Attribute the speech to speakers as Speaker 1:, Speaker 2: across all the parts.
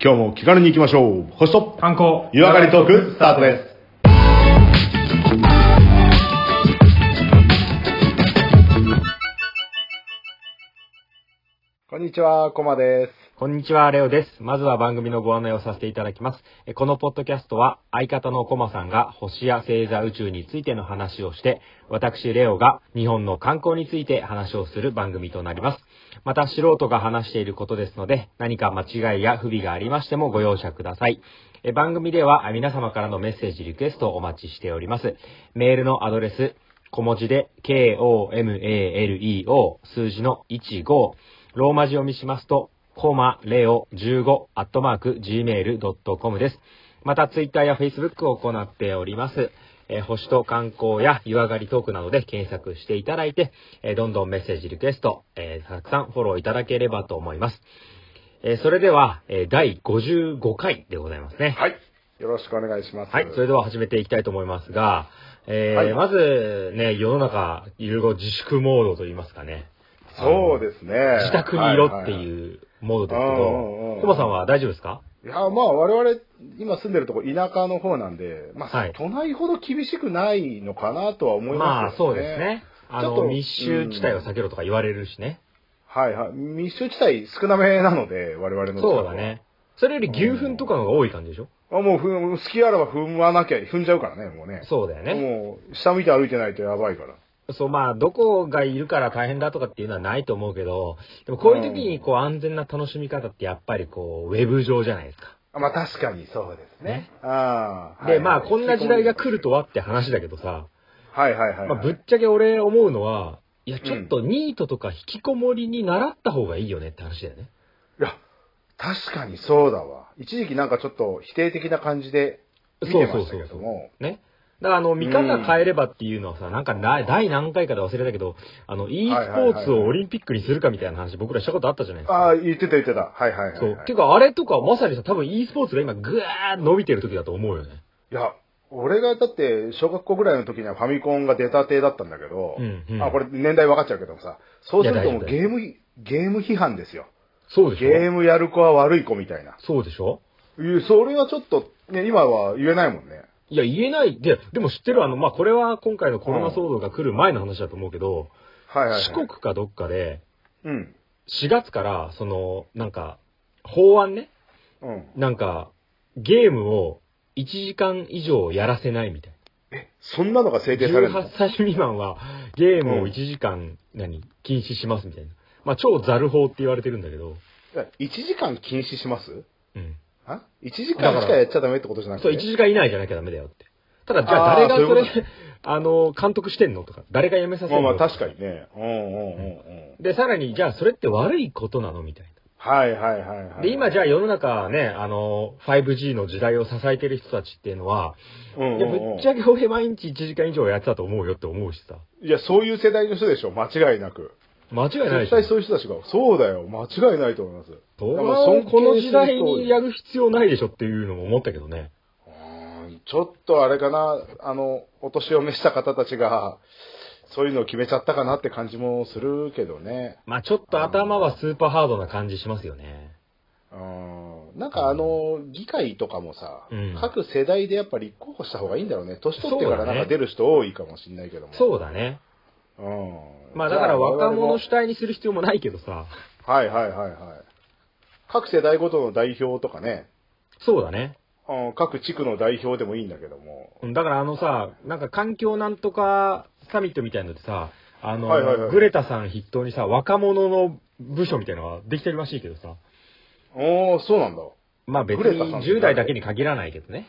Speaker 1: 今日も気軽に行きましょう。星と、
Speaker 2: 観光
Speaker 1: 湯上がりトーク、スタートです。こんにちは、コマです。
Speaker 2: こんにちは、レオです。まずは番組のご案内をさせていただきます。えこのポッドキャストは、相方のコマさんが星や星座宇宙についての話をして、私、レオが日本の観光について話をする番組となります。また、素人が話していることですので、何か間違いや不備がありましてもご容赦ください。え番組では、あ皆様からのメッセージ、リクエストをお待ちしております。メールのアドレス、小文字で、k-o-m-a-l-e-o、数字の15、ローマ字読みしますと、コマレオ15アットマーク gmail.com です。また、ツイッターやフェイスブックを行っております。えー星と観光や湯上がりトークなどで検索していただいて、えーどんどんメッセージリクエスト、えーたくさんフォローいただければと思います。えーそれでは、えー第55回でございますね。
Speaker 1: はい。よろしくお願いします。
Speaker 2: はい、それでは始めていきたいと思いますが、えー
Speaker 1: はい
Speaker 2: まずね、世の中、いろいろ自粛モードといいますかね。
Speaker 1: そうですね。
Speaker 2: 自宅にいろって
Speaker 1: う。
Speaker 2: いうモードです
Speaker 1: う
Speaker 2: け
Speaker 1: んうんうん
Speaker 2: ど、トマさんは大丈夫ですか
Speaker 1: いや、まあ我々、今住んでるとこ田舎の方なんで、まあ、
Speaker 2: はい
Speaker 1: 都内ほど厳しくないのかなとは思い
Speaker 2: ま
Speaker 1: ま
Speaker 2: あ
Speaker 1: すけ
Speaker 2: そ
Speaker 1: ど
Speaker 2: うです。ね。あ
Speaker 1: ちょっ
Speaker 2: の、
Speaker 1: と
Speaker 2: 密集地帯を避けろとか言われるしね。
Speaker 1: はいはい。密集地帯少なめなので、我々の近くは
Speaker 2: そうだ。ね。それより牛糞とかの方が多い感じでしょ
Speaker 1: あもう踏む、隙あれば踏まなきゃ、踏んじゃうからね、もうね。
Speaker 2: そうだよね。
Speaker 1: もう、下見て歩いてないとやばいから。
Speaker 2: そう、まあ、どこがいるから大変だとかっていうのはないと思うけど、でもこういう時にこう安全な楽しみ方ってやっぱりこう、ウェブ上じゃないですか。
Speaker 1: あまあ確かにそうです
Speaker 2: ね。
Speaker 1: ああ。
Speaker 2: で、まあ、こんな時代が来ると
Speaker 1: は。
Speaker 2: はって話だけどさ、
Speaker 1: はいはいはい。
Speaker 2: まあ、ぶっちゃけ俺思うのは、いや、ちょっとニートとか引きこもりに習った方がいいよねって話だよね。
Speaker 1: いや、確かにそうだわ。一時期なんかちょっと否定的な感じで見てましたけども。
Speaker 2: ね。だからあの、見方変えればっていうのはさ、なんかな第何回かで忘れたけど、あの、e ス
Speaker 1: はいはい
Speaker 2: ポ
Speaker 1: は
Speaker 2: ー
Speaker 1: い
Speaker 2: ツをオリンピックにするかみたいな話僕らしたことあったじゃないです
Speaker 1: あ
Speaker 2: か。
Speaker 1: あ、言ってた言ってた。はいはいはい、はい。
Speaker 2: そう。ていうか、あれとかまさにさ、多分 e スポーツが今ぐわー伸びてる時だと思うよね。
Speaker 1: いや、俺がだって小学校ぐらいの時にはファミコンが出たてだったんだけど、
Speaker 2: うんうん
Speaker 1: あこれ年代分かっちゃうけどさ、そうするともう
Speaker 2: い
Speaker 1: ゲーム、ゲーム批判ですよ。
Speaker 2: そうでし
Speaker 1: ゲ
Speaker 2: ょ
Speaker 1: ームやる子は悪い子みたいな。
Speaker 2: そうでしょ
Speaker 1: いうそれはちょっと、ね、今は言えないもんね。
Speaker 2: いや、言えない。で、でも知ってるあの、まあ、これは今回のコロナ騒動が来る前の話だと思うけど、
Speaker 1: はいはい、はい。
Speaker 2: 四国かどっかで、
Speaker 1: うん。
Speaker 2: 4月から、その、なんか、法案ね。
Speaker 1: うん。
Speaker 2: なんか、ゲームを1時間以上やらせないみたいな。
Speaker 1: そんなのが制定されるの
Speaker 2: 18歳未満はゲームを1時間、何、禁止しますみたいな。まあ、超ザル法って言われてるんだけど、
Speaker 1: ?1 時間禁止します
Speaker 2: うん。
Speaker 1: あ ?1 時間しかやっちゃダメってことじゃなくて。
Speaker 2: そう、1時間以内じゃなきゃダメだよって。ただ、じゃあ誰が
Speaker 1: あー
Speaker 2: そ
Speaker 1: そういうこ
Speaker 2: れ、 あの、監督してんのとか、誰が辞めさせ
Speaker 1: まあま
Speaker 2: るの
Speaker 1: あ確かにね。うんうんうんうん。
Speaker 2: で、さらに、じゃあそれって悪いことなのみたい
Speaker 1: はいはいはいは
Speaker 2: な。
Speaker 1: い。
Speaker 2: で、今じゃあ世の中ね、あの、5G の時代を支えてる人たちっていうのは、
Speaker 1: うんうんうん、
Speaker 2: いや、ぶっちゃけ俺毎日1時間以上やってたと思うよって思うしさ。
Speaker 1: いや、そういう世代の人でしょ、間違いなく。
Speaker 2: 間違いな
Speaker 1: 絶
Speaker 2: いでしょ
Speaker 1: 対。そういう人たちが、そうだよ、間違いないと思います。
Speaker 2: そ
Speaker 1: だ
Speaker 2: う
Speaker 1: から尊敬
Speaker 2: この
Speaker 1: する
Speaker 2: 時代にやる必要ないでしょっていうのも思ったけどね。
Speaker 1: うーんちょっとあれかな、あの、お年を召した方たちが、そういうのを決めちゃったかなって感じもするけどね。
Speaker 2: まあちょっと頭はスーパーハードな感じしますよね。
Speaker 1: うーんなんかあの、議会とかもさ、
Speaker 2: うん
Speaker 1: 各世代でやっぱ立候補した方がいいんだろうね。年取ってからなん
Speaker 2: そう
Speaker 1: か
Speaker 2: だね
Speaker 1: 出る人多いかもしれないけども。
Speaker 2: そうだね。
Speaker 1: うん。
Speaker 2: まあだから若者主
Speaker 1: じ
Speaker 2: 体にする必要もないけどさ。
Speaker 1: ゃあ我々もはいはいはいはい。各世代ごとの代表とかね、
Speaker 2: そうだね。
Speaker 1: うん各地区の代表でもいいんだけども。
Speaker 2: うんだからあのさ、なんか環境なんとかサミットみたいのでさ、あの、
Speaker 1: はいはいはい
Speaker 2: グレタさん筆頭にさ、若者の部署みたいなのができてるらしいけどさ。
Speaker 1: おー、そうなんだ。
Speaker 2: まあ別
Speaker 1: グレタさん
Speaker 2: に10代だけに限らないけどね。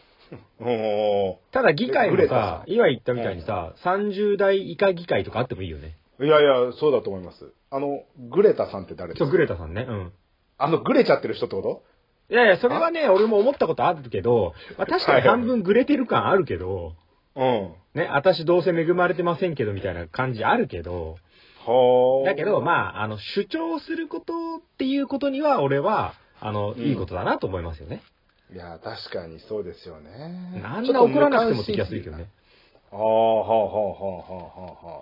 Speaker 1: お
Speaker 2: ただ議会
Speaker 1: グレ
Speaker 2: も
Speaker 1: タさ
Speaker 2: さ、今言ったみたいにさ、30代以下議会とかあってもいいよね。
Speaker 1: ー。いやいや、そうだと思います。あの、グレタさんって誰です
Speaker 2: そう、
Speaker 1: か
Speaker 2: グレタさんね。うん。
Speaker 1: あの、グレちゃってる人ってこ
Speaker 2: いやいや、それはね、俺も思ったことあるけど、まあ確か
Speaker 1: は
Speaker 2: に
Speaker 1: いはい
Speaker 2: 半分グレてる感あるけど、
Speaker 1: とうん。
Speaker 2: ね、私どうせ恵まれてませんけどみたいな感じあるけど、
Speaker 1: はー。
Speaker 2: だけど、まあ、あの、主張することっていうことには、俺は、あの、
Speaker 1: うん
Speaker 2: いいことだなと思いますよね。
Speaker 1: いや、確かにそうですよね。
Speaker 2: あんな怒らなくてもって気がするけどね。。
Speaker 1: あー、はあ、はあ、はあ、はあ、はあ。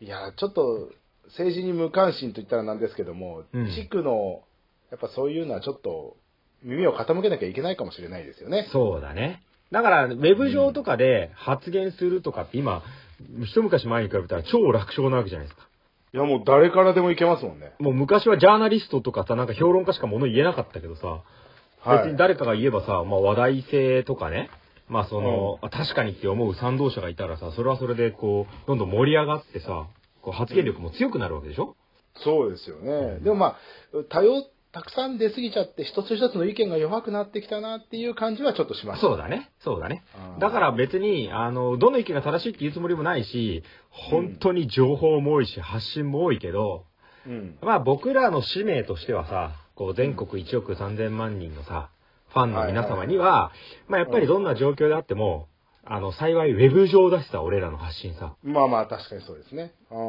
Speaker 1: いや、ちょっと、政治に無関心と言ったらなんですけども、
Speaker 2: うん
Speaker 1: 地区の、やっぱそういうのはちょっと、耳を傾けなきゃいけないかもしれないですよね。
Speaker 2: そうだね。だから、ウェブ上とかで発言するとかって今、一昔前に比べたら超楽勝なわけじゃないですか。
Speaker 1: いや、もう誰からでもいけますもんね。
Speaker 2: もう昔はジャーナリストとかさ、なんか評論家しか物言えなかったけどさ、
Speaker 1: はい
Speaker 2: 別に誰かが言えばさ、まあ話題性とかね、まあその、あ確かにって思う賛同者がいたらさ、それはそれでこう、どんどん盛り上がってさ、こう発言力も強くなるわけでしょ、
Speaker 1: そうですよね。でもまあ、多様、たくさん出過ぎちゃって、一つ一つの意見が弱くなってきたなっていう感じはちょっとします。
Speaker 2: そうだね。そうだね
Speaker 1: あ。ー
Speaker 2: だから別に、あの、どの意見が正しいって言うつもりもないし、本当に情報も多いし、発信も多いけど、
Speaker 1: うん。
Speaker 2: まあ僕らの使命としてはさ、こう全国1億3000万人のさ、ファンの皆様には、まあやっぱりどんな状況であっても、あの、幸いウェブ上だしさ、俺らの発信さ。
Speaker 1: まあまあ、確かにそうですね。う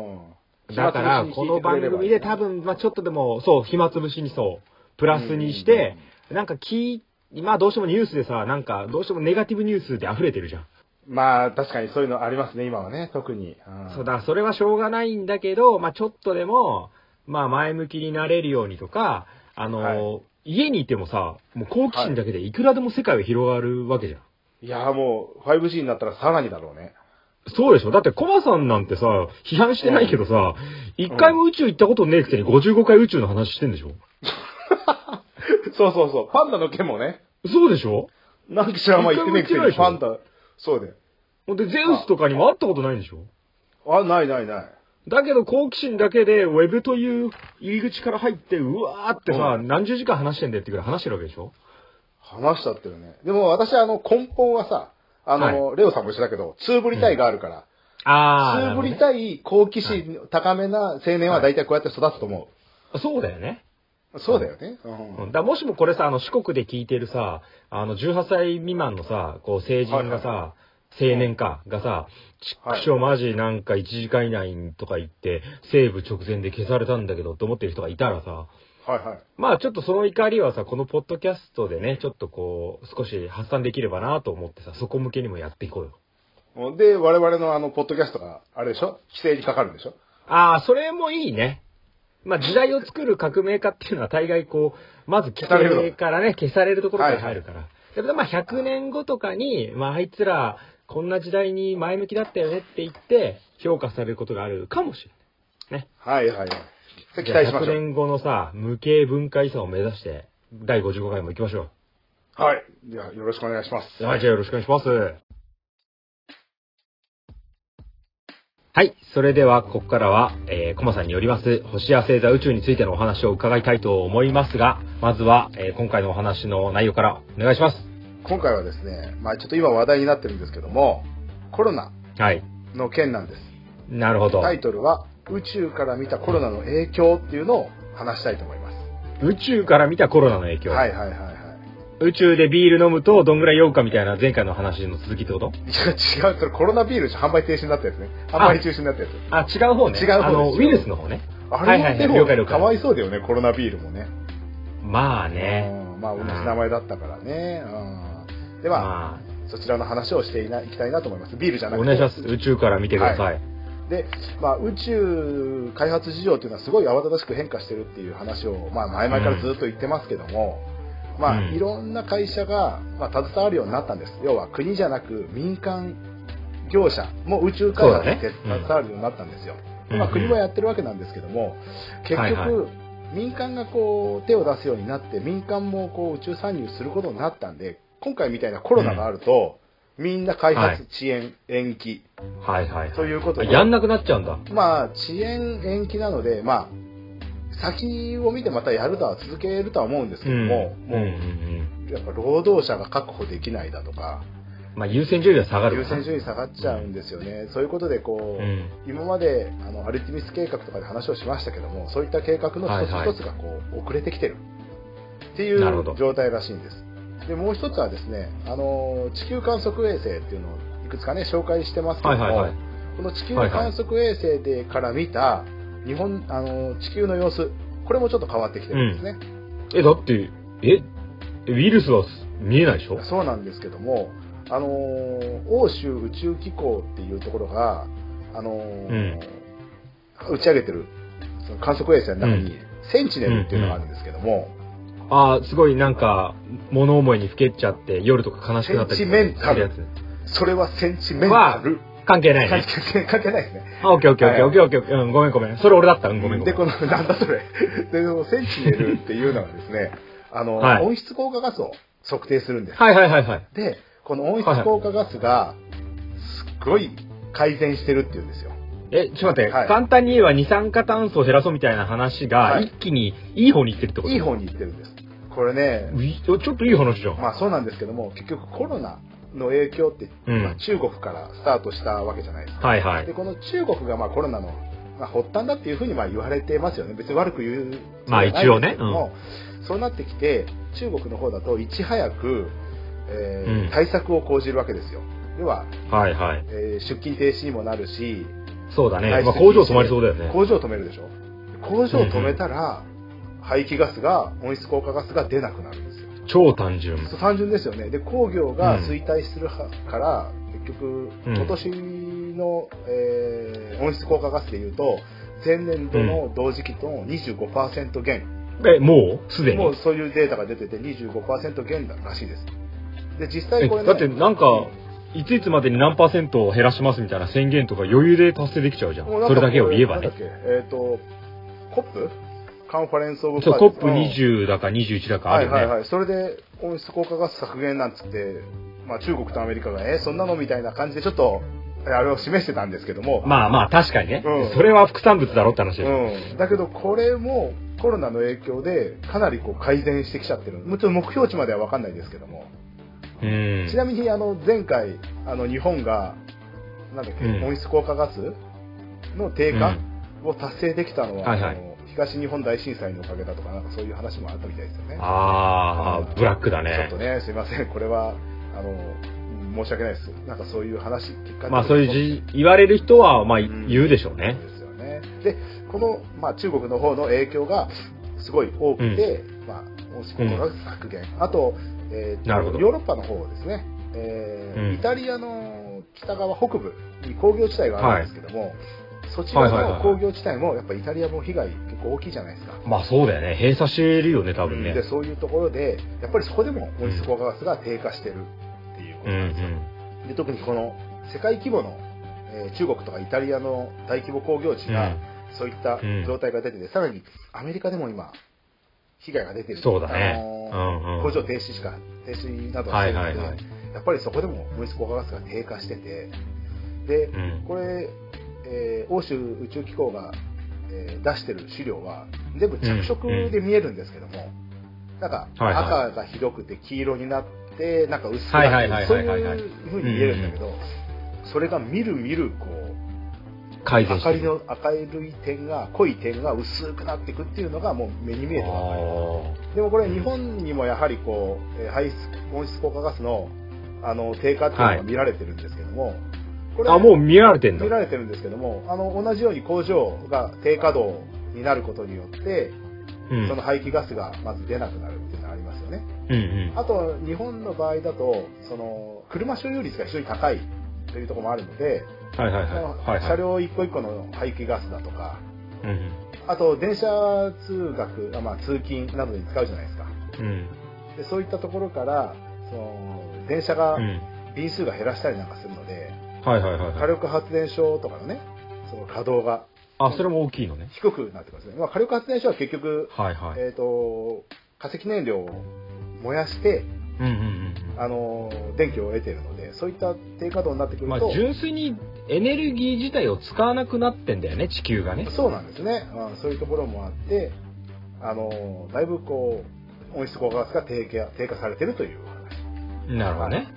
Speaker 1: ん。
Speaker 2: だから、この番組で多分、まあちょっとでも、そう、暇つぶしにそう、プラスにして、なんか聞い、今どうしてもニュースでさ、なんかどうしてもネガティブニュースで溢れてるじゃん。
Speaker 1: まあ、確かにそういうのありますね、今はね、特に。ん
Speaker 2: そうだ、からそれはしょうがないんだけど、まあちょっとでも、まあ前向きになれるようにとか、あの、
Speaker 1: は
Speaker 2: 家にいてもさ、もう好奇心だけでいくらでも世界は広がるわけじゃん。
Speaker 1: いや、もう、5G になったらさらにだろうね。
Speaker 2: そうでしょだってコマさんなんてさ、批判してないけどさ、一、回も宇宙行ったことねえくせに55回宇宙の話してんでしょ
Speaker 1: そうそうそう、パンダの件もね、
Speaker 2: そうでしょ
Speaker 1: なんか知らんま言ってねえくせに
Speaker 2: 一回
Speaker 1: パ
Speaker 2: も言
Speaker 1: ン
Speaker 2: って
Speaker 1: ダ、そうで。
Speaker 2: ほんで、ゼウスとかにも会ったことないんでしょ
Speaker 1: あ、ないないない。
Speaker 2: だけど好奇心だけで、ウェブという入り口から入って、うわーってさ、
Speaker 1: う
Speaker 2: 何十時間話してんだよってくらい話してるわけでしょ
Speaker 1: 話しちゃってるね。でも私、あの、根本はさ、あの、レオさんも一緒だけど、つぶりたいがあるから、
Speaker 2: あ
Speaker 1: つぶりたい好奇心高めな青年は大体こうやって育つと思
Speaker 2: そうだよね。
Speaker 1: う。そうだよね。う
Speaker 2: うん
Speaker 1: ん。
Speaker 2: だからもしもこれさ、あの、四国で聞いてるさ、あの、18歳未満のさ、こう、成人がさ、青年か、がさ、ちっくしょマジなんか1時間以内にとか言って、西部直前で消されたんだけどって思ってる人がいたらさ、
Speaker 1: はいはい。
Speaker 2: まあちょっとその怒りはさ、このポッドキャストでね、ちょっとこう、少し発散できればなと思ってさ、そこ向けにもやっていこうよ。
Speaker 1: で、我々のあの、ポッドキャストが、あれでしょ規制にかかるんでしょ
Speaker 2: ああ、それもいいね。まあ時代を作る革命家っていうのは大概こう、まず規制からね、消されるところから入るから。だけどまあ100年後とかに、まああいつら、こんな時代に前向きだったよねって言って、評価されることがあるかもしれない。ね。
Speaker 1: はいはいはい。それ期待しまし
Speaker 2: じゃあ
Speaker 1: ょ
Speaker 2: 100
Speaker 1: う。
Speaker 2: 年後のさ、無形文化遺産を目指して、第55回も行きましょ
Speaker 1: はい。じゃあ、よろしくお願いします。
Speaker 2: う。はい、じゃあよろしくお願いします。はい。それでは、ここからは、えー、コマさんによります、星や星座宇宙についてのお話を伺いたいと思いますが、まずは、えー今回のお話の内容からお願いします。
Speaker 1: 今回はですね、まあちょっと今話題になってるんですけども、コロナ
Speaker 2: はい。
Speaker 1: の件なんです。
Speaker 2: なるほど。
Speaker 1: タイトルは、宇宙から見たコロナの影響っていうのを話したいと思います。
Speaker 2: 宇宙から見たコロナの影響。
Speaker 1: はいはいはいはい。
Speaker 2: 宇宙でビール飲むとどんぐらい酔うかみたいな前回の話の続きってこ
Speaker 1: い
Speaker 2: と
Speaker 1: や、違う。それコロナビールじゃ販売停止になったやつね。販売中止になったやつ。
Speaker 2: あ、違う方ね。
Speaker 1: 違う方です
Speaker 2: あの、ウイルスの方ね。
Speaker 1: あ
Speaker 2: はいはいは
Speaker 1: れ
Speaker 2: い
Speaker 1: で
Speaker 2: 了解了
Speaker 1: も、
Speaker 2: 解
Speaker 1: かわいそうだよね、コロナビールもね。
Speaker 2: まあね。
Speaker 1: うんまあ、同じ名前だったからね。うんでは、
Speaker 2: ま
Speaker 1: そちらの話をしていないいきたいなと思います。ビールじゃ
Speaker 2: あ、
Speaker 1: な
Speaker 2: お
Speaker 1: く。
Speaker 2: 願いしてます。宇宙から見てください。
Speaker 1: で、まあ、宇宙開発事情というのはすごい慌ただしく変化してるっていう話を、まあ、前々からずっと言ってますけども、まあ、
Speaker 2: うん
Speaker 1: いろんな会社が、まあ、携わるようになったんです。要は国じゃなく民間業者も宇宙開発に
Speaker 2: そうだねうん
Speaker 1: 携わるようになったんですよ。
Speaker 2: うん
Speaker 1: まあ、国もやってるわけなんですけども、結局、
Speaker 2: はいは
Speaker 1: 民間がこう手を出すようになって、民間もこう宇宙参入することになったんで、今回みたいなコロナがあると、みんな開発遅延、延期
Speaker 2: はいはいはい。
Speaker 1: ということ
Speaker 2: あ
Speaker 1: で、
Speaker 2: やんなくなっちゃうんだ。
Speaker 1: まあ、遅延、延期なので、まあ、先を見てまたやるとは続けるとは思うんですけども、
Speaker 2: うん、
Speaker 1: も
Speaker 2: うんうん
Speaker 1: う、やっぱ労働者が確保できないだとか、
Speaker 2: うん。まあ、優先順位は下がる
Speaker 1: 優
Speaker 2: わな。
Speaker 1: 先順位下がっちゃうんですよね。そういうことで、こう、
Speaker 2: うん。
Speaker 1: 今まであのアルティミス計画とかで話をしましたけども、そういった計画の一つ一つがこう、遅れてきてるってい
Speaker 2: なるほ
Speaker 1: う
Speaker 2: ど
Speaker 1: 状態らしいんです。で、もう一つはですね、あの、地球観測衛星っていうのをいくつかね、紹介してますけ
Speaker 2: は
Speaker 1: ど
Speaker 2: い
Speaker 1: も、
Speaker 2: はいはい。
Speaker 1: この地球観測衛星でから見た日本あの地球の様子これもちょっと変わってきてるんですね、
Speaker 2: え、だって、え、ウイルスは見えないでしょ
Speaker 1: そうなんですけどもあのー欧州宇宙機構っていうところがあのー
Speaker 2: うん
Speaker 1: 打ち上げてるその観測衛星の中に、
Speaker 2: う
Speaker 1: センチネルっていうのがあるんですけども、
Speaker 2: ああ、すごいなんか、物思いにふけっちゃって、夜とか悲しくなったりとか
Speaker 1: センチメンタ
Speaker 2: する
Speaker 1: ル
Speaker 2: やつ。
Speaker 1: それはセンチメンタル。
Speaker 2: 関係ない
Speaker 1: 関
Speaker 2: ね。
Speaker 1: 係関係ないですね。
Speaker 2: あ、オッケーオッケーオッケーオッケーオッケーオッケー。うん、ごめんごめん。それ俺だった。うん、ごめんご
Speaker 1: で、
Speaker 2: めん。
Speaker 1: この、なんだそれ。で、そのセンチネルっていうのはですね、あの、
Speaker 2: はい
Speaker 1: 温室効果ガスを測定するんです。
Speaker 2: はいはいはいはい。
Speaker 1: で、この温室効果ガスが、すっごい改善してるっていうんですよ。
Speaker 2: え、ちょっと待って、
Speaker 1: はい
Speaker 2: 簡単に言えば二酸化炭素を減らそうみたいな話が、
Speaker 1: はい
Speaker 2: 一気にいい方にいってるってこと
Speaker 1: いい方に行ってるんです。これね、
Speaker 2: ういちょっといい話じゃん。
Speaker 1: まあそうなんですけども、結局コロナの影響って、
Speaker 2: うん
Speaker 1: まあ中国からスタートしたわけじゃないですか。
Speaker 2: はいは
Speaker 1: で、
Speaker 2: い。
Speaker 1: この中国がまあコロナの、まあ、発端だっていうふうにまあ言われてますよね。別に悪く言う。
Speaker 2: まあ一応ね
Speaker 1: そうじゃないんですけどもそうなってきて、中国の方だといち早く、えー
Speaker 2: うん
Speaker 1: 対策を講じるわけですよ。要は、
Speaker 2: はいはい。
Speaker 1: えー出勤停止にもなるし、
Speaker 2: そうだね。
Speaker 1: はい
Speaker 2: まあ、工場止まりそうだよね。
Speaker 1: 工場を止めるでしょ工場を止めたら、排気ガスが温室効果ガスが出なくなるんですよ
Speaker 2: 超単純。
Speaker 1: そう単純ですよねで工業が衰退するはから、結局
Speaker 2: うん
Speaker 1: 今年の、えー温室効果ガスでいうと前年度の同時期との25%減、
Speaker 2: え、もうすでに
Speaker 1: もうそういうデータが出てて25%減だらしいですで実際これ
Speaker 2: え
Speaker 1: ね
Speaker 2: だってなんか、いついつまでに何パーセントを減らしますみたいな宣言とか余裕で達成できちゃうじゃん。
Speaker 1: もうなん
Speaker 2: そ
Speaker 1: か
Speaker 2: れだけを言えば
Speaker 1: なんだ
Speaker 2: ね
Speaker 1: っ。けえっ、とコップカンファレンス・オブ・
Speaker 2: そう、
Speaker 1: パリス
Speaker 2: COP20 だか21だかあ
Speaker 1: は
Speaker 2: る
Speaker 1: い
Speaker 2: よ
Speaker 1: はい
Speaker 2: ね。
Speaker 1: はい、それで温室効果ガス削減なんつって、まあ、中国とアメリカが、えそんなのみたいな感じでちょっと、えあれを示してたんですけども、
Speaker 2: まあまあ、確かにね
Speaker 1: うん。
Speaker 2: それは副産物だろって話だよ
Speaker 1: うん、だけどこれもコロナの影響でかなりこう改善してきちゃってる、もちろん目標値までは分かんないですけども、
Speaker 2: うん
Speaker 1: ちなみにあの前回、あの日本が、なんだっけ、
Speaker 2: うん
Speaker 1: 温室効果ガスの低
Speaker 2: う
Speaker 1: 下
Speaker 2: ん
Speaker 1: を達成できたのは、
Speaker 2: はいはい
Speaker 1: あの東日本大震災のおかげだとか、なんかそういう話もあったみたいですよね。
Speaker 2: ああ、ブラックだ
Speaker 1: ちょ
Speaker 2: ね
Speaker 1: っと。ね、すいません、これは、あの、うん申し訳ないです。なんかそういう話、結果
Speaker 2: まあそう
Speaker 1: 事
Speaker 2: いうじ言われる人は、まあ
Speaker 1: ん
Speaker 2: 言うでしょうね。
Speaker 1: ですよね。で、この、まあ中国の方の影響が、すごい多くて、まあ、温室効果ガス削減。あと、えーと
Speaker 2: なるほど
Speaker 1: ヨーロッパの方ですね、えー
Speaker 2: うん
Speaker 1: イタリアの北側北部に工業地帯があるんですけども、そちら
Speaker 2: はいはいは
Speaker 1: の
Speaker 2: い
Speaker 1: 工業地帯も、やっぱイタリアも被害結構大きいじゃないですか。
Speaker 2: まあそうだよね。閉鎖してるよね、多分ね
Speaker 1: で。そういうところで、やっぱりそこでも温室効果ガスが低下してるっていうこ
Speaker 2: う
Speaker 1: と
Speaker 2: んう
Speaker 1: なんですよ
Speaker 2: ん。
Speaker 1: で特にこの世界規模の、えー中国とかイタリアの大規模工業地が、そういった
Speaker 2: うん
Speaker 1: 状態が出てて、さらにアメリカでも今被害が出て
Speaker 2: うん
Speaker 1: る
Speaker 2: そうだね。う
Speaker 1: あの
Speaker 2: ん
Speaker 1: ー
Speaker 2: うん。
Speaker 1: 工場停止しか停止などは
Speaker 2: は
Speaker 1: し
Speaker 2: い
Speaker 1: て
Speaker 2: はい
Speaker 1: るので、
Speaker 2: はい。
Speaker 1: やっぱりそこでも温室効果ガスが低下しててで
Speaker 2: うん。
Speaker 1: これ、えー欧州宇宙機構が、えー出してる資料は全部着色で見えるんですけども、なんか
Speaker 2: はいはい
Speaker 1: 赤がひどくて黄色になってなんか薄く
Speaker 2: はい
Speaker 1: な
Speaker 2: は
Speaker 1: って
Speaker 2: い
Speaker 1: そう
Speaker 2: はいいはいはいう
Speaker 1: ふうに見えるんだけど、それがみるみるこう
Speaker 2: 改善
Speaker 1: 明
Speaker 2: し
Speaker 1: か
Speaker 2: て
Speaker 1: り
Speaker 2: る。
Speaker 1: の赤い点が濃い点が薄くなっていくっていうのがもう目に見えてわかるでもこれ日本にもやはりこうえー排出温室効果ガスのあの低下っていうのが見られてるんですけども、こ
Speaker 2: あーあ、もう見られてんだ
Speaker 1: 見。られてるんですけどもあの同じように工場が低稼働になることによって
Speaker 2: うん
Speaker 1: その排気ガスがまず出なくなるっていうのがありますよね
Speaker 2: うんうん。
Speaker 1: あと日本の場合だとその車所有率が非常に高いというところもあるので、
Speaker 2: はいはいはい。
Speaker 1: その
Speaker 2: はいは
Speaker 1: 車
Speaker 2: い。
Speaker 1: 両一個一個の排気ガスだとか
Speaker 2: うん
Speaker 1: あと電車通学、あまあ、通勤などに使うじゃないですか
Speaker 2: うん。
Speaker 1: でそういったところからその電車が
Speaker 2: うん。
Speaker 1: 便数が減らしたりなんかするので、
Speaker 2: はいはいはい
Speaker 1: 火
Speaker 2: はい。
Speaker 1: 力発電所とかのねその稼働が
Speaker 2: あ、それも大きいのね。
Speaker 1: 低くなってますね。まあ、火力発電所は結局、
Speaker 2: はいはい。
Speaker 1: えっ、と、化石燃料を燃やして、
Speaker 2: うんうん
Speaker 1: あのー、電気を得ているので、そういった低稼働になってく
Speaker 2: うん。
Speaker 1: る
Speaker 2: まあ
Speaker 1: と、
Speaker 2: 純粋にエネルギー自体を使わなくなってんだよね、地球がね。
Speaker 1: そうなんですね、うんそういうところもあって、あのー、だいぶこう、温室効果ガスが低下低下されてるというお話。
Speaker 2: なるほどね。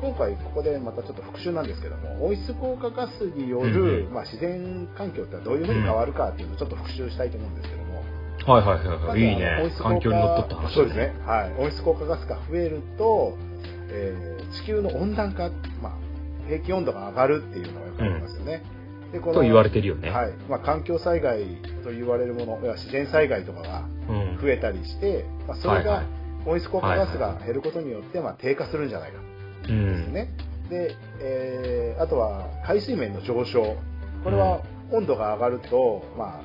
Speaker 1: 今回ここでまたちょっと復習なんですけども、温室効果ガスによる、
Speaker 2: うんう
Speaker 1: まあ、自然環境ってのはどういうふうに変わるかっていうのをちょっと復習したいと思うんですけども、
Speaker 2: はいはいはい
Speaker 1: ま
Speaker 2: は
Speaker 1: ず
Speaker 2: い。いい
Speaker 1: あの温
Speaker 2: ね
Speaker 1: 室。効果
Speaker 2: 環境にのっとった話
Speaker 1: そうで
Speaker 2: だ
Speaker 1: す。ね。はい。温室効果ガスが増えると、えー地球の温暖化、まあ、平均温度が上がるっていうのがよくありますよね。で、こと
Speaker 2: 言われ
Speaker 1: て
Speaker 2: てるよね。
Speaker 1: はい。まあ、環境災害と言われるもの、要は自然災害とかが
Speaker 2: うん。
Speaker 1: 増えたりして、まあ、そ
Speaker 2: は
Speaker 1: れ
Speaker 2: いは
Speaker 1: が
Speaker 2: い。
Speaker 1: 温室効果ガスが減ることによって、まあ、低下するんじゃないか
Speaker 2: う
Speaker 1: です
Speaker 2: ん。
Speaker 1: ね。で、えーあとは海水面の上昇。これは温度が上がると、ま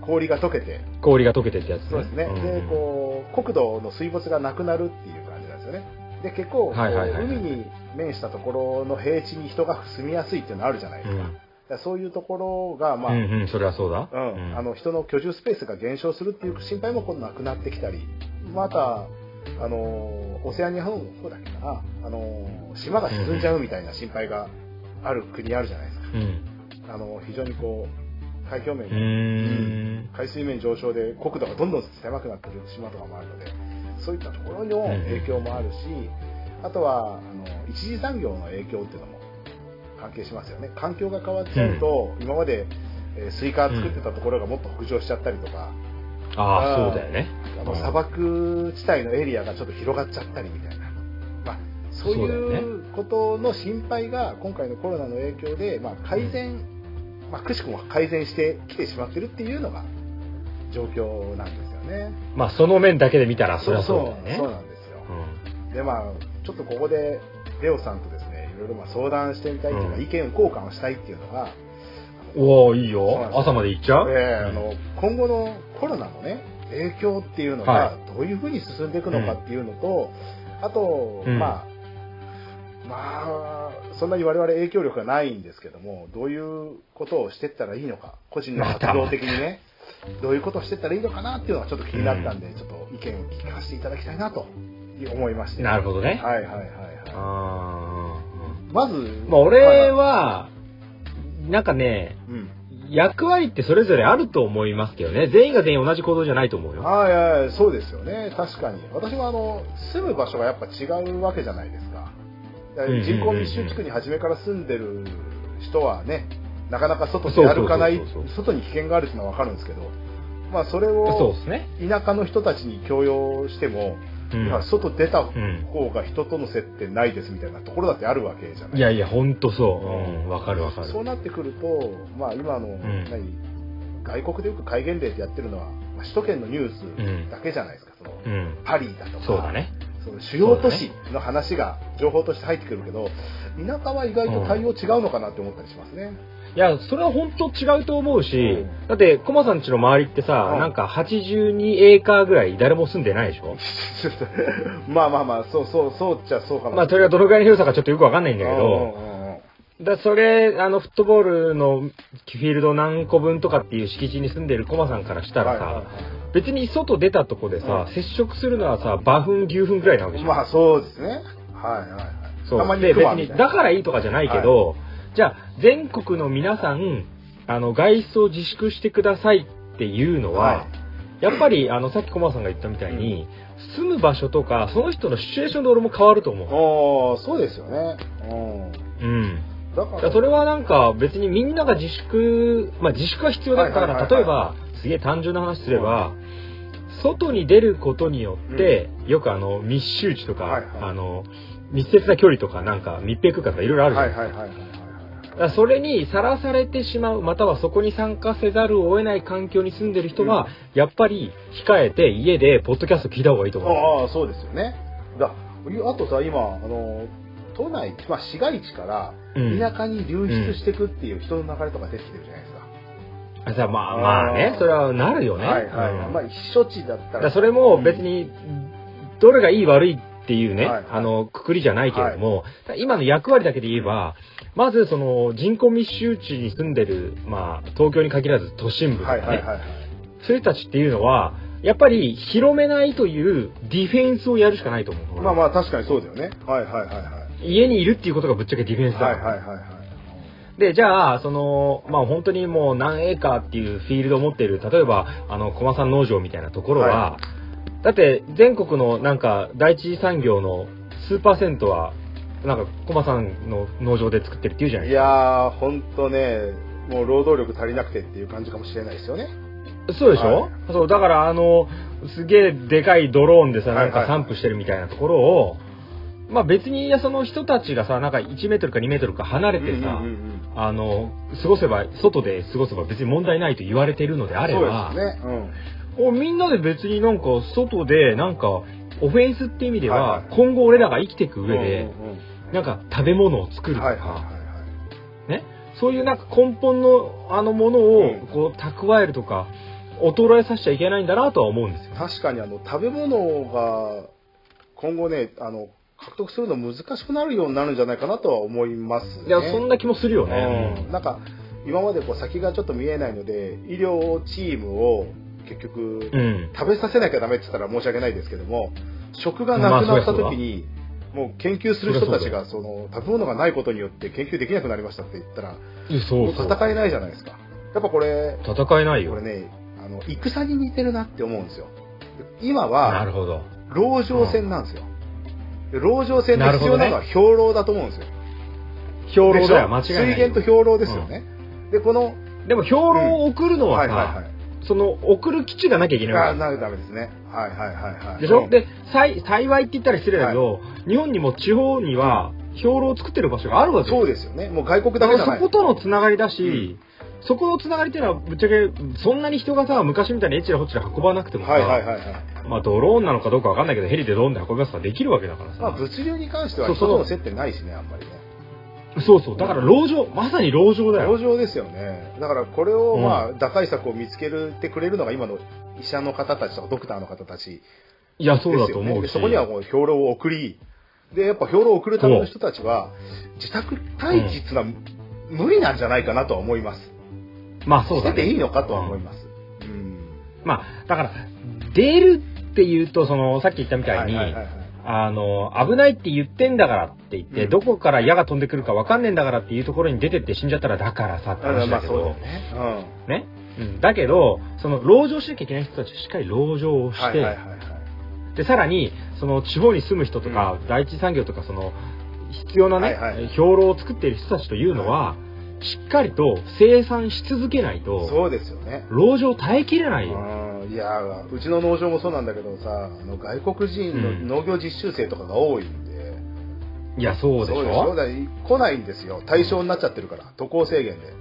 Speaker 1: あ、氷が溶けて、
Speaker 2: 氷が溶けてってやつね。
Speaker 1: そうですね。
Speaker 2: ん
Speaker 1: で、こ国土の水没がなくなるっていう感じなんですよね。で、結構、こう
Speaker 2: はいはいはいはい
Speaker 1: 海に面したところの平地に人が住みやすいっていうのあるじゃないですか。だからそういうところが、まあ、
Speaker 2: うんうん、それはそうだ。
Speaker 1: うんあの人の居住スペースが減少するっていう心配も今度なくなってきたりまたあのオセアニアの方だっけかなあの島が沈んじゃうみたいな心配がある国あるじゃないです
Speaker 2: うん。
Speaker 1: かあの非常にこう海峡面
Speaker 2: う
Speaker 1: が、
Speaker 2: ーん。
Speaker 1: 海水面上昇で国土がどんどん狭くなってる島とかもあるのでそういったところの影響もあるし、あとはあの一次産業の影響っていうのも関係しますよね環境が変わっちゃうと、今まで、えースイカ作ってたところがもっと北上しちゃったりとか、
Speaker 2: ああ、そうだよね。
Speaker 1: あの砂漠地帯のエリアがちょっと広がっちゃったりみたいな、まあ、そう
Speaker 2: そうだよね
Speaker 1: いうことの心配が今回のコロナの影響で、まあ、改善、まあ、くしくも改善してきてしまってるっていうのが状況なんですよね。
Speaker 2: まあ、その面だけで見たら、それはそうだよね。
Speaker 1: そうそうなんですよ。でまあちょっとここでレオさんとですねいろいろまあ相談してみたいというか、
Speaker 2: うん
Speaker 1: 意見交換をしたいっていうのが、
Speaker 2: うんおおいい
Speaker 1: そうなんです
Speaker 2: よ。朝まで行っちゃう
Speaker 1: えーあの今後のコロナのね影響っていうのが
Speaker 2: は
Speaker 1: どういうふうに進んでいくのかっていうのと、あと、
Speaker 2: うん
Speaker 1: まあまあそんなに我々影響力がないんですけどもどういうことをしていったらいいのか個人の活動的にねどういうことをしていったらいいのかなっていうのがちょっと気になったんで、ちょっと意見を聞かせていただきたいなと思いまして
Speaker 2: なるほどね。
Speaker 1: はいはいはいはい
Speaker 2: あ
Speaker 1: まず、
Speaker 2: ーまあ、俺
Speaker 1: は、
Speaker 2: は、なんかね、
Speaker 1: うん。
Speaker 2: 役割ってそれぞれあると思いますけどね。全員が全員同じ行動じゃないと思うよ。
Speaker 1: はいはい、そうですよね。確かに。私もあの、住む場所がやっぱ違うわけじゃないですか。だから
Speaker 2: うんうんうんうん
Speaker 1: 人口密集地区に初めから住んでる人はね、なかなか外に歩かない
Speaker 2: そうそうそう、
Speaker 1: 外に危険があるっていうのはわかるんですけど、まあそれ
Speaker 2: そう
Speaker 1: を
Speaker 2: ですね。
Speaker 1: 田舎の人たちに強要しても、
Speaker 2: う
Speaker 1: いや
Speaker 2: ん。
Speaker 1: 外出た
Speaker 2: うん
Speaker 1: 方が人との接点ないですみたいなところだってあるわけじゃないですか
Speaker 2: いやいや、ほんとそう。うん、わかるわかる。
Speaker 1: そうなってくると、まあ、今の、
Speaker 2: ん
Speaker 1: 何外国でよく戒厳令ってやってるのは、まあ、首都圏のニュースだけじゃないですか、その
Speaker 2: うん。
Speaker 1: パリだとか
Speaker 2: そうだね。
Speaker 1: その主要都市の話が情報として入ってくるけど、田舎は意外と対応違うのかなって思ったりしますね。
Speaker 2: いや、それは本当違うと思うし、
Speaker 1: うん
Speaker 2: だって、コマさんちの周りってさ、
Speaker 1: うん
Speaker 2: なんか82エーカーぐらい誰も住んでないでしょ
Speaker 1: ちょっとまあまあまあ、そうそう、そうっちゃそうかも
Speaker 2: まあ、それがどのぐらいの広さかちょっとよくわかんないんだけど、
Speaker 1: うんうんうん
Speaker 2: だそれ、あの、フットボールのフィールド何個分とかっていう敷地に住んでるコマさんからしたらさ、
Speaker 1: はいはい
Speaker 2: 別に外出たとこでさ、接触するのはさ、馬糞牛糞ぐらいなわけじゃん。
Speaker 1: まあそうですね。はいはいはい。
Speaker 2: そ
Speaker 1: たま
Speaker 2: う。
Speaker 1: に
Speaker 2: で、
Speaker 1: 行く
Speaker 2: 別
Speaker 1: わみ
Speaker 2: に、
Speaker 1: たい
Speaker 2: だ
Speaker 1: な
Speaker 2: からいいとかじゃないけど、じゃあ、全国の皆さん、あの、外出を自粛してくださいっていうのは、
Speaker 1: はい
Speaker 2: やっぱり、あの、さっき駒さんが言ったみたいに、住む場所とか、その人のシチュエーションで俺も変わると思
Speaker 1: おーそうですよね。うん
Speaker 2: う。うん。
Speaker 1: だか
Speaker 2: だかららそれはなんか、別にみんなが自粛、まあ自粛は必要だか
Speaker 1: はいはいはい
Speaker 2: ら、
Speaker 1: はい
Speaker 2: 例えば、すげえ単純な話すれば、外に出ることによって、よくあの、密集地とか、
Speaker 1: はいはい
Speaker 2: あの、密接な距離とか、なんか密閉空間とかいろいろあるじゃ
Speaker 1: は
Speaker 2: ない
Speaker 1: い
Speaker 2: ですか
Speaker 1: はいはいはいはいはい。
Speaker 2: だからそれにさらされてしまうまたはそこに参加せざるを得ない環境に住んでる人は、やっぱり控えて家でポッドキャスト聞いた方がいいと思う
Speaker 1: ああ、そうですよね。だあとさ、今、あの、都内、まあ、市街地から
Speaker 2: うん
Speaker 1: 田舎に流出していくっていう人の流れとか出てきてるじゃないですか。
Speaker 2: あさあまあまあねそれはなるよね、
Speaker 1: はいはい、
Speaker 2: うん
Speaker 1: まあ、避暑地だった。
Speaker 2: だかららそれも別にどれがいい悪いっていうね、
Speaker 1: はい
Speaker 2: あのくくりじゃないけれども、今の役割だけで言えばまずその人口密集地に住んでる、まあ、東京に限らず都心部とか
Speaker 1: は
Speaker 2: ね、
Speaker 1: いはいはいはい。
Speaker 2: そういう人たちっていうのはやっぱり広めないというディフェンスをやるしかないと思う。
Speaker 1: まあまあ、確かにそうだよね。はいはいはいはい。
Speaker 2: 家にいるっていうことがぶっちゃけディフェンスだか
Speaker 1: はい
Speaker 2: ら、
Speaker 1: はいはいはい。
Speaker 2: でじゃあそのまあ本当にもう何エーカーっていうフィールドを持っている例えばあの駒さん農場みたいなところは、だって全国のなんか第一次産業の数パーセントはなんか駒さんの農場で作ってるっていうじゃない
Speaker 1: い
Speaker 2: です
Speaker 1: やー、ほんとね、もう労働力足りなくてっていう感じかもしれないですよね。
Speaker 2: かそうでしょ、
Speaker 1: はい
Speaker 2: そうだからあのすげえでかいドローンでさ
Speaker 1: はいは
Speaker 2: ないんか散布してるみたいなところを、まあ別にその人たちがさなんか1メートルか2メートルか離れてさ、
Speaker 1: うんうんうん
Speaker 2: あの、過ごせば、外で過ごせば別に問題ないと言われているのであれば、
Speaker 1: そうですね。うん。
Speaker 2: おみんなで別になんか外で、なんか、オフェンスって意味では、
Speaker 1: はいはい
Speaker 2: 今後俺らが生きていく上で、
Speaker 1: うんうん
Speaker 2: なんか食べ物を作
Speaker 1: う
Speaker 2: る
Speaker 1: ん
Speaker 2: とか、
Speaker 1: はいはいはい
Speaker 2: そういうなんか根本のあのもの
Speaker 1: うん
Speaker 2: をこう蓄えるとか、衰えさせちゃいけないんだなとは思うんですよ。
Speaker 1: 確かにあの食べ物が今後ねあの獲得するの難しくなるようになるんじゃないかなとは思いますね。
Speaker 2: いや、そんな気もするよ
Speaker 1: う
Speaker 2: ね
Speaker 1: ん。なんか今までこう先がちょっと見えないので医療チームを結局
Speaker 2: うん。
Speaker 1: 食べさせなきゃダメって言ったら申し訳ないですけども食がなくなった時に、もう研究する人たちがその食べ物がないことによって研究できなくなりましたって言ったら
Speaker 2: うんそうそ
Speaker 1: もう
Speaker 2: う。
Speaker 1: 戦えないじゃないですかやっぱこれ
Speaker 2: 戦えない
Speaker 1: これ
Speaker 2: よ。
Speaker 1: ねあの戦に似てるなって思うんですよ今
Speaker 2: な
Speaker 1: は
Speaker 2: るほど。
Speaker 1: 籠城戦なんですよで籠城戦で必要なのは兵糧だと思うんですよ
Speaker 2: 兵糧だよ、間違い
Speaker 1: でしょ
Speaker 2: ないよ。
Speaker 1: 水源と兵糧ですよね、でこの
Speaker 2: でも兵糧を送るのは
Speaker 1: は
Speaker 2: さ、
Speaker 1: いはいはい
Speaker 2: その送る基地がなきゃいけないわ
Speaker 1: あ
Speaker 2: け
Speaker 1: なるダメですね。はいはいはいはい。
Speaker 2: でしょ、
Speaker 1: うん
Speaker 2: でさい幸いって言ったら失礼だけど、日本にも地方には兵糧を作ってる場所があるわけよ
Speaker 1: そうですよね。もう外国
Speaker 2: だ
Speaker 1: だけ
Speaker 2: か
Speaker 1: じゃ
Speaker 2: ら
Speaker 1: な
Speaker 2: そ
Speaker 1: い。
Speaker 2: ことのつながりだし、
Speaker 1: うん
Speaker 2: そこのつながりっていうのはぶっちゃけそんなに人がさ昔みたいにえちらほちら運ばなくてもさ、
Speaker 1: はいはいはいはい。
Speaker 2: まあ、ドローンなのかどうかわかんないけどヘリでドローンで運びますとかできるわけだからさ、
Speaker 1: まあ物流に関しては
Speaker 2: そう
Speaker 1: 人
Speaker 2: そ
Speaker 1: と
Speaker 2: う
Speaker 1: の接点ないしね、あんまりね。
Speaker 2: そうそうだから籠城まさに籠城だよ
Speaker 1: 上場ですよね。だからこれを
Speaker 2: うん
Speaker 1: まあ打開策を見つけてくれるのが今の医者の方たちとかドクターの方たち
Speaker 2: いやそう
Speaker 1: で
Speaker 2: だ
Speaker 1: す
Speaker 2: と
Speaker 1: よね。
Speaker 2: 思う
Speaker 1: で
Speaker 2: し
Speaker 1: そこにはもう兵糧を送り、で、やっぱ兵糧を送るための人たちは、自宅待機っていうのは無理なんじゃないかなとは思います。
Speaker 2: まあそう
Speaker 1: し
Speaker 2: だ
Speaker 1: ててい
Speaker 2: ね
Speaker 1: いのかとは思います。うん。
Speaker 2: まあだから出るっていうとそのさっき言ったみたいに、
Speaker 1: はいはいはいはい
Speaker 2: あの、危ないって言ってんだからって言って、
Speaker 1: うん
Speaker 2: どこから矢が飛んでくるか分かんねえんだからっていうところに出てって死んじゃったらだからさって
Speaker 1: ま
Speaker 2: 話だ
Speaker 1: あ
Speaker 2: け
Speaker 1: そうだよ
Speaker 2: ど、
Speaker 1: ね。うん。
Speaker 2: ね。うん、だけど、その、籠城しなきゃいけない人たちはしっかり籠城をして、
Speaker 1: はいはいはいはい。
Speaker 2: で、さらに、その、地方に住む人とか、第一産業とか、その、必要なね、
Speaker 1: はいはい
Speaker 2: 兵糧を作っている人たちというのは、しっかりと生産し続けないと、
Speaker 1: そうですよね。
Speaker 2: 籠城耐えきれないよ。
Speaker 1: うんいやーうちの農場もそうなんだけどさあの外国人
Speaker 2: う
Speaker 1: の
Speaker 2: ん
Speaker 1: 農業実習生とかが多いんで、
Speaker 2: いや、そうでし
Speaker 1: そうでしょ
Speaker 2: ょ
Speaker 1: だから来ないんですよ対象になっちゃってるから渡航制限で、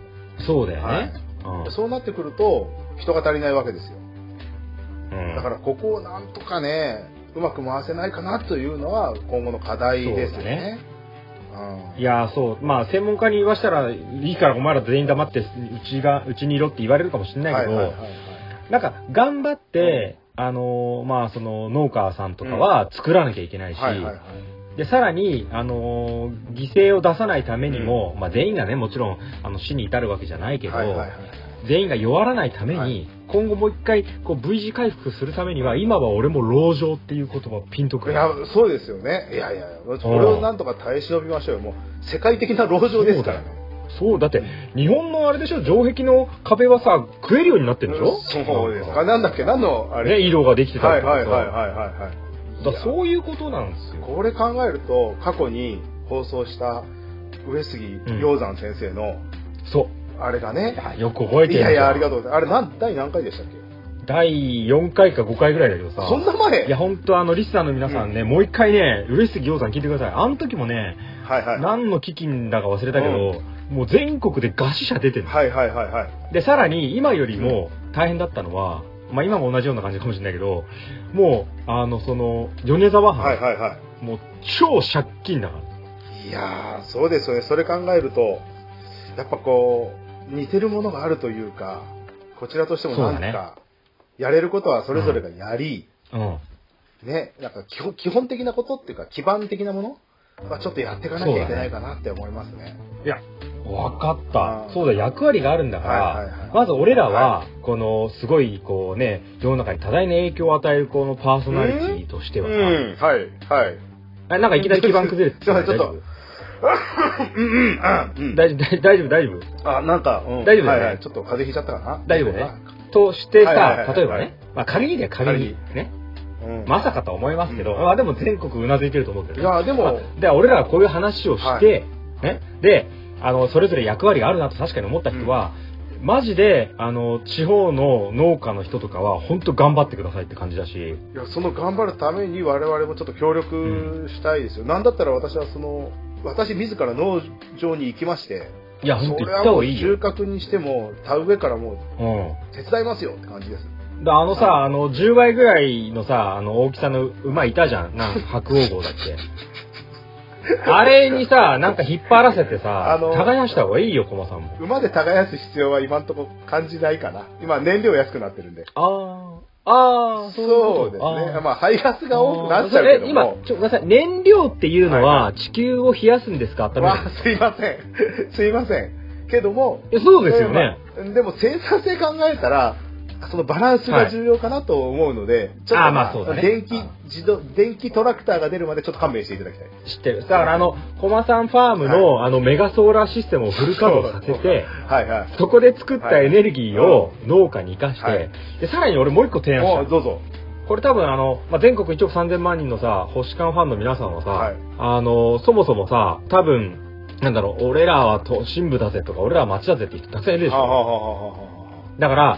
Speaker 2: そうだよ
Speaker 1: は
Speaker 2: ね
Speaker 1: い。
Speaker 2: うん
Speaker 1: そうなってくると人が足りないわけですよ
Speaker 2: うん
Speaker 1: だからここをなんとかねうまく回せないかなというのは今後の課題ですよねうん
Speaker 2: いやーそう、まあ、専門家に言わしたら、いいからお前ら全員黙って、うちが、うちにいろって言われるかもしれないけど、
Speaker 1: はいはいはいはい
Speaker 2: なんか、頑張って、あのーまあ、その、農家さんとかは作らなきゃいけないし、
Speaker 1: はいはいはい
Speaker 2: で、さらに、あのー犠牲を出さないためにも、まあ、全員がね、もちろん、あの、死に至るわけじゃないけど、
Speaker 1: はいはいはい
Speaker 2: 全員が弱らないために、
Speaker 1: はい
Speaker 2: 今後もう一回、こう、V 字回復するためには、今は俺も籠城っていう言葉ピンとく
Speaker 1: い
Speaker 2: る。
Speaker 1: やそうですよねいやいやこれをなんとか耐え忍びましょうよもう世界的な籠城ですからね
Speaker 2: そう、だって、日本のあれでしょ、城壁の壁はさ、食えるようになってるでしょ
Speaker 1: そうですか。なんだっけ、何のあれ。
Speaker 2: ね、色ができてた
Speaker 1: は
Speaker 2: り
Speaker 1: い
Speaker 2: とか
Speaker 1: は
Speaker 2: さ
Speaker 1: いはいはいはいはい。
Speaker 2: だからそういうことなんですよ。
Speaker 1: これ考えると、過去に放送した上杉鷹山先生の、
Speaker 2: そう。
Speaker 1: あれがね、
Speaker 2: あよく覚え
Speaker 1: い
Speaker 2: てる
Speaker 1: やいや、ありが
Speaker 2: と
Speaker 1: とうございます。あれ、なん第何回でしたっけ
Speaker 2: う。第4回か5回ぐらいだけどさ。
Speaker 1: そんな前
Speaker 2: いや、本当あの、リスナーの皆さんね、もう一回ね、上杉洋さん聞いてください。あの時もね、
Speaker 1: はいはい。
Speaker 2: 何の基金だか忘れたけど、もう全国で餓死者出てるの
Speaker 1: はいはいはいはい。
Speaker 2: で、さらに今よりも大変だったのは、まあ今も同じような感じかもしれないけど、もう、あの、その、米沢藩、
Speaker 1: はいはいは
Speaker 2: もう超借金だから。
Speaker 1: い。いやー、そうですよね。それ考えると、やっぱこう、似てるものがあるというか、こちらとしてもなん
Speaker 2: そうだ
Speaker 1: か、やれることはそれぞれがやり、
Speaker 2: うん、
Speaker 1: ね、なんか基本基本的なことっていうか基盤的なものはちょっとやっていかなきゃいけないかなって思いますね。
Speaker 2: 分かっ
Speaker 1: う
Speaker 2: た
Speaker 1: ん
Speaker 2: そうだ役割があるんだから、
Speaker 1: はいはいはい
Speaker 2: まず俺らはこのすごいこうね世の中に多大な影響を与えるこのパーソナリティとしてはさ、
Speaker 1: ん、はい、はい。
Speaker 2: あなんかいきなり基盤崩れて
Speaker 1: すいませんちょっとうんうん、あ、うん、
Speaker 2: 大丈夫大丈夫大丈夫大丈
Speaker 1: あなんか、うん
Speaker 2: 大丈夫だ
Speaker 1: は
Speaker 2: よね
Speaker 1: いはい、ちょっと風邪ひいちゃったかな。
Speaker 2: 大丈夫だよ夫としてさ、
Speaker 1: はいはいはいはい
Speaker 2: 例えばね、まあ、仮にね仮にね
Speaker 1: うん、
Speaker 2: まさかとは思いますけど、
Speaker 1: うん
Speaker 2: まあでも全国うなずいてると思うんだよ
Speaker 1: い
Speaker 2: ね
Speaker 1: や、でも、
Speaker 2: で俺らはこういう話をして、ね、であのそれぞれ役割があるなと確かに思った人は、マジであの地方の農家の人とかは本当頑張ってくださいって感じだ
Speaker 1: い
Speaker 2: し
Speaker 1: やその頑張るために我々もちょっと協力したいですよ。なんだったら私はその、私自ら農場に行きまして、
Speaker 2: いや
Speaker 1: そ
Speaker 2: 本当
Speaker 1: れ
Speaker 2: 行っ
Speaker 1: は
Speaker 2: た
Speaker 1: も
Speaker 2: 方が
Speaker 1: う
Speaker 2: いい
Speaker 1: 収
Speaker 2: よ、
Speaker 1: 穫にしても、田植えからもう
Speaker 2: う
Speaker 1: 手伝いますよって感じです。
Speaker 2: ん、だあのさあの10倍ぐらいのさあの大きさの馬いたじゃんなん白黄金だっけあれにさ、なんか引っ張らせてさ
Speaker 1: あ、の
Speaker 2: 耕した方がいいよ、コマさんも。
Speaker 1: 馬で耕す必要は今んとこ感じないかな。今燃料安くなってるんで。
Speaker 2: ああ、ああ、そういうこと
Speaker 1: です
Speaker 2: あ
Speaker 1: ね。
Speaker 2: ー
Speaker 1: まあ排ガスが多くなっちゃうけど
Speaker 2: あー
Speaker 1: も
Speaker 2: え。今、ちょ、ごめんなさい。燃料っていうの
Speaker 1: は
Speaker 2: は、地球を冷やすんですか温めるん
Speaker 1: ま
Speaker 2: で
Speaker 1: あ
Speaker 2: すか
Speaker 1: すいません。 すいません。けども、
Speaker 2: えそうですよね。
Speaker 1: うんでも生産性考えたら、そのバランスが重要かなと思うので、ちょっ
Speaker 2: あ
Speaker 1: と、
Speaker 2: ーまあそうだね
Speaker 1: 電気
Speaker 2: あ
Speaker 1: 自動、電気トラクターが出るまでちょっと勘弁していただきたい。
Speaker 2: 知ってる。だからあの、コマさんファームの、あの、メガソーラーシステムをフル稼働させて、
Speaker 1: はいはい。
Speaker 2: そこで作ったエネルギーを農家に生かして、
Speaker 1: はい
Speaker 2: で、さらに俺もう一個提案した
Speaker 1: も
Speaker 2: の
Speaker 1: う。どうぞ。
Speaker 2: これ多分あの、まあ、全国1億3000万人のさ、保守館ファンの皆さんはさ、
Speaker 1: はい
Speaker 2: あの、そもそもさ、多分、なんだろう、俺らは都心部だぜとか、俺らは町だぜって人たくさんいるでし
Speaker 1: はあは
Speaker 2: ょ。
Speaker 1: あはあは
Speaker 2: だから、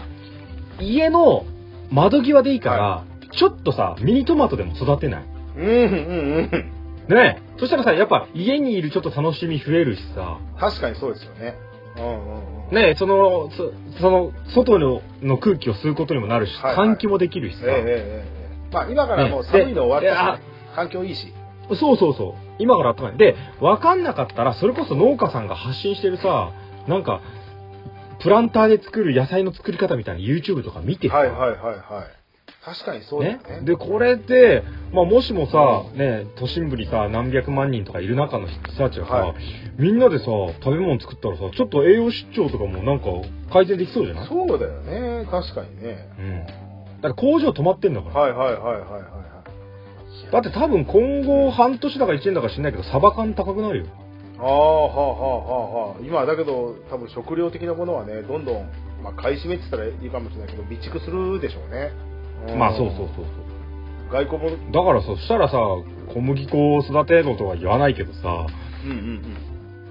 Speaker 2: 家の窓際でいいから、
Speaker 1: は
Speaker 2: ちょっとさ、ミニトマトでも育てない
Speaker 1: あうんうんうん。
Speaker 2: ねえ。そしたらさ、やっぱ家にいるちょっと楽しみ増えるしさ、
Speaker 1: 確かにそうですよね。うんうんうん。
Speaker 2: ねえ、その、そその、外のの空気を吸うことにもなるし、
Speaker 1: はいはい
Speaker 2: 換気もできるし
Speaker 1: え
Speaker 2: さ、
Speaker 1: えええええまあ今からもう寒いの終わったし、
Speaker 2: ね
Speaker 1: ね、環境いいし。
Speaker 2: そうそうそう。今から温かい。で、わかんなかったら、それこそ農家さんが発信してるさ、なんか、プランターで作る野菜の作り方みたいな YouTube とか見てさ
Speaker 1: はいはいはいはい。確かにそうで
Speaker 2: ね
Speaker 1: すね。
Speaker 2: で、これで、まあ、もしもさ、ね、都心部にさ、何百万人とかいる中の人たちがさ、
Speaker 1: はい
Speaker 2: みんなでさ、食べ物作ったらさ、ちょっと栄養失調とかもなんか改善できそうじゃない
Speaker 1: そうだよね。確かにね。
Speaker 2: うん。だから工場止まってんだから。
Speaker 1: はいはいはいはいはいはい。
Speaker 2: だって多分今後半年だか1年だか知んないけど、サバ缶高くなるよ。
Speaker 1: ああ、はあはあはあはあ。今だけど、多分食料的なものはね、どんどん、まあ、買い占めって言ったらいいかもしれないけど、備蓄するでしょうね。ん
Speaker 2: まあ、そうそうそうそう。
Speaker 1: 外交も、
Speaker 2: だからさ、そしたらさ、小麦粉を育てろとは言わないけどさ、
Speaker 1: うんうん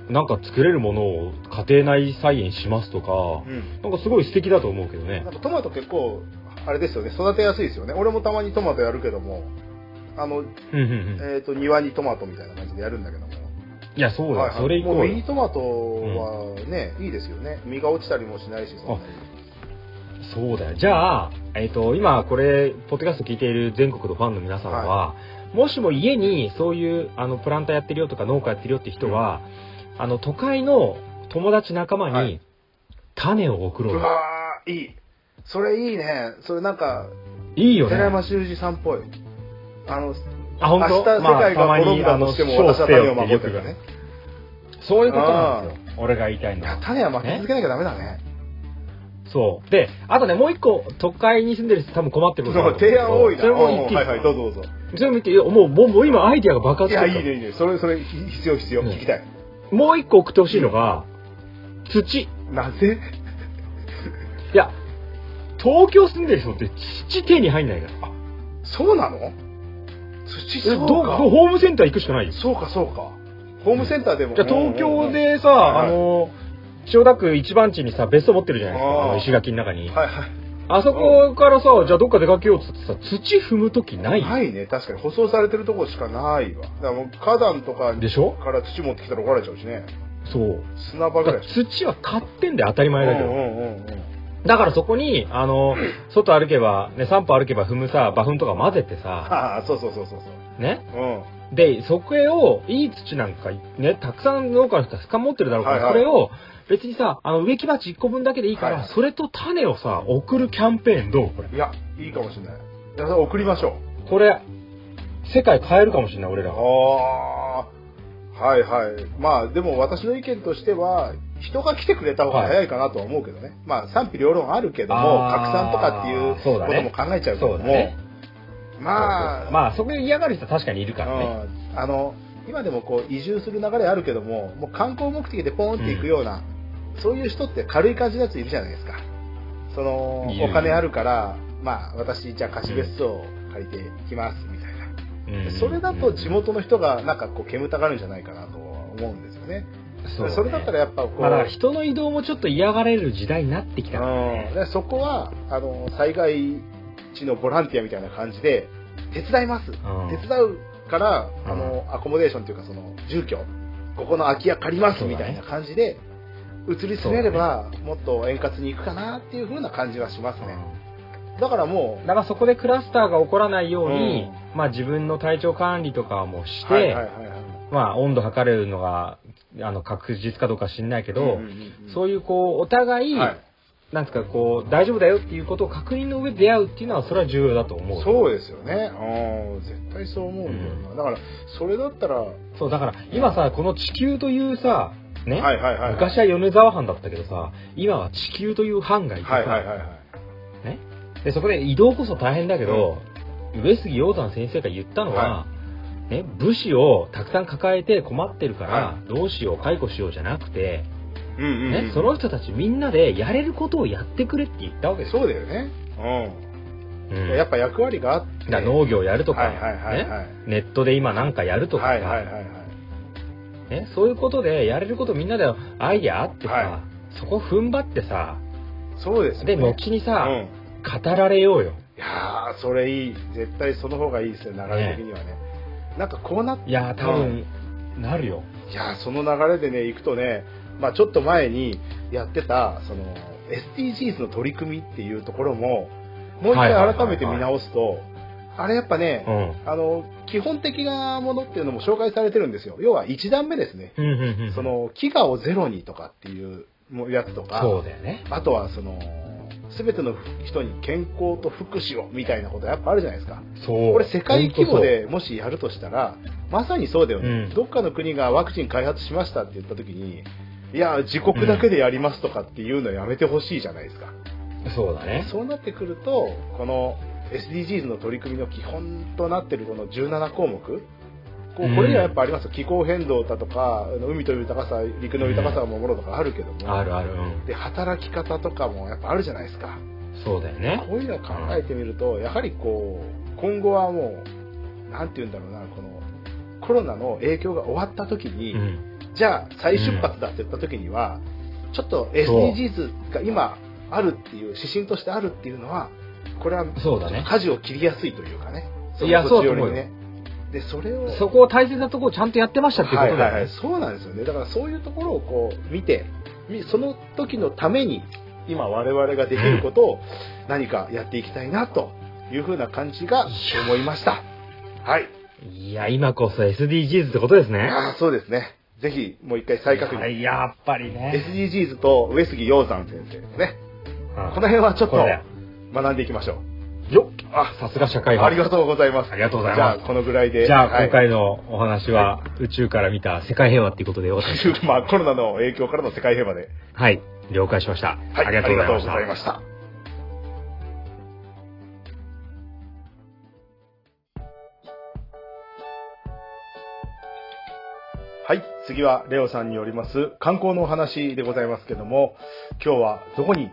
Speaker 2: なんか作れるものを家庭内菜園しますと
Speaker 1: う
Speaker 2: か、
Speaker 1: ん。うん。
Speaker 2: なんかすごい素敵だと思うけどね
Speaker 1: な。んかトマト結構、あれですよね、育てやすいですよね。俺もたまにトマトやるけども、あの、
Speaker 2: うんうんうん。
Speaker 1: えっ、と、庭にトマトみたいな感じでやるんだけども。
Speaker 2: いや、そうだよ、
Speaker 1: はいはい
Speaker 2: それ以降
Speaker 1: もうミニトマトはね、いいですよね。実が落ちたりもしないし、そんなに
Speaker 2: そうだよ。じゃあ、えっ、と、今これ、ポッドキャスト聞いている全国のファンの皆さんは、もしも家にそういう、あの、プランターやってるよとか農家やってるよって人は、あの、都会の友達仲間に、
Speaker 1: はい
Speaker 2: 種を送ろう
Speaker 1: う
Speaker 2: よ。
Speaker 1: わー、いい。それいいね。それなんか、
Speaker 2: いいよね。
Speaker 1: 寺山修司さんっぽい。あの、
Speaker 2: あ、
Speaker 1: 明
Speaker 2: 本
Speaker 1: 日
Speaker 2: 当
Speaker 1: 世界が滅びたとしても、
Speaker 2: まあ
Speaker 1: 私は
Speaker 2: たまに
Speaker 1: 種
Speaker 2: あ
Speaker 1: を
Speaker 2: の
Speaker 1: 守
Speaker 2: よ
Speaker 1: っ
Speaker 2: く
Speaker 1: てるね。
Speaker 2: そういうことなんですよ。俺が言いた
Speaker 1: い
Speaker 2: いの
Speaker 1: や
Speaker 2: は。
Speaker 1: 種は巻き続けなきゃダメだね。
Speaker 2: そう。で、あとね、もう一個、都会に住んでる人多分困ってる
Speaker 1: そ
Speaker 2: ことが
Speaker 1: う
Speaker 2: ある
Speaker 1: ん
Speaker 2: だけど
Speaker 1: 提案多いな。
Speaker 2: それも
Speaker 1: うん
Speaker 2: 言っていい
Speaker 1: はいはい、どうぞどうぞ。
Speaker 2: それも言っていいよもう、もう、もう今アイディアが爆
Speaker 1: い
Speaker 2: 発して
Speaker 1: や、い
Speaker 2: る
Speaker 1: い
Speaker 2: から
Speaker 1: ね、いいね。それ、それ、ひ必要、必要。
Speaker 2: うん
Speaker 1: 聞きたい。
Speaker 2: もう一個送ってほしいのが、土。い
Speaker 1: なぜ
Speaker 2: や、東京住んでる人って土手に入んないから。
Speaker 1: そうなの土、
Speaker 2: え
Speaker 1: そ
Speaker 2: ど
Speaker 1: う
Speaker 2: う
Speaker 1: か。
Speaker 2: ホームセンター行くしかないよ。じ
Speaker 1: そうか、そうか。ホームセンターでも。
Speaker 2: ゃあ東京
Speaker 1: うんうん
Speaker 2: でさ、
Speaker 1: はい
Speaker 2: あの、千代田区一番地にさ、別荘持ってるじゃないですか、あ
Speaker 1: あー
Speaker 2: の石垣の中に
Speaker 1: うん。。はいはい。
Speaker 2: あそこからさ、じゃあどっか出かけようっつってさ、土踏むときない
Speaker 1: ないね。確かに。舗装されてるとこしかないわ。だからもう、花壇とか
Speaker 2: でしょ
Speaker 1: から土持ってきたら怒られちゃうしね。
Speaker 2: そう。
Speaker 1: 砂場ぐ
Speaker 2: だからら
Speaker 1: いしか
Speaker 2: 土は買ってんだよ、当たり
Speaker 1: な
Speaker 2: 前
Speaker 1: い。
Speaker 2: だけ
Speaker 1: うん
Speaker 2: ど。
Speaker 1: うんうんうん。
Speaker 2: だからそこに、あの、外歩けば、ね、散歩歩けば踏むさ、馬粉とか混ぜてさ、
Speaker 1: ああ、そうそうそうそうそう。
Speaker 2: ね。
Speaker 1: うん。
Speaker 2: で、そこへを、いい土なんか、ね、たくさん農家の人はか持ってるだろうから、
Speaker 1: はいはい
Speaker 2: それを、別にさ、あの、植木鉢1個分だけでいいから、
Speaker 1: はいはい
Speaker 2: それと種をさ、送るキャンペーンどうこれ。
Speaker 1: いや、いいかもしれない。じゃあ、送りましょ
Speaker 2: これ、世界変えるかもしれない、俺
Speaker 1: う。
Speaker 2: ら。
Speaker 1: ああ。はいはい。まあ、でも私の意見としては、人が来てくれた方が早いかなとは思うけどね。まあ、賛否両論あるけども、
Speaker 2: あー
Speaker 1: 拡散とかっていう
Speaker 2: そう
Speaker 1: こ
Speaker 2: だ
Speaker 1: と
Speaker 2: ね
Speaker 1: も考えちゃうけ
Speaker 2: そ
Speaker 1: ど
Speaker 2: うだ
Speaker 1: も、
Speaker 2: ね。
Speaker 1: まあ、
Speaker 2: まあ、そこで嫌がる人は確かにいるからね。
Speaker 1: うん、あの、今でもこう、移住する流れあるけども、もう観光目的でポーンって行くような、そういう人って軽い感じのやついるじゃないですか。その
Speaker 2: い、る
Speaker 1: お金あるから、まあ、私、じゃあ貸別荘を借りていきます、みたいな。
Speaker 2: うん
Speaker 1: それだと地元の人がなんかこう煙たがるんじゃないかなとは思うんですよね。そ
Speaker 2: そう
Speaker 1: れだったらやっぱこう、
Speaker 2: まあ、だから人の移動もちょっと嫌がれる時代になってきたから
Speaker 1: うん
Speaker 2: ね。
Speaker 1: でそこはあの災害地のボランティアみたいな感じで手伝います、
Speaker 2: ん
Speaker 1: 手伝うから、
Speaker 2: うん
Speaker 1: あのアコモデーションというかその住居ここの空き家借ります
Speaker 2: そうだ
Speaker 1: み
Speaker 2: ね
Speaker 1: たいな感じで、移り住めれば、もっと円滑にいくかなっていう風な感じはしますね、だからもう
Speaker 2: だからそこでクラスターが起こらないように、
Speaker 1: う
Speaker 2: まあ自分の体調管理とかもして、
Speaker 1: はいはいはいはい
Speaker 2: まあ、温度測れるのが、あの、確実かどうか知んないけど、
Speaker 1: うんうんうんうん
Speaker 2: そういう、こう、お互い、
Speaker 1: はい
Speaker 2: なんつうか、こう、大丈夫だよっていうことを確認の上で出会うっていうのは、それは重要だと思う。
Speaker 1: そうですよね。うん、絶対そう思うんだよな。だから、それだったら、はい
Speaker 2: そう、だから、今さ、この地球というさ、ね、
Speaker 1: はいはいはい。
Speaker 2: 昔は米沢藩だったけどさ、今は地球という藩がいてさ、
Speaker 1: はいはいはいはい。
Speaker 2: でそこで移動こそ大変だけど、上杉鷹山先生が言ったのは、ね、武士をたくさん抱えて困ってるから、
Speaker 1: は
Speaker 2: どうしよう解雇しようじゃなくて、
Speaker 1: うんうんうん、
Speaker 2: ね、その人たちみんなでやれることをやってくれって言ったわけですよ、
Speaker 1: そうだよね。
Speaker 2: う
Speaker 1: うんん。やっぱ役割があって。
Speaker 2: だから農業やるとか、
Speaker 1: はいはいはいはい。
Speaker 2: ね、ネットで今なんかやるとかさ、
Speaker 1: はいはいはいはい。
Speaker 2: ね、そういうことでやれることみんなでアイデアあってさ、
Speaker 1: は
Speaker 2: そこ踏ん張ってさ
Speaker 1: そうですよ
Speaker 2: で
Speaker 1: ね。
Speaker 2: 後にさ、
Speaker 1: うん。
Speaker 2: 語られようよ
Speaker 1: いやー、それいい。絶対その方がいいですよ、流れ的にはね。なんかこうなっ
Speaker 2: いやー多分、なるよ
Speaker 1: いやーその流れでね、行くとね、まあちょっと前にやってた、その、SDGs の取り組みっていうところも、もう一
Speaker 2: はいはいはいは
Speaker 1: 回改め
Speaker 2: い
Speaker 1: て見直すと、あれやっぱね
Speaker 2: う、ん
Speaker 1: あの、基本的なものっていうのも紹介されてるんですよ。要は1段目ですね。
Speaker 2: うんうんうん
Speaker 1: その、飢餓をゼロにとかっていうやつとか、
Speaker 2: そうだよね
Speaker 1: あとはその、すべての人に健康と福祉をみたいなことやっぱあるじゃないですか。
Speaker 2: そう
Speaker 1: これ世界規模でもしやるとしたら、まさにそうだよね、
Speaker 2: うん
Speaker 1: どっかの国がワクチン開発しましたって言った時に、いや、自国だけでやりますとかっていうのやめてほしいじゃないですか。
Speaker 2: そうだね
Speaker 1: そうなってくると、この SDGs の取り組みの基本となってるこの17項目、こ
Speaker 2: う
Speaker 1: うんこれにはやっぱありますよ、気候変動だとか、あの海という豊かさ、陸の豊かさを守ろうとかあるけども、
Speaker 2: あるあるうん
Speaker 1: で働き方とかもやっぱあるじゃないですか。
Speaker 2: そうだよね
Speaker 1: こういうのを考えてみると、やはりこう、今後はもう、なんて言うんだろうな、この、コロナの影響が終わった時に、
Speaker 2: うん
Speaker 1: じゃあ再出発だって言った時には、ちょっと SDGs が今あるっていう、指針としてあるっていうのは、これは、
Speaker 2: そうだね
Speaker 1: 舵を切りやすいというかね。
Speaker 2: いや
Speaker 1: の土地
Speaker 2: そうだと思うよ
Speaker 1: 寄りにね。で、それを、
Speaker 2: そこを大切なとこをちゃんとやってましたっていうこ
Speaker 1: はい
Speaker 2: とだよね、
Speaker 1: はいはい、そうなんですよね。だからそういうところをこう見て、みその時のために今我々ができることを何かやっていきたいなというふうな感じが思いました。はい。
Speaker 2: いや今こそ SDGs ってことですね
Speaker 1: あーそうですね。ぜひもう一回再確認。
Speaker 2: はいやっぱりね、
Speaker 1: SDGs と上杉鷹山先生ですね。
Speaker 2: うん
Speaker 1: この辺はちょっと
Speaker 2: これだよ
Speaker 1: 学んでいきましょう。
Speaker 2: よっ
Speaker 1: あ、
Speaker 2: さすが社会
Speaker 1: あり
Speaker 2: 派
Speaker 1: がとうございます。
Speaker 2: ありがとうございます
Speaker 1: じゃあこのぐらいで。
Speaker 2: じゃあ、
Speaker 1: はい
Speaker 2: 今回のお話は、宇宙から見た世界平和っていうことでよかったで す。
Speaker 1: まあコロナの影響からの世界平和で。
Speaker 2: はい。了解しました。
Speaker 1: はい、
Speaker 2: ありがとうござい
Speaker 1: ありがとう
Speaker 2: まし
Speaker 1: ござい
Speaker 2: た
Speaker 1: ま。した。はい、次はレオさんによります観光のお話でございますけども、今日はどこに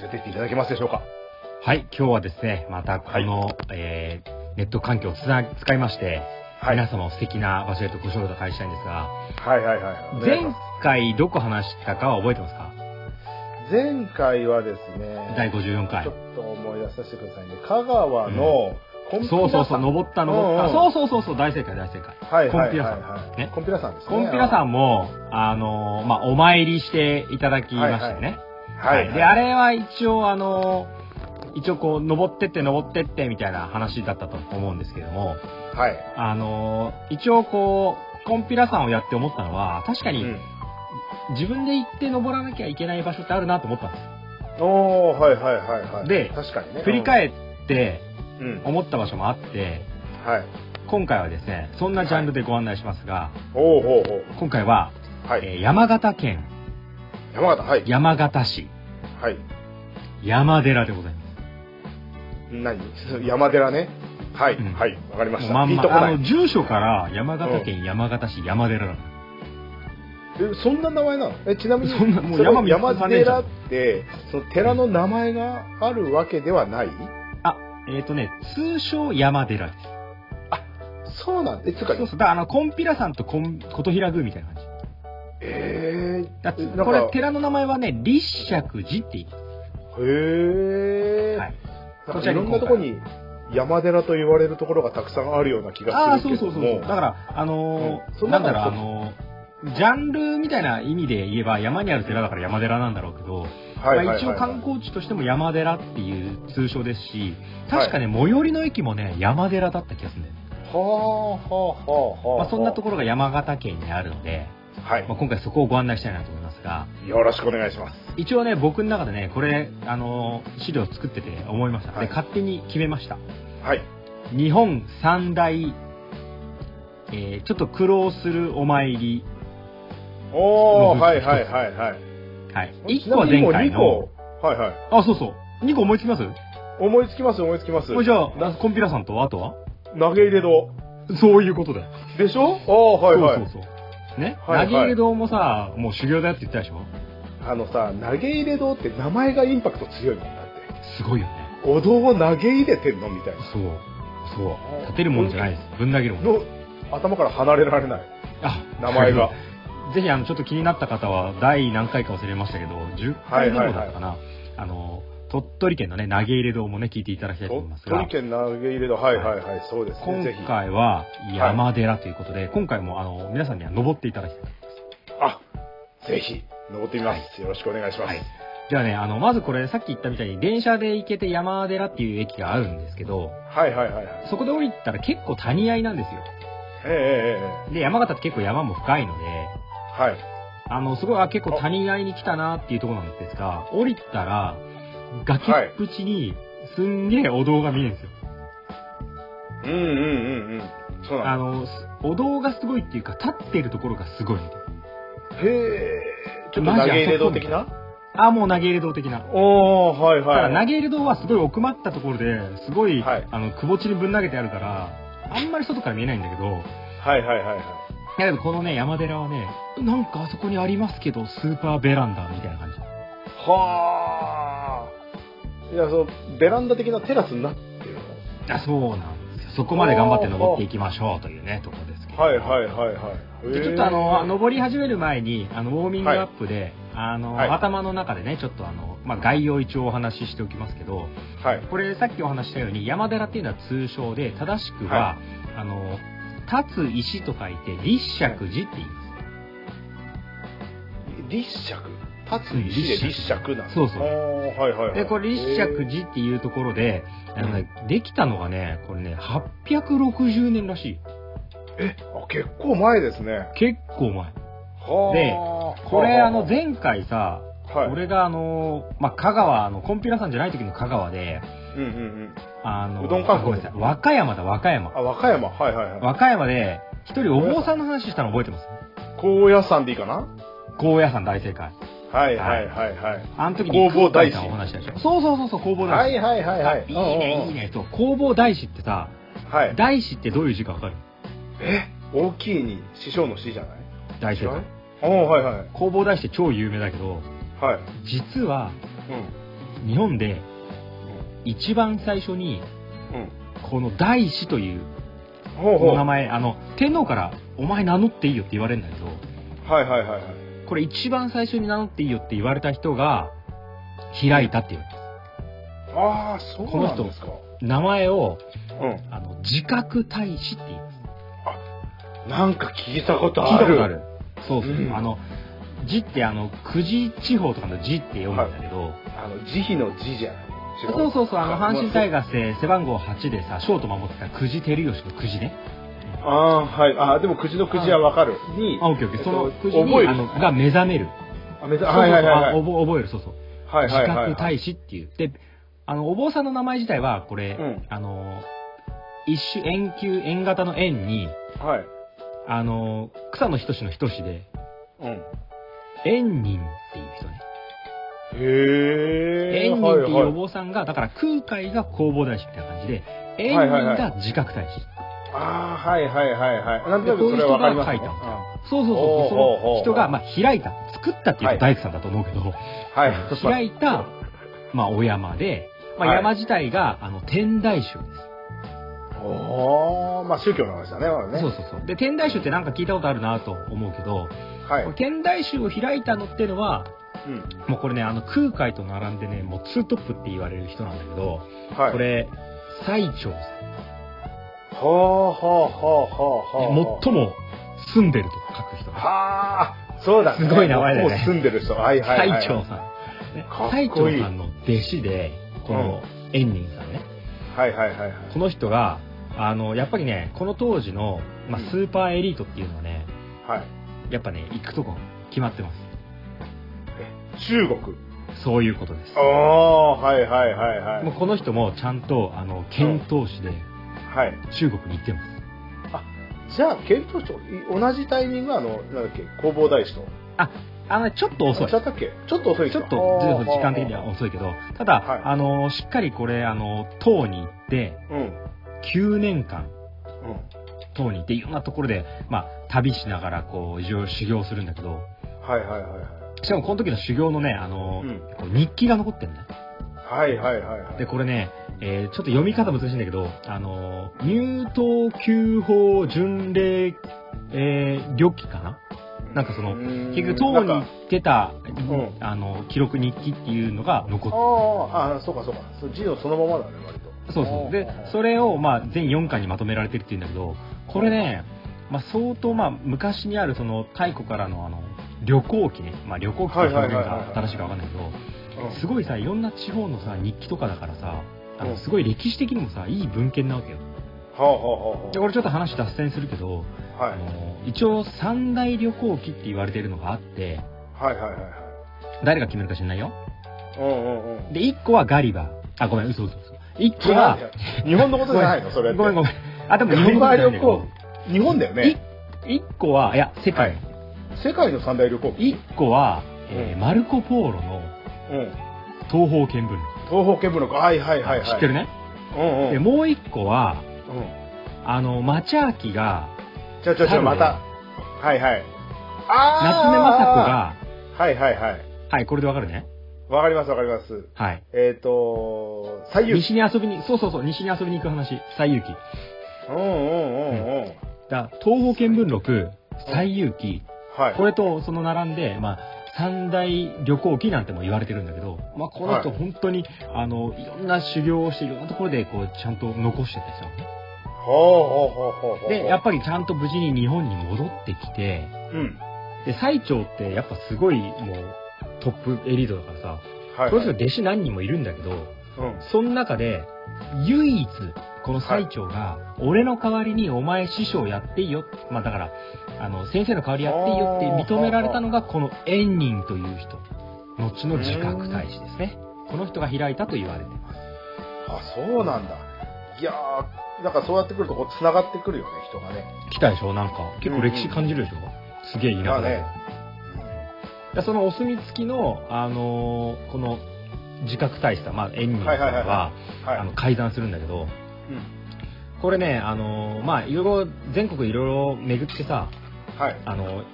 Speaker 1: 連れて行っていただけますでしょうか。
Speaker 2: はい。今日はですね、またこの、えーネット環境をつな使いまして、
Speaker 1: はい、は
Speaker 2: 皆様を素敵な場所へとご招待したいんですが、
Speaker 1: い、はい、はい。お願いし
Speaker 2: 前
Speaker 1: ます
Speaker 2: 回どこ話したかは覚えてますか
Speaker 1: 前回はですね、
Speaker 2: 第54
Speaker 1: ちょ
Speaker 2: 回。
Speaker 1: っと思い出させてくださいね。香川のコンピラさん、
Speaker 2: そうそうそう、登った登った。
Speaker 1: うんうん
Speaker 2: そうそうそうそう、大正解大正解。
Speaker 1: はい、はい、
Speaker 2: コンピラさん
Speaker 1: はいはい
Speaker 2: ね
Speaker 1: コンピラさんですね。
Speaker 2: コンピラさんも、あのーまあ、お参りしていただきましたよね。
Speaker 1: は、
Speaker 2: はいい。で、あれは一応、あの、一応こう、登ってって登ってってみたいな話だったと思うんですけども、
Speaker 1: はい。
Speaker 2: あの、一応こう、コンピラ山をやって思ったのは、確か
Speaker 1: う
Speaker 2: に
Speaker 1: ん
Speaker 2: 自分で行って登らなきゃいけない場所ってあるなと思ったんで
Speaker 1: おおはいはいはいはい
Speaker 2: で
Speaker 1: 確かにね
Speaker 2: す。振り
Speaker 1: り返
Speaker 2: 返って
Speaker 1: うん、うん
Speaker 2: 思った場所もあって、
Speaker 1: はい
Speaker 2: 今回はですね、そんなジャンルでご案内しますが、
Speaker 1: おおほうほう
Speaker 2: 今回は、
Speaker 1: はい、
Speaker 2: えー山形県
Speaker 1: 山形はい
Speaker 2: 山形市
Speaker 1: はい
Speaker 2: 山寺でございます。
Speaker 1: 何 山寺ねはい、
Speaker 2: うん
Speaker 1: はいわかりました
Speaker 2: まん
Speaker 1: ピン
Speaker 2: ま
Speaker 1: とこな
Speaker 2: あ
Speaker 1: い
Speaker 2: の、住所から山形県山形市山寺なの。
Speaker 1: えそんな名前なのえちなみに
Speaker 2: そんなもう
Speaker 1: その
Speaker 2: 山見つか
Speaker 1: 山
Speaker 2: んねえじゃ
Speaker 1: 寺
Speaker 2: ん
Speaker 1: ってその寺の名前があるわけではない
Speaker 2: えっ、とね、通称山寺です。
Speaker 1: そうなんえつうか
Speaker 2: そうそう。だからあの、コンピラさんとコン、琴平宮みたいな感じ。
Speaker 1: え
Speaker 2: だっ
Speaker 1: え
Speaker 2: て
Speaker 1: なんか
Speaker 2: これ、寺の名前はね、立石寺って言います。
Speaker 1: へえ、
Speaker 2: はい。
Speaker 1: なん
Speaker 2: こち
Speaker 1: か
Speaker 2: ら
Speaker 1: い
Speaker 2: に
Speaker 1: ろんなとこに山寺と言われるところがたくさんあるような気
Speaker 2: あ
Speaker 1: が
Speaker 2: あ、
Speaker 1: す
Speaker 2: そう
Speaker 1: るけど
Speaker 2: そう
Speaker 1: も
Speaker 2: そうそう。だから、あのー
Speaker 1: うんその
Speaker 2: なん
Speaker 1: 中の
Speaker 2: だろう、あのージャンルみたいな意味で言えば、山にある寺だから山寺なんだろうけど、
Speaker 1: はいはい
Speaker 2: まあ、
Speaker 1: はい
Speaker 2: 一応観光地としても山寺っていう通称ですし、確かね、最寄りの駅もね、山寺だった気がするんだよね。
Speaker 1: はほうほうほうほう。
Speaker 2: まあ、そんなところが山形県にあるので、
Speaker 1: はい
Speaker 2: まあ、。今回そこをご案内したいなと思いますが、
Speaker 1: よろしくお願いします。
Speaker 2: 一応ね、僕の中でね、これ、あの、資料作ってて思いました。
Speaker 1: は
Speaker 2: で、
Speaker 1: い
Speaker 2: 勝手に決めました。
Speaker 1: はい。
Speaker 2: 日本三大、えーちょっと苦労するお参り。
Speaker 1: お
Speaker 2: の
Speaker 1: ー、
Speaker 2: 部
Speaker 1: は
Speaker 2: 分
Speaker 1: い
Speaker 2: 一つ
Speaker 1: はいはいはい。
Speaker 2: はい。1個は前回
Speaker 1: ちなみにも
Speaker 2: の
Speaker 1: う。二個はいはい。
Speaker 2: あ、そうそう。2個思いつきます
Speaker 1: 思いつきます思いつきます。
Speaker 2: じゃあ、ラスコンピラさんとあとは
Speaker 1: 投げ入れ堂。
Speaker 2: そういうことだよ。
Speaker 1: でしょおー、はいはい。
Speaker 2: そうそうそう。ね、
Speaker 1: はいはい
Speaker 2: 投げ入れ堂もさ、もう修行だよって言ったでしょ
Speaker 1: あのさ、投げ入れ堂って名前がインパクト強いもんだって。
Speaker 2: すごいよね。
Speaker 1: お堂を投げ入れてんのみたいな。
Speaker 2: そう。そう。立てるもんじゃないです。ぶん投げるもん。
Speaker 1: の、頭から離れられない。
Speaker 2: あ、
Speaker 1: 名前が。。
Speaker 2: ぜひ、あの、ちょっと気になった方は、第何回か忘れましたけど、10回ぐらいだったかな。あの、鳥取県のね、投げ入れ堂もね、聞いていただきたいと思い
Speaker 1: 鳥
Speaker 2: ますが
Speaker 1: 取、県投げ入れ堂。はいはいはい。そうですね。
Speaker 2: 今
Speaker 1: ぜひ。
Speaker 2: 回は山寺ということで、今回もあの、皆さんには登っていただきたい。
Speaker 1: あ、ぜひ、登ってみます。よろしくお願いします。
Speaker 2: はいではね、あの、まずこれ、さっき言ったみたいに、電車で行けて山寺っていう駅があるんですけど、
Speaker 1: はいはいはいはい。
Speaker 2: そこで降りたら結構谷合いなんですよ。
Speaker 1: えええええ
Speaker 2: で、山形って結構山も深いので、
Speaker 1: えはい。
Speaker 2: あの、すごい、あ、結構谷合いに来たなっていうところなんですが、降りたら、崖っぷちに、すんげえお堂が見えるんですよ。
Speaker 1: うんうんうんうん。そう
Speaker 2: あ
Speaker 1: なんだ。
Speaker 2: の、すお堂がすごいっていうか、立ってるところがすごいみたいな。
Speaker 1: へえ。ちょっと投げ入れ堂的な
Speaker 2: あ、もう投げ入れ堂的な。
Speaker 1: おー、はい
Speaker 2: ただ
Speaker 1: はい。
Speaker 2: 投げ入れ堂はすごい奥まったところですごい、
Speaker 1: はい
Speaker 2: あの窪地にぶん投げてあるからあんまり外から見えないんだけど
Speaker 1: はいはいはいはい。
Speaker 2: いやでもこのね山寺はねなんかあそこにありますけどスーパーベランダみたいな感じ
Speaker 1: はあ。いや、その、ベランダ的なテラスになってるの
Speaker 2: あそうなんですよそこまで頑張って登っていきましょうというねところですけど
Speaker 1: はいはいはいはい。
Speaker 2: でちょっとあの
Speaker 1: へ
Speaker 2: 登り始める前にあのウォーミングアップで、あの
Speaker 1: はい
Speaker 2: 頭の中でねちょっとあの、まあ、概要を一応お話ししておきますけど
Speaker 1: ーはい。
Speaker 2: これさっきお話ししたように山寺っていうのは通称で正しくは、
Speaker 1: は
Speaker 2: あの立つ石と書いて立石寺って言いま
Speaker 1: 立石立つ石で立石なん
Speaker 2: そうそう
Speaker 1: おーはいはいはい。
Speaker 2: すでこれ立石
Speaker 1: へ
Speaker 2: 寺っていうところであの、ねできたのがねこれね860年らしい
Speaker 1: ーあ結構前ですね。
Speaker 2: 結構前
Speaker 1: はあ。
Speaker 2: これ
Speaker 1: は
Speaker 2: あの、前回さ
Speaker 1: はい、
Speaker 2: 俺があの、まあ、香川あのコンピュラさんじゃない時の香川で
Speaker 1: うんうんうん。
Speaker 2: あの
Speaker 1: うどん観光
Speaker 2: あごめんなさい和歌山だ和歌山
Speaker 1: あ、和歌山。はいはいはい。
Speaker 2: 和歌山で一人お坊さんの話したの覚えてます
Speaker 1: 高野山でいいかな
Speaker 2: 高野山大正解
Speaker 1: はいはいはいはい。
Speaker 2: あの時に
Speaker 1: 弘法大師
Speaker 2: 空海さんお話ししたでしょそうそうそうそう工房
Speaker 1: は
Speaker 2: 大師
Speaker 1: いはいはいはい。
Speaker 2: いいねいいねそう工房大師ってさ
Speaker 1: うんうんうん。はい。
Speaker 2: 大師ってどういう字かわかる
Speaker 1: え大きいに師匠の師じゃない
Speaker 2: 大
Speaker 1: 違
Speaker 2: 正
Speaker 1: う
Speaker 2: 解
Speaker 1: おーはいはい。
Speaker 2: 工房大師って超有名だけど
Speaker 1: はい。
Speaker 2: 実は
Speaker 1: うん。
Speaker 2: 日本で一番最初に
Speaker 1: うん。
Speaker 2: この大師という
Speaker 1: ほう
Speaker 2: こ
Speaker 1: ほう。
Speaker 2: の名前あの天皇から「お前名乗っていいよ」って言われるんだけど
Speaker 1: はいはいはいはい。
Speaker 2: これ一番最初に名乗っていいよって言われた人が開いたって言われて
Speaker 1: ああ、そうなんですか。
Speaker 2: る名前を
Speaker 1: う
Speaker 2: あの自覚大師って言うんです
Speaker 1: ん。なんか聞いたこと
Speaker 2: 聞い
Speaker 1: あ
Speaker 2: たこ
Speaker 1: る。
Speaker 2: とあるそうそう、
Speaker 1: うん
Speaker 2: あの字ってあの久慈地方とかの字って読むんだけど、
Speaker 1: あの、慈悲の慈じゃない。
Speaker 2: そうそうそうあの
Speaker 1: か
Speaker 2: 阪神タイガースで背番号8でさショート守ってた久慈照義の久慈ね
Speaker 1: ああ、はい。ああ、でも、くじのくじはわかる。に、
Speaker 2: あオッケーオッケーその
Speaker 1: えっと
Speaker 2: 久慈に、
Speaker 1: 覚える
Speaker 2: あのが目覚める
Speaker 1: あ、めざ、
Speaker 2: そうそう
Speaker 1: はいはいはい
Speaker 2: あ
Speaker 1: はい。
Speaker 2: 覚覚えるそうそう
Speaker 1: はい
Speaker 2: 自
Speaker 1: はいはい
Speaker 2: 覚大使っていうであのお坊さんの名前自体はこれ、
Speaker 1: うん
Speaker 2: あの一種円球円形の円に
Speaker 1: はい。
Speaker 2: あの草野仁の仁で
Speaker 1: うん。
Speaker 2: 円人っていう人ね
Speaker 1: へえ。
Speaker 2: 円人っていう
Speaker 1: は
Speaker 2: お
Speaker 1: いはい
Speaker 2: 坊さんが、だから空海が弘法大師みたいな感じで、円人
Speaker 1: はいはいはい
Speaker 2: が自覚大師。
Speaker 1: ああ、はいはいはいはい。なんとな
Speaker 2: でこ
Speaker 1: くそう
Speaker 2: うい
Speaker 1: れは
Speaker 2: 人
Speaker 1: わかりま
Speaker 2: が
Speaker 1: す
Speaker 2: 書い
Speaker 1: ね。
Speaker 2: た
Speaker 1: うん
Speaker 2: そうそう
Speaker 1: お
Speaker 2: そうう、そ
Speaker 1: おうおう
Speaker 2: の人が、まあ、開いた、作ったっていう
Speaker 1: はい
Speaker 2: と大工さんだと思うけ ど、
Speaker 1: はい。
Speaker 2: 開いた、まあ、お山で、まあ、
Speaker 1: はい
Speaker 2: 山自体が、あの、天台宗です。
Speaker 1: おおまあ宗教の話だね、まだね。
Speaker 2: そうそうそう。で、天台宗ってなんか聞いたことあるなと思うけど、
Speaker 1: はい。
Speaker 2: こ
Speaker 1: う
Speaker 2: れ天台宗を開いたのってのは、
Speaker 1: ん。
Speaker 2: もうこれね、あの、空海と並んでね、もうツートップって言われる人なんだけど、
Speaker 1: はい。
Speaker 2: これ、最澄さん。
Speaker 1: ほうほうほうほうほうほう。
Speaker 2: 最も住んでると書く人。
Speaker 1: はあ、そうだ、ね。
Speaker 2: すごい名前だよね
Speaker 1: もう住んでる人。はいはい、は
Speaker 2: 最
Speaker 1: い。
Speaker 2: 澄さん。ね
Speaker 1: かっこい
Speaker 2: 最
Speaker 1: い
Speaker 2: 澄さんの弟子で、この、円仁さんね。
Speaker 1: はいはいはいはい。
Speaker 2: この人が、あの、やっぱりね、この当時の、まあ
Speaker 1: うん
Speaker 2: スーパーエリートっていうのはね、
Speaker 1: はい。
Speaker 2: やっぱね、行くとこ決まってます。
Speaker 1: 中国。
Speaker 2: そういうことです
Speaker 1: あ。あ、はいはいはいはい。
Speaker 2: もうこの人もちゃんと、あの、遣唐使で
Speaker 1: はい。
Speaker 2: 中国に行ってます。
Speaker 1: じゃあ、検討長、い同じタイミング、あの、なんだっけ、工房大師と。
Speaker 2: あの、ちょっと遅い
Speaker 1: ち。ゃったっけちょっと遅い
Speaker 2: ち
Speaker 1: で
Speaker 2: ょ
Speaker 1: す
Speaker 2: っ
Speaker 1: か
Speaker 2: と
Speaker 1: あー
Speaker 2: 時間的には遅いけど、ただ、
Speaker 1: はい
Speaker 2: あの、しっかりこれ、あの、唐に行って、
Speaker 1: うん。うん。
Speaker 2: 9年間、唐に行って、いろんなところで、まあ、旅しながら、こう、いろいろ修行するんだけど、
Speaker 1: はいはいはいはい。
Speaker 2: しかもこの時の修行のね、あの、
Speaker 1: うん。
Speaker 2: こう日記が残ってるんだ。
Speaker 1: はいはいはいはい。
Speaker 2: で、これね、えーちょっと読み方難しいんだけど、あの、入党旧法巡礼、えー、旅記かななんかその
Speaker 1: うーん
Speaker 2: 結局、唐に
Speaker 1: な
Speaker 2: 行
Speaker 1: んか
Speaker 2: ってた、
Speaker 1: ん
Speaker 2: あの、記録日記っていうのが残ってる
Speaker 1: あーあー、そうかそうか。そう字のそのままだね、割と。
Speaker 2: そうそう。で
Speaker 1: あー、
Speaker 2: それを、まあ、全4巻にまとめられてるっていうんだけど、これね、まあ、相当、まあ、昔にある、その、太古からの、あの、旅行記ね。まあ、旅行記という表現
Speaker 1: はいはいはいは
Speaker 2: が
Speaker 1: い
Speaker 2: 正しいかわかんないけど、
Speaker 1: うん
Speaker 2: すごいさ、いろんな地方のさ、日記とかだからさ、あ
Speaker 1: う
Speaker 2: の、
Speaker 1: ん
Speaker 2: すごい歴史的にもさ、いい文献なわけよ。
Speaker 1: はあは
Speaker 2: で、俺ちょっと話脱線するけど、
Speaker 1: あはあは
Speaker 2: あの、一応、三大旅行記って言われてるのがあって、
Speaker 1: い。はいはいはいはい。
Speaker 2: 誰が決めるか知んないよ。
Speaker 1: うんうんうん。
Speaker 2: で、1個はガリバー。あ、ごめん、嘘嘘嘘。1個は、
Speaker 1: 日本のことじゃないのそれって。
Speaker 2: ごめんごめん。あ、でも日本語
Speaker 1: ガ
Speaker 2: な
Speaker 1: リバー
Speaker 2: んだけど
Speaker 1: 旅行日本だよね。
Speaker 2: い一個は、いや、世
Speaker 1: は
Speaker 2: 界
Speaker 1: い。世界の三大旅行記。
Speaker 2: 一個は、えー
Speaker 1: うん
Speaker 2: マルコ・ポーロの
Speaker 1: うん。
Speaker 2: 東方見聞録。
Speaker 1: 東方見聞録。はいはいはいはい。
Speaker 2: 知ってるね。
Speaker 1: うんうん。
Speaker 2: で、もう一個は、
Speaker 1: うん。
Speaker 2: あの、マチャーキが、
Speaker 1: ちょちょち
Speaker 2: 猿
Speaker 1: ょ、
Speaker 2: で
Speaker 1: また。はいはい。あ
Speaker 2: 夏
Speaker 1: ー
Speaker 2: 目雅
Speaker 1: はいはいはい。
Speaker 2: 子が、はい、これでわかるね。
Speaker 1: わかりますわかります。
Speaker 2: はい。
Speaker 1: えっ、ー、と、最優秀。
Speaker 2: 西に遊びに、そうそうそう、西に遊びに行く話、西遊記。
Speaker 1: うんうんうんうん。
Speaker 2: だ東方見聞録、西遊記、
Speaker 1: はい。
Speaker 2: これとその並んで、まあ、三大旅行記なんても言われてるんだけど、まあ、この人
Speaker 1: は
Speaker 2: 本当に、あの、いろんな修行をして、いろんなところで、こう、ちゃんと残してたんですよね。
Speaker 1: ほうほうほうほうほう。
Speaker 2: で、やっぱりちゃんと無事に日本に戻ってきて、
Speaker 1: うん。
Speaker 2: で、最長ってやっぱすごいもうトップエリートだからさ、
Speaker 1: はい、
Speaker 2: この
Speaker 1: はい。
Speaker 2: 人弟子何人もいるんだけど、
Speaker 1: うん。
Speaker 2: その中で唯一この最長が、俺の代わりにお前師匠やっていいよ。まあだから、あの、先生の代わりやっていいよって認められたのがこの円仁という人。後の自覚大使ですね。この人が開いたと言われてます。
Speaker 1: あ、そうなんだ。いやー、なんかそうやってくると、こう、繋がってくるよね、人がね。
Speaker 2: 来たでしょなんか。結構歴史感じるでしょ、すげえ田舎だけど
Speaker 1: まあね
Speaker 2: でそのお墨付きの、あのーこの自覚大使さん、まあ、縁人さんは,、
Speaker 1: はいはいはいははい。
Speaker 2: あの改ざんするんだけど
Speaker 1: うん。
Speaker 2: これね、あのーまあ、いろいろ全国いろいろ巡ってさ、
Speaker 1: はい。
Speaker 2: あの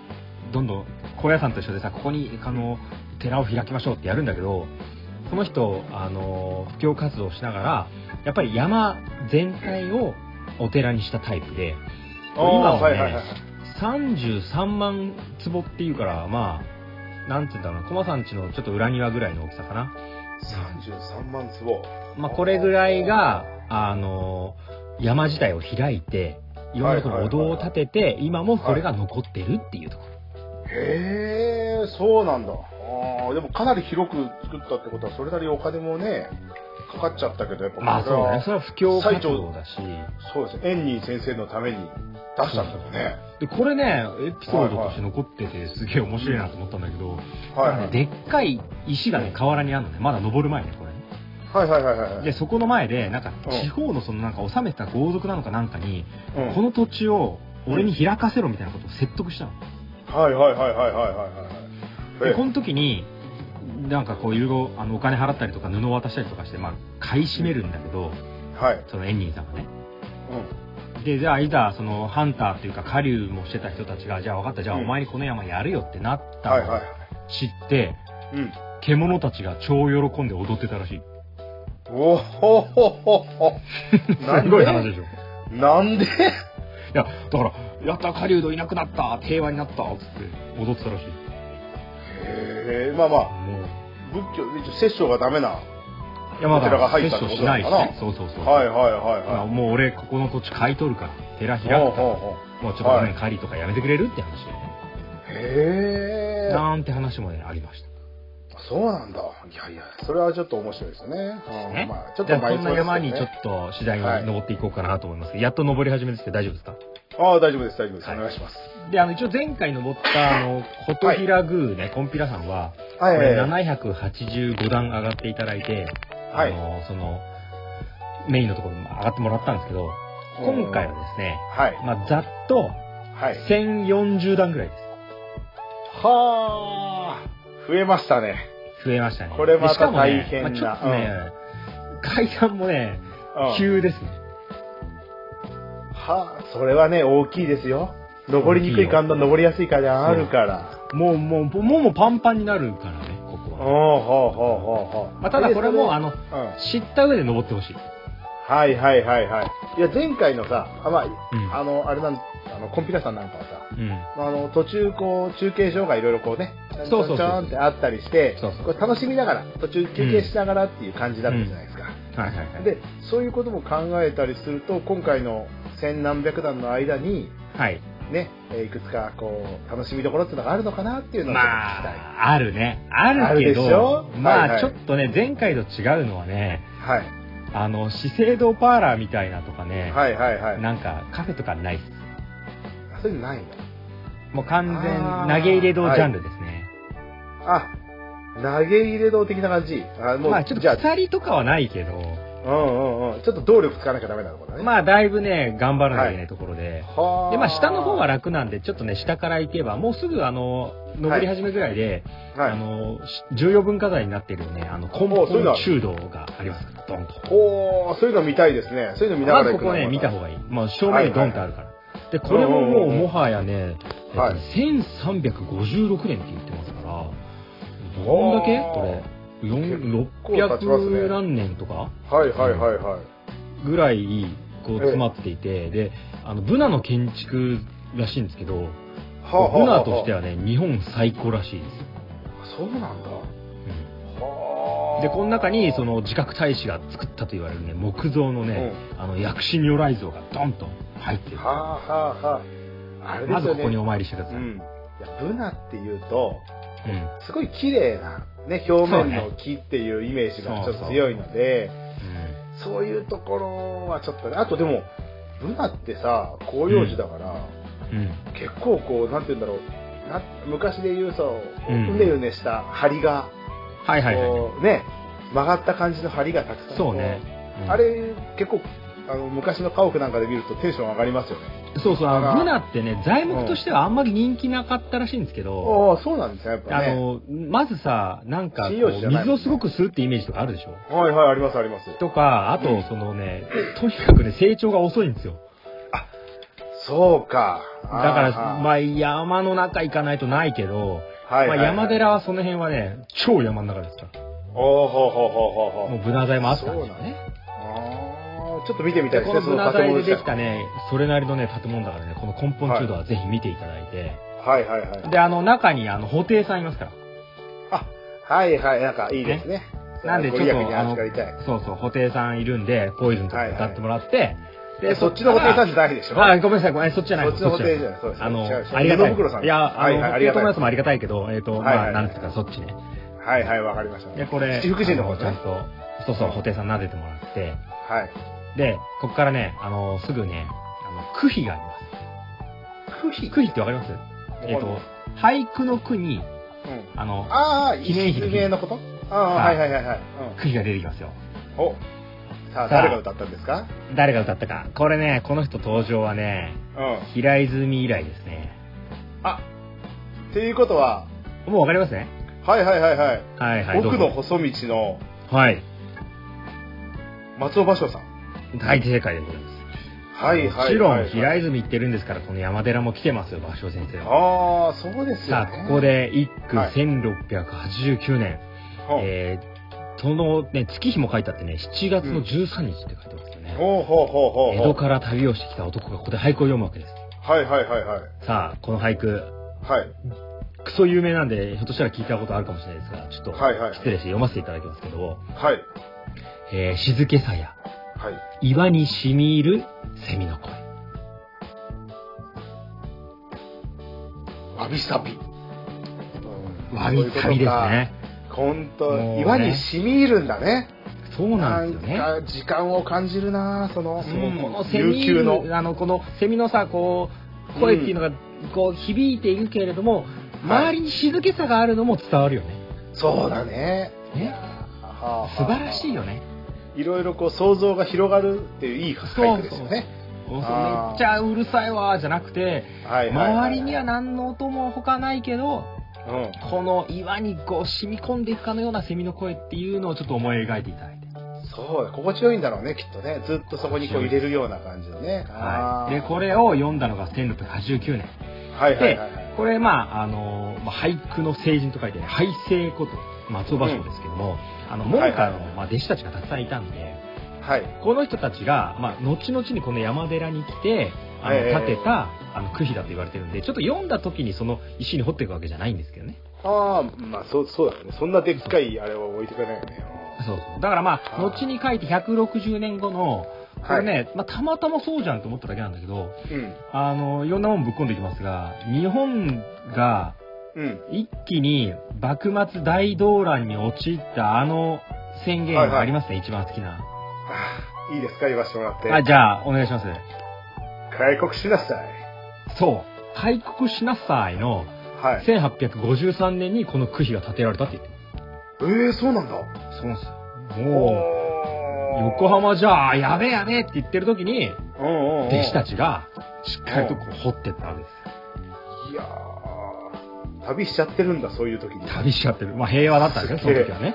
Speaker 2: どんどん高野山と一緒でさここに、あの寺を開きましょうってやるんだけどこの人、あのー布教活動をしながらやっぱり山全体をお寺にしたタイプで今
Speaker 1: あー
Speaker 2: は
Speaker 1: は
Speaker 2: ね
Speaker 1: いはいはい。
Speaker 2: 33万坪っていうからまあなんて言うんだろうな駒さんちのちょっと裏庭ぐらいの大きさかな
Speaker 1: 33万坪。
Speaker 2: まあ、これぐらいが、あの山自体を開いて、いろんなところにお堂を建てて、今もこれが残ってるっていうところ。
Speaker 1: へえ、そうなんだ。あーでもかなり広く作ったってことは、それなりにお金もね、かかっちゃったけど、やっぱ
Speaker 2: まあ
Speaker 1: これは
Speaker 2: そうだね。それは不況活動だし。
Speaker 1: そうですね。エンニー先生のために出したんだね。
Speaker 2: で、これね、エピソードとして残ってて、すげえ面白いなと思ったんだけど、
Speaker 1: はいはい。
Speaker 2: でっかい石がね、河原にあるのね。まだ登る前ね、これね。
Speaker 1: はいはいはいはい。
Speaker 2: で、そこの前で、なんか
Speaker 1: うん
Speaker 2: 地方のそのなんか治めてた豪族なのかなんかに、
Speaker 1: うん
Speaker 2: この土地を俺に開かせろみたいなことを説得したの。
Speaker 1: はいはいはいはいはいはいはい。
Speaker 2: でこの時になんかこういろいろあのお金払ったりとか布を渡したりとかして、まあ、買い占めるんだけど
Speaker 1: はい。
Speaker 2: そのエンニーさんがね
Speaker 1: う
Speaker 2: でじゃあいざそのハンターっていうか狩猟もしてた人たちがじゃあ分かったじゃあ
Speaker 1: うん
Speaker 2: お前にこの山やるよってなっ
Speaker 1: ん。
Speaker 2: た
Speaker 1: はい
Speaker 2: の
Speaker 1: は
Speaker 2: を
Speaker 1: い。
Speaker 2: 知って
Speaker 1: うん。
Speaker 2: 獣たちが超喜んで踊ってたらしい
Speaker 1: おほほほほ。なん
Speaker 2: すごい話でしょい
Speaker 1: なんで
Speaker 2: やだから「やった狩人いなくなった平和になった」っつって踊ってたらしい
Speaker 1: へえ、まあまあ、
Speaker 2: もう
Speaker 1: 仏教、一応殺生がダメな。はい
Speaker 2: やま
Speaker 1: お寺が
Speaker 2: だ
Speaker 1: 入
Speaker 2: 接
Speaker 1: ったってこ
Speaker 2: 種し
Speaker 1: と
Speaker 2: な
Speaker 1: ないの
Speaker 2: し
Speaker 1: かな
Speaker 2: ねそうそうそう、
Speaker 1: いはいはい
Speaker 2: まあ
Speaker 1: は
Speaker 2: もう俺ここの土地買い取るから寺開
Speaker 1: い。
Speaker 2: くから
Speaker 1: ほうほうほ
Speaker 2: もうちょっとごめん、狩りとかやめてくれるって話でね。
Speaker 1: うへえ。
Speaker 2: なんて話もね、ありました。
Speaker 1: そうなんだ。いやいや、それはちょっと面白いですよね。
Speaker 2: ね
Speaker 1: うんまあ、ちょっ
Speaker 2: じゃ
Speaker 1: と
Speaker 2: あ
Speaker 1: 迷いそうです
Speaker 2: こんな
Speaker 1: けど
Speaker 2: 山に
Speaker 1: ね
Speaker 2: ちょっと次第に登っていこうかなと思います。やっと登り始めですけど大丈夫ですか
Speaker 1: ああ、大丈夫です、大丈夫です。
Speaker 2: は
Speaker 1: お
Speaker 2: い
Speaker 1: 願いします。
Speaker 2: で、あの、一応前回登った、あの、琴平宮ね、コンピラさんは、
Speaker 1: は
Speaker 2: こ
Speaker 1: い。
Speaker 2: れ
Speaker 1: はい
Speaker 2: 785段上がっていただいて、あ
Speaker 1: はい
Speaker 2: の、その、メインのところにも上がってもらったんですけど、今回はですね、
Speaker 1: はい。
Speaker 2: まあ、ざっと
Speaker 1: はい。
Speaker 2: 1040段ぐらいで
Speaker 1: はあ、増えましたね。
Speaker 2: す。増えましたね。
Speaker 1: これまた
Speaker 2: でしかも
Speaker 1: 大
Speaker 2: ね
Speaker 1: 変な
Speaker 2: まあちょっとね、階段もね、
Speaker 1: うん
Speaker 2: 急ですね。
Speaker 1: はあ、それはね、大きいですよ。登りにくい階段、登りやすい階段あるから。
Speaker 2: もう、もう、もうもうパンパンになるからね、ここ
Speaker 1: おう
Speaker 2: は。
Speaker 1: ほうほうほうほう。
Speaker 2: まあ、ただこれも、あの、
Speaker 1: うん、
Speaker 2: 知った上で登ってほしい。
Speaker 1: はいはいはいはい。いや、前回のさ、あま
Speaker 2: うん
Speaker 1: あ、あの、あれなん、あの、コンピラさんなんかはさ、
Speaker 2: うん。
Speaker 1: あの途中こう中継所がいろいろこうねちょ
Speaker 2: そうそ
Speaker 1: ん
Speaker 2: うそう
Speaker 1: ちょんってあったりして
Speaker 2: そうそう
Speaker 1: これ楽しみながら途中休憩しながらっていう感じだったじゃないですか、
Speaker 2: はいはいはい。
Speaker 1: でそういうことも考えたりすると今回の千何百段の間に
Speaker 2: はい。
Speaker 1: ねえーいくつかこう楽しみどころっていうのがあるのかなっていうのをちょっと聞きたい、
Speaker 2: まあ、あるね。あるけ
Speaker 1: あるでしょ
Speaker 2: ど、ま
Speaker 1: は
Speaker 2: あ、
Speaker 1: い
Speaker 2: ち
Speaker 1: は
Speaker 2: ょ
Speaker 1: い
Speaker 2: っとね、前回と違うのはね、
Speaker 1: はい、
Speaker 2: あの、資生堂パーラーみたいなとかね、
Speaker 1: はいはいはい
Speaker 2: なんかカフェとかないっす。
Speaker 1: そういうのないんだ
Speaker 2: もう完
Speaker 1: あ
Speaker 2: 全
Speaker 1: ー
Speaker 2: 投げ入れ堂ジャンルですね。
Speaker 1: あ投げ入れ堂的な感じあもう、
Speaker 2: まあ、ちょっ
Speaker 1: じ
Speaker 2: と
Speaker 1: ゃ
Speaker 2: 鎖とかはないけど、
Speaker 1: あうんうんうんちょっと動力使わなきゃダメなのかなね
Speaker 2: まあ、だいぶね、頑張らなきゃいけないところで。
Speaker 1: はあ
Speaker 2: で、まあ、下の方は楽なんで、ちょっとね、下から行けば、もうすぐ、あの、登り始めぐらいで、
Speaker 1: はい
Speaker 2: あの、し重要文化財になっているね、あの、根
Speaker 1: おそういうのあ
Speaker 2: 本
Speaker 1: る
Speaker 2: 中道がありますから、ドンと。
Speaker 1: おー、そういうの見たいですね。そういうの見な
Speaker 2: ま
Speaker 1: が
Speaker 2: ず
Speaker 1: ら
Speaker 2: こ
Speaker 1: 行くの
Speaker 2: こね、見た方がいい。まあ、正面にドンとあるから。で、これももう、もはやね、えっと
Speaker 1: はい
Speaker 2: 1356年って言ってますから、どんだけ
Speaker 1: おー
Speaker 2: これ、
Speaker 1: 結構経ちますね
Speaker 2: 600何年とか
Speaker 1: はいはいはいはい。
Speaker 2: ぐらい、こう、詰まっていて、で、あの、ブナの建築らしいんですけど、
Speaker 1: はあは
Speaker 2: ブ
Speaker 1: あはあ
Speaker 2: ナとしてはね、日本最古らしいですよ。
Speaker 1: そうなんだ。
Speaker 2: うん
Speaker 1: はあ。
Speaker 2: で、この中に、その、自覚大使が作ったと言われるね、木造の
Speaker 1: う
Speaker 2: ね、
Speaker 1: ん
Speaker 2: あの、薬師如来像がドンと入ってる
Speaker 1: は。あはあはあ。あれで
Speaker 2: ますずこ
Speaker 1: よ
Speaker 2: こに
Speaker 1: ね。
Speaker 2: お参りしてくだ
Speaker 1: う
Speaker 2: さい。
Speaker 1: ん。いや、ブナっていうと、
Speaker 2: うん
Speaker 1: すごい綺麗な、ね、表面の木っていうイメージがちょっと強いので、そういうところはちょっとね。あとでも、ブナってさ、広葉樹だから、
Speaker 2: うん
Speaker 1: 結構こう、なんて言うんだろう。な昔で言うそうう、
Speaker 2: ん
Speaker 1: うねうねした梁が
Speaker 2: はいはいはい。
Speaker 1: こうね曲がった感じの梁がたくさん
Speaker 2: そうね。
Speaker 1: こう
Speaker 2: うん
Speaker 1: あれ結構あの昔の家屋なんかで見るとテンション上がりますよね
Speaker 2: そうそう、あ
Speaker 1: あ
Speaker 2: の、
Speaker 1: ら
Speaker 2: ブナってね、材木としてはあんまり人気なかったらしいんですけど、
Speaker 1: ああそうなんですねやっぱ
Speaker 2: あ
Speaker 1: ね
Speaker 2: の、まずさ、なんかこ
Speaker 1: 信用し
Speaker 2: う、
Speaker 1: てない
Speaker 2: 水をすごく吸うってイメージとかあるでしょ
Speaker 1: はいはいありますあります
Speaker 2: とか、あ
Speaker 1: う
Speaker 2: と
Speaker 1: ん、
Speaker 2: そのね、とにかくね、成長が遅いんですよ。
Speaker 1: そうか
Speaker 2: だから、
Speaker 1: あー
Speaker 2: まあ、山の中行かないとないけど、
Speaker 1: は
Speaker 2: まあ、
Speaker 1: いはいはい
Speaker 2: 山寺はその辺はね、超山の中ですから。
Speaker 1: おーほうほうほうほうほ
Speaker 2: も
Speaker 1: う
Speaker 2: う、ブナ材もあったんですよ
Speaker 1: そうなん
Speaker 2: ね。
Speaker 1: あーちょっと見てみたい
Speaker 2: で
Speaker 1: ですね
Speaker 2: この
Speaker 1: そ
Speaker 2: ブナ材でできた
Speaker 1: ね
Speaker 2: ね、それなりのね、建物だからね、この根本中道はぜひ見ていただいて、
Speaker 1: はいはいはい
Speaker 2: で、あの、中に、あの、布袋さんいますから。
Speaker 1: あはいはいなんかいいですね
Speaker 2: なんでちょっと
Speaker 1: ご利益に預かりたい
Speaker 2: そうそう、布袋さんいるんで、ポイズンとか歌ってもらって、
Speaker 1: えそっちのホテルさん
Speaker 2: じ
Speaker 1: じゃないでし
Speaker 2: ゃ
Speaker 1: ょ
Speaker 2: あ、ごめんなさい、ごめん、そっちじゃない。
Speaker 1: そっちのホテルじゃ
Speaker 2: い。
Speaker 1: ないそうです
Speaker 2: あの、
Speaker 1: 違う違う
Speaker 2: ありがた
Speaker 1: 布袋さ
Speaker 2: い。
Speaker 1: ん
Speaker 2: いや、あ
Speaker 1: はいはい
Speaker 2: の、
Speaker 1: あり
Speaker 2: お
Speaker 1: がたい
Speaker 2: 友達もありがたいけど、えっと、
Speaker 1: はい
Speaker 2: ま
Speaker 1: は
Speaker 2: あ、
Speaker 1: い
Speaker 2: なんですか、そっちね。
Speaker 1: はいはいわかりました
Speaker 2: で、これ、
Speaker 1: 七福神の方
Speaker 2: あ
Speaker 1: ね
Speaker 2: ちゃんと、そうそう、布袋さん撫でてもらって、
Speaker 1: はい
Speaker 2: で、こっからね、あの、すぐね、あの、句碑があります。句碑句碑ってわかりますえっと、俳句の句に、
Speaker 1: うん
Speaker 2: あの、
Speaker 1: ああ、
Speaker 2: 記念碑
Speaker 1: 一名のことああ、
Speaker 2: は
Speaker 1: はいいはいはいはい。
Speaker 2: 句碑が出てきますよ。
Speaker 1: うん、おさあ、誰が歌ったんですか
Speaker 2: 誰が歌ったか。これね、この人登場はね、
Speaker 1: うん。
Speaker 2: 平泉以来ですね。
Speaker 1: あということは、
Speaker 2: もうわかりますね。
Speaker 1: はいはいはいはい。
Speaker 2: はいはい。
Speaker 1: 奥
Speaker 2: ど
Speaker 1: の
Speaker 2: うぞ
Speaker 1: 細道の
Speaker 2: はい。
Speaker 1: 松尾芭蕉さん。
Speaker 2: 大正解でございます。
Speaker 1: はいはいはい、はい。
Speaker 2: もちろん、平泉行ってるんですから、この山寺も来てますよ、芭蕉先生は。
Speaker 1: ああ、そうですよ、
Speaker 2: さ
Speaker 1: ね。
Speaker 2: あ、ここで一句
Speaker 1: はい
Speaker 2: 1689年、
Speaker 1: ほう。
Speaker 2: えー、そのね、月日も書いてあってね、7月の13日って書いてますよね。
Speaker 1: ほうほうほうほう
Speaker 2: 江
Speaker 1: ほ
Speaker 2: 戸
Speaker 1: う。
Speaker 2: から旅をしてきた男がここで俳句を読むわけです。
Speaker 1: はいはいはいはい。
Speaker 2: さあ、この俳句、
Speaker 1: はい。
Speaker 2: クソ有名なんで、ひょっとしたら聞いたことあるかもしれないですが、ちょっと
Speaker 1: はいはい。
Speaker 2: 失礼して読ませていただきますけど、
Speaker 1: はい。
Speaker 2: えー静けさや
Speaker 1: はい。
Speaker 2: 岩に染み入る蝉の声。
Speaker 1: わびさび。
Speaker 2: わびさびですね。
Speaker 1: こ本当、
Speaker 2: もうね
Speaker 1: 岩に染み入るんだね。
Speaker 2: そうなんですよね。
Speaker 1: なんか時間を感じるなその、
Speaker 2: そう
Speaker 1: うん
Speaker 2: このセミ
Speaker 1: 悠久の。
Speaker 2: あのこのセミのさこう声っていうのがこう響いているけれども、
Speaker 1: はい
Speaker 2: 周りに静けさがあるのも伝わるよね。
Speaker 1: そうだね。
Speaker 2: ね
Speaker 1: はあはあ
Speaker 2: 素晴らしいよ。ね。
Speaker 1: いろいろこう想像が広がるっていういい俳句ですよね。
Speaker 2: もうそう
Speaker 1: あー
Speaker 2: めっちゃうるさいわーじゃなくて、
Speaker 1: はいはいはい
Speaker 2: 周りには何の音も他ないけど
Speaker 1: うん。
Speaker 2: この岩にこう染み込んでいくかのようなセミの声っていうのをちょっと思い描いていただいて、
Speaker 1: そうだ、心地よいんだろうね、きっとね。ずっとそこにこう入れるような感じでね。
Speaker 2: はい、でこ
Speaker 1: れ。
Speaker 2: れを読んだのが1689年
Speaker 1: はいはいはいはい。
Speaker 2: これまああのまあ俳句の聖人と書いてね俳聖こと松尾芭蕉ですけども、あの門下
Speaker 1: はいはいは
Speaker 2: のまあ弟子たちがたくさんいたんで
Speaker 1: はい。
Speaker 2: この人たちがまあ後々にこの山寺に来てあの
Speaker 1: ええ
Speaker 2: 建てたあの区碑だと言われてるんでちょっと読んだ時にその石に掘っていくわけじゃないんですけどね
Speaker 1: ああ、まあそう、そうだね。そんなでっかいあれは置いてかないよね。
Speaker 2: そうそうだからまあ
Speaker 1: はい
Speaker 2: 後に書いて160年後のこ
Speaker 1: は
Speaker 2: れ
Speaker 1: い。
Speaker 2: ね、まあ、たまたまそうじゃんと思っただけなんだけど
Speaker 1: うん。
Speaker 2: あのいろんなもんぶっ込んでいきますが日本が
Speaker 1: うん。
Speaker 2: 一気に幕末大動乱に陥ったあの宣言
Speaker 1: はいはい
Speaker 2: ありますね、一番好きな。
Speaker 1: ああいいですか、言わせてもらって。
Speaker 2: あ、じゃあ、お願いします。
Speaker 1: 開国しなさい。
Speaker 2: そう。開国しなさいの
Speaker 1: はい。
Speaker 2: 1853年にこの区碑が建てられたって言って
Speaker 1: ええそうなんだ。
Speaker 2: ます。そうなんですよ。もう、
Speaker 1: お
Speaker 2: 横。浜じゃあ、やべえやべえって言ってる時に、
Speaker 1: うんうんうん。
Speaker 2: 弟子た
Speaker 1: ち。
Speaker 2: ちがしっかりとこう掘ってったわけで
Speaker 1: い
Speaker 2: すよ。
Speaker 1: やー旅しちゃってるんだ、そういう時に。
Speaker 2: 旅しちゃってる。まあ平和だったんですね、その時はね。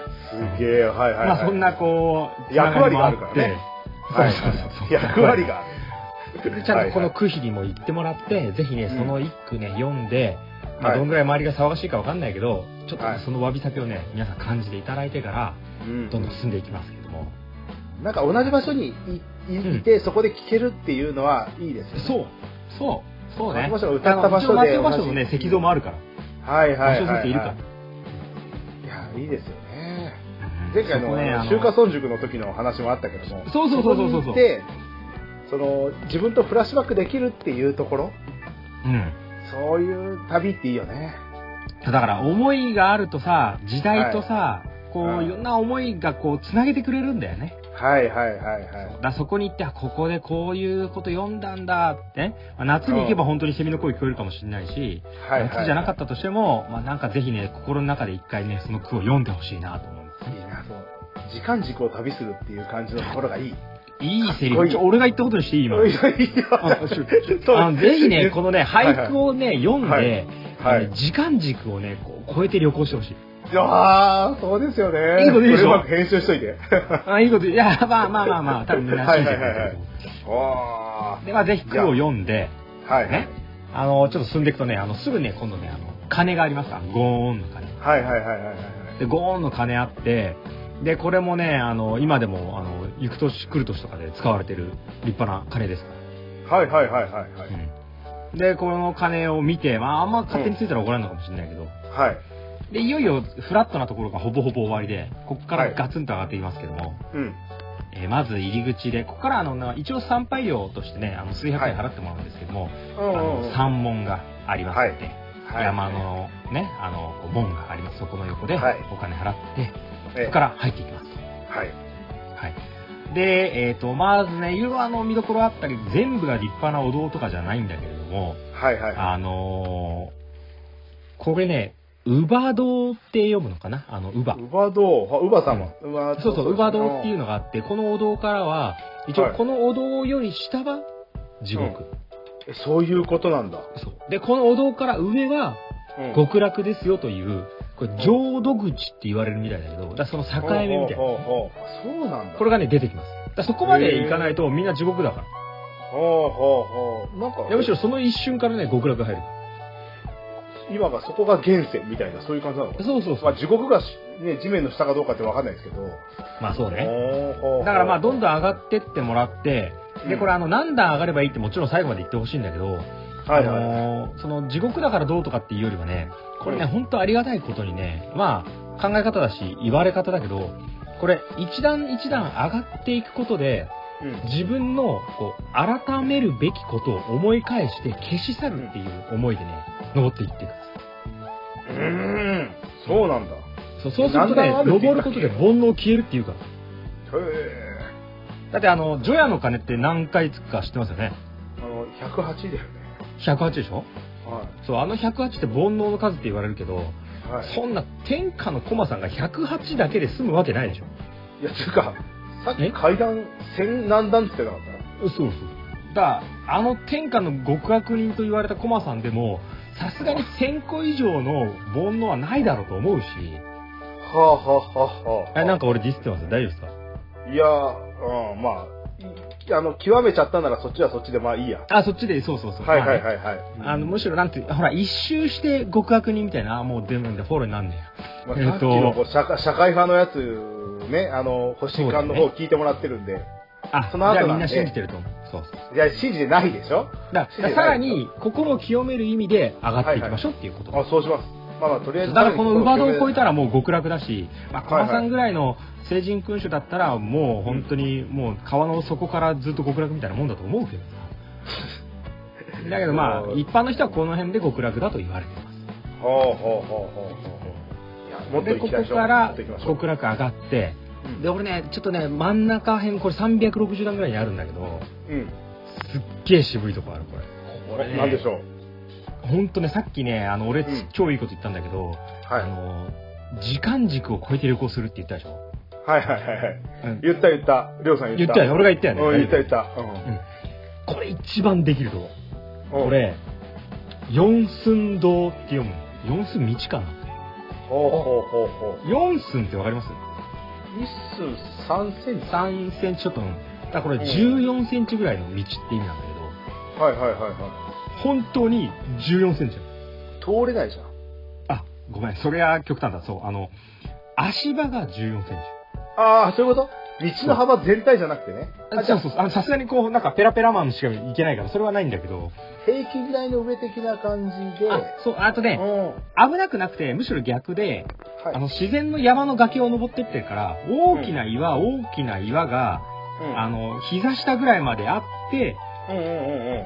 Speaker 1: すげえ、はいはい、はい。
Speaker 2: まあそんなこう、
Speaker 1: 役割があるからね
Speaker 2: つなが
Speaker 1: は
Speaker 2: り
Speaker 1: い。
Speaker 2: もあって。そうそうそう。
Speaker 1: 役割がある。
Speaker 2: ちゃんとこの区碑にも行ってもらって、ぜひね、
Speaker 1: うん
Speaker 2: その一句ね、読んで、まあ、
Speaker 1: はい
Speaker 2: どんぐらい周りが騒がしいかわかんないけど、ちょっとね
Speaker 1: はい
Speaker 2: そのわび先をね、皆さん感じていただいてから、
Speaker 1: うん
Speaker 2: どんどん進んでいきますけども。
Speaker 1: なんか同じ場所にいいいて、そこで聴けるっていうのはいいですよね。
Speaker 2: そう、そう、そうね。
Speaker 1: もちろん歌った場所で
Speaker 2: あの一応松尾芭蕉のね
Speaker 1: 同、じ
Speaker 2: 石像もあるから。
Speaker 1: はいはいはい、
Speaker 2: 場所
Speaker 1: は
Speaker 2: ずつ
Speaker 1: い。
Speaker 2: いるから。
Speaker 1: いや、いいですよね。
Speaker 2: うん
Speaker 1: 前回の
Speaker 2: そこねあの
Speaker 1: 中華村塾の時の話もあったけども、
Speaker 2: そうそうそうそうそう
Speaker 1: こに行ってその自分とフラッシュバックできるっていうところ、
Speaker 2: うん。
Speaker 1: そういう旅っていいよね。
Speaker 2: だから、思いがあるとさ、時代とさ、こ
Speaker 1: は
Speaker 2: う、
Speaker 1: い
Speaker 2: いろんな思いがこう、つなげてくれるんだよね。
Speaker 1: はいはいはいはい。
Speaker 2: だからそこに行って、あここでこういうこと読んだんだってね、まあ夏に行けば本当にセミの声聞こえるかもしれないし、
Speaker 1: はいはい、
Speaker 2: 夏じゃなかったとしても、まあ、なんかぜひね、心の中で一回ね、その句を読んでほしいなと思うんです
Speaker 1: いいな、そう。時間軸を旅するっていう感じのところがいい。い
Speaker 2: いいセリ
Speaker 1: かっこ
Speaker 2: フ。
Speaker 1: いい
Speaker 2: ちょ俺が言ったことにしていい今。
Speaker 1: やいやいや
Speaker 2: あちょ
Speaker 1: そう
Speaker 2: あのぜひね、このね、
Speaker 1: はいはい
Speaker 2: 俳句をね、読んで、
Speaker 1: はいは
Speaker 2: あの
Speaker 1: い。
Speaker 2: 時間軸をね、こう、超えて旅行してほし い。
Speaker 1: いやーそうですよね。
Speaker 2: いいこといいでしょ
Speaker 1: これうまく編集しといて。
Speaker 2: あ、いいこと、いや、 まあまあまあまあ、多分みんな信じてくれてると思
Speaker 1: おー。
Speaker 2: う。で、まあぜひ句を読んで、
Speaker 1: はい、
Speaker 2: ねあの、ちょっと進んでいくとね、あの、すぐね、今度ね、あの、鐘があります。あの、ゴーンの鐘。
Speaker 1: はいはいはいはいはい
Speaker 2: で、ゴーンの鐘あって、で、これもね、あの、今でも、あの、行く年来る年とかで使われてる立派な鐘ですから。
Speaker 1: はいはいはいはいはいはい
Speaker 2: で、この鐘を見て、まあ、あんま勝手についたら怒られるのかもしれないけど、
Speaker 1: はい
Speaker 2: で、いよいよフラットなところがほぼほぼ終わりで、ここから
Speaker 1: はい
Speaker 2: ガツンと上がっていきますけども、
Speaker 1: うん
Speaker 2: えーまず入り口で、ここからあの、な一応参拝料としてね、あの、数百円払ってもらうんですけども、あの、山門がありますので、
Speaker 1: はい
Speaker 2: 山のね、あの、こう門があります。そこの横で、
Speaker 1: はい
Speaker 2: お金払って、そ
Speaker 1: え
Speaker 2: こから入っていきます。
Speaker 1: はい
Speaker 2: はい。で、えっ、と、まずね、いろいろあの、見どころあったり、全部が立派なお堂とかじゃないんだけれども、
Speaker 1: はいはい
Speaker 2: あのーこれね、乳母堂って読むのかなあの、乳母。
Speaker 1: 乳母堂あ乳母様乳母
Speaker 2: そうそう、乳母堂っていう
Speaker 1: の
Speaker 2: のがあって、このお堂からは、一応
Speaker 1: はい
Speaker 2: このお堂より下は地獄。
Speaker 1: そういうことなんだ
Speaker 2: そう。で、このお堂から上は
Speaker 1: うん
Speaker 2: 極楽ですよという、これ浄土口って言われるみたいだけど、だからその境目みたい
Speaker 1: ほ
Speaker 2: な。
Speaker 1: うほうほうそうなんだ
Speaker 2: これがね、出てきます。だからそこまで行かないとみんな地獄だから。
Speaker 1: ほうほうほうなんか
Speaker 2: いやむしろその一瞬からね、極楽が入る。
Speaker 1: 今がそこが現世みたいなそういう感じなのかな
Speaker 2: そうそうそ
Speaker 1: ま
Speaker 2: う
Speaker 1: あ。地獄がしね地面の下かどうかってわかんないですけど
Speaker 2: まあそうね。
Speaker 1: だ
Speaker 2: だからまあどんど
Speaker 1: ん
Speaker 2: ん上がってってもらって、で、
Speaker 1: うん
Speaker 2: これあの何段上がればいいってもちろん最後まで言ってほしいんだけど、
Speaker 1: は
Speaker 2: あ
Speaker 1: いはい
Speaker 2: のーその地獄だからどうとかっていうよりはね、これね、本当ありがたいことにね、まあ考え方だし言われ方だけど、これ一段一段上がっていくことで、
Speaker 1: うん
Speaker 2: 自分のこう改めるべきことを思い返して消し去るっていう思いでね、登っていっていく。
Speaker 1: うーんそうなんだ
Speaker 2: そうそうすると
Speaker 3: 何
Speaker 2: ね
Speaker 3: 段あるって言
Speaker 2: 登
Speaker 3: ったっ
Speaker 2: る
Speaker 3: け
Speaker 2: ことで煩悩消えるっていうから
Speaker 3: へ
Speaker 2: だってあの除夜の鐘って何回つくか知ってますよね
Speaker 3: え。あの、108だよね。
Speaker 2: 108でしょ
Speaker 3: は
Speaker 2: そうあの108って煩悩の数って言われるけど、
Speaker 3: い。はい。
Speaker 2: そんな天下の駒さんが108だけで済むわけないでしょ
Speaker 3: いや、つうか、さっ
Speaker 2: え
Speaker 3: き階段、千何段って言ってなかっ
Speaker 2: そうそうだからあの天下の極悪人と言われた駒さんでもさすがに1000個以上の煩悩はないだろうと思うした
Speaker 3: はあはあはあはあ。
Speaker 2: えなんか俺ディスってます大丈夫ですか
Speaker 3: いや、うん、まあ、いあの、極めちゃったならそっちはそっちでまあいいや。
Speaker 2: あそっちでそうそうそう
Speaker 3: はいはい
Speaker 2: まあね
Speaker 3: はいはい。
Speaker 2: あのむしろなんてほら一周して極悪人みたいなあもう出るんでフォローになんね
Speaker 3: まあ、
Speaker 2: えー
Speaker 3: さ
Speaker 2: と
Speaker 3: っきのこう社会社会派のやつ、ね、あの、星間の方聞いてもらってるんで。
Speaker 2: えあ
Speaker 3: その後
Speaker 2: じゃあみ
Speaker 3: なんんで
Speaker 2: な信じてると思うそうそう
Speaker 3: いや、指示でないでしょ
Speaker 2: だからさらにここも清める意味で上がっていきましょうっていうこと
Speaker 3: あ、そうします。まあまあ、とりあえ
Speaker 2: だ
Speaker 3: ず。
Speaker 2: からこの乳母堂を超えた
Speaker 3: ら。
Speaker 2: らもう極楽だし、まあ、
Speaker 3: はいはい
Speaker 2: 駒さんぐらいの成人君主だったらもう本当にもう川の底からずっと極楽みたいなもんだと思うけど さだけどまあ一般の人はこの辺で極楽だと言われてます
Speaker 3: ほうほうほうほうほう。いや、もっと
Speaker 2: で
Speaker 3: 行
Speaker 2: こ
Speaker 3: き
Speaker 2: こ
Speaker 3: たいでしょ
Speaker 2: か
Speaker 3: もっ
Speaker 2: ら
Speaker 3: と行きましょう
Speaker 2: 極楽上がって
Speaker 3: うん
Speaker 2: で俺ねちょっとね真ん中辺これ360段ぐらいにあるんだけど
Speaker 3: うん。
Speaker 2: すっげえ渋いとこあるこれこれね
Speaker 3: なんでしょう。
Speaker 2: 本当ねさっきねあの俺、
Speaker 3: うん
Speaker 2: 超いいこと言ったんだけど、
Speaker 3: はい
Speaker 2: あ。の時間軸を超えて旅行するって言ったでしょ、
Speaker 3: はいはいはいはい。
Speaker 2: うん
Speaker 3: 言った言った。りょうさん言
Speaker 2: 言
Speaker 3: っ。
Speaker 2: ったたよね俺が言ったよ
Speaker 3: うん、
Speaker 2: ね、
Speaker 3: 言った言った。
Speaker 2: これ一番できるとこ
Speaker 3: うん。
Speaker 2: これ四寸堂って読むの四寸道かな
Speaker 3: ほうほうほうほう。
Speaker 2: 四寸ってわかります
Speaker 3: 一寸三センチ。
Speaker 2: 三センチちょっとうんだからこれ
Speaker 3: うん
Speaker 2: 14センチぐらいの道って意味なんだけど
Speaker 3: はいはいはいは
Speaker 2: 本当に14センチ
Speaker 3: い。通れないじゃん。
Speaker 2: あごめんそれは極端だそうあの足場が14センチ
Speaker 3: ああ、そういうこと道の幅全体じゃなくてね。
Speaker 2: あそうそうそうあのさすがにこうなんかペラペラマンしかいけないからそれはないんだけど
Speaker 3: 平均台の上的な感じで。
Speaker 2: あそうあと
Speaker 3: うん。
Speaker 2: ね
Speaker 3: は
Speaker 2: 危なくなくてむしろ逆であ
Speaker 3: い。
Speaker 2: の自然の山の崖を登ってってるから大きな岩、大きな岩が
Speaker 3: うん
Speaker 2: あの膝下ぐらいまであって
Speaker 3: うんうんうんう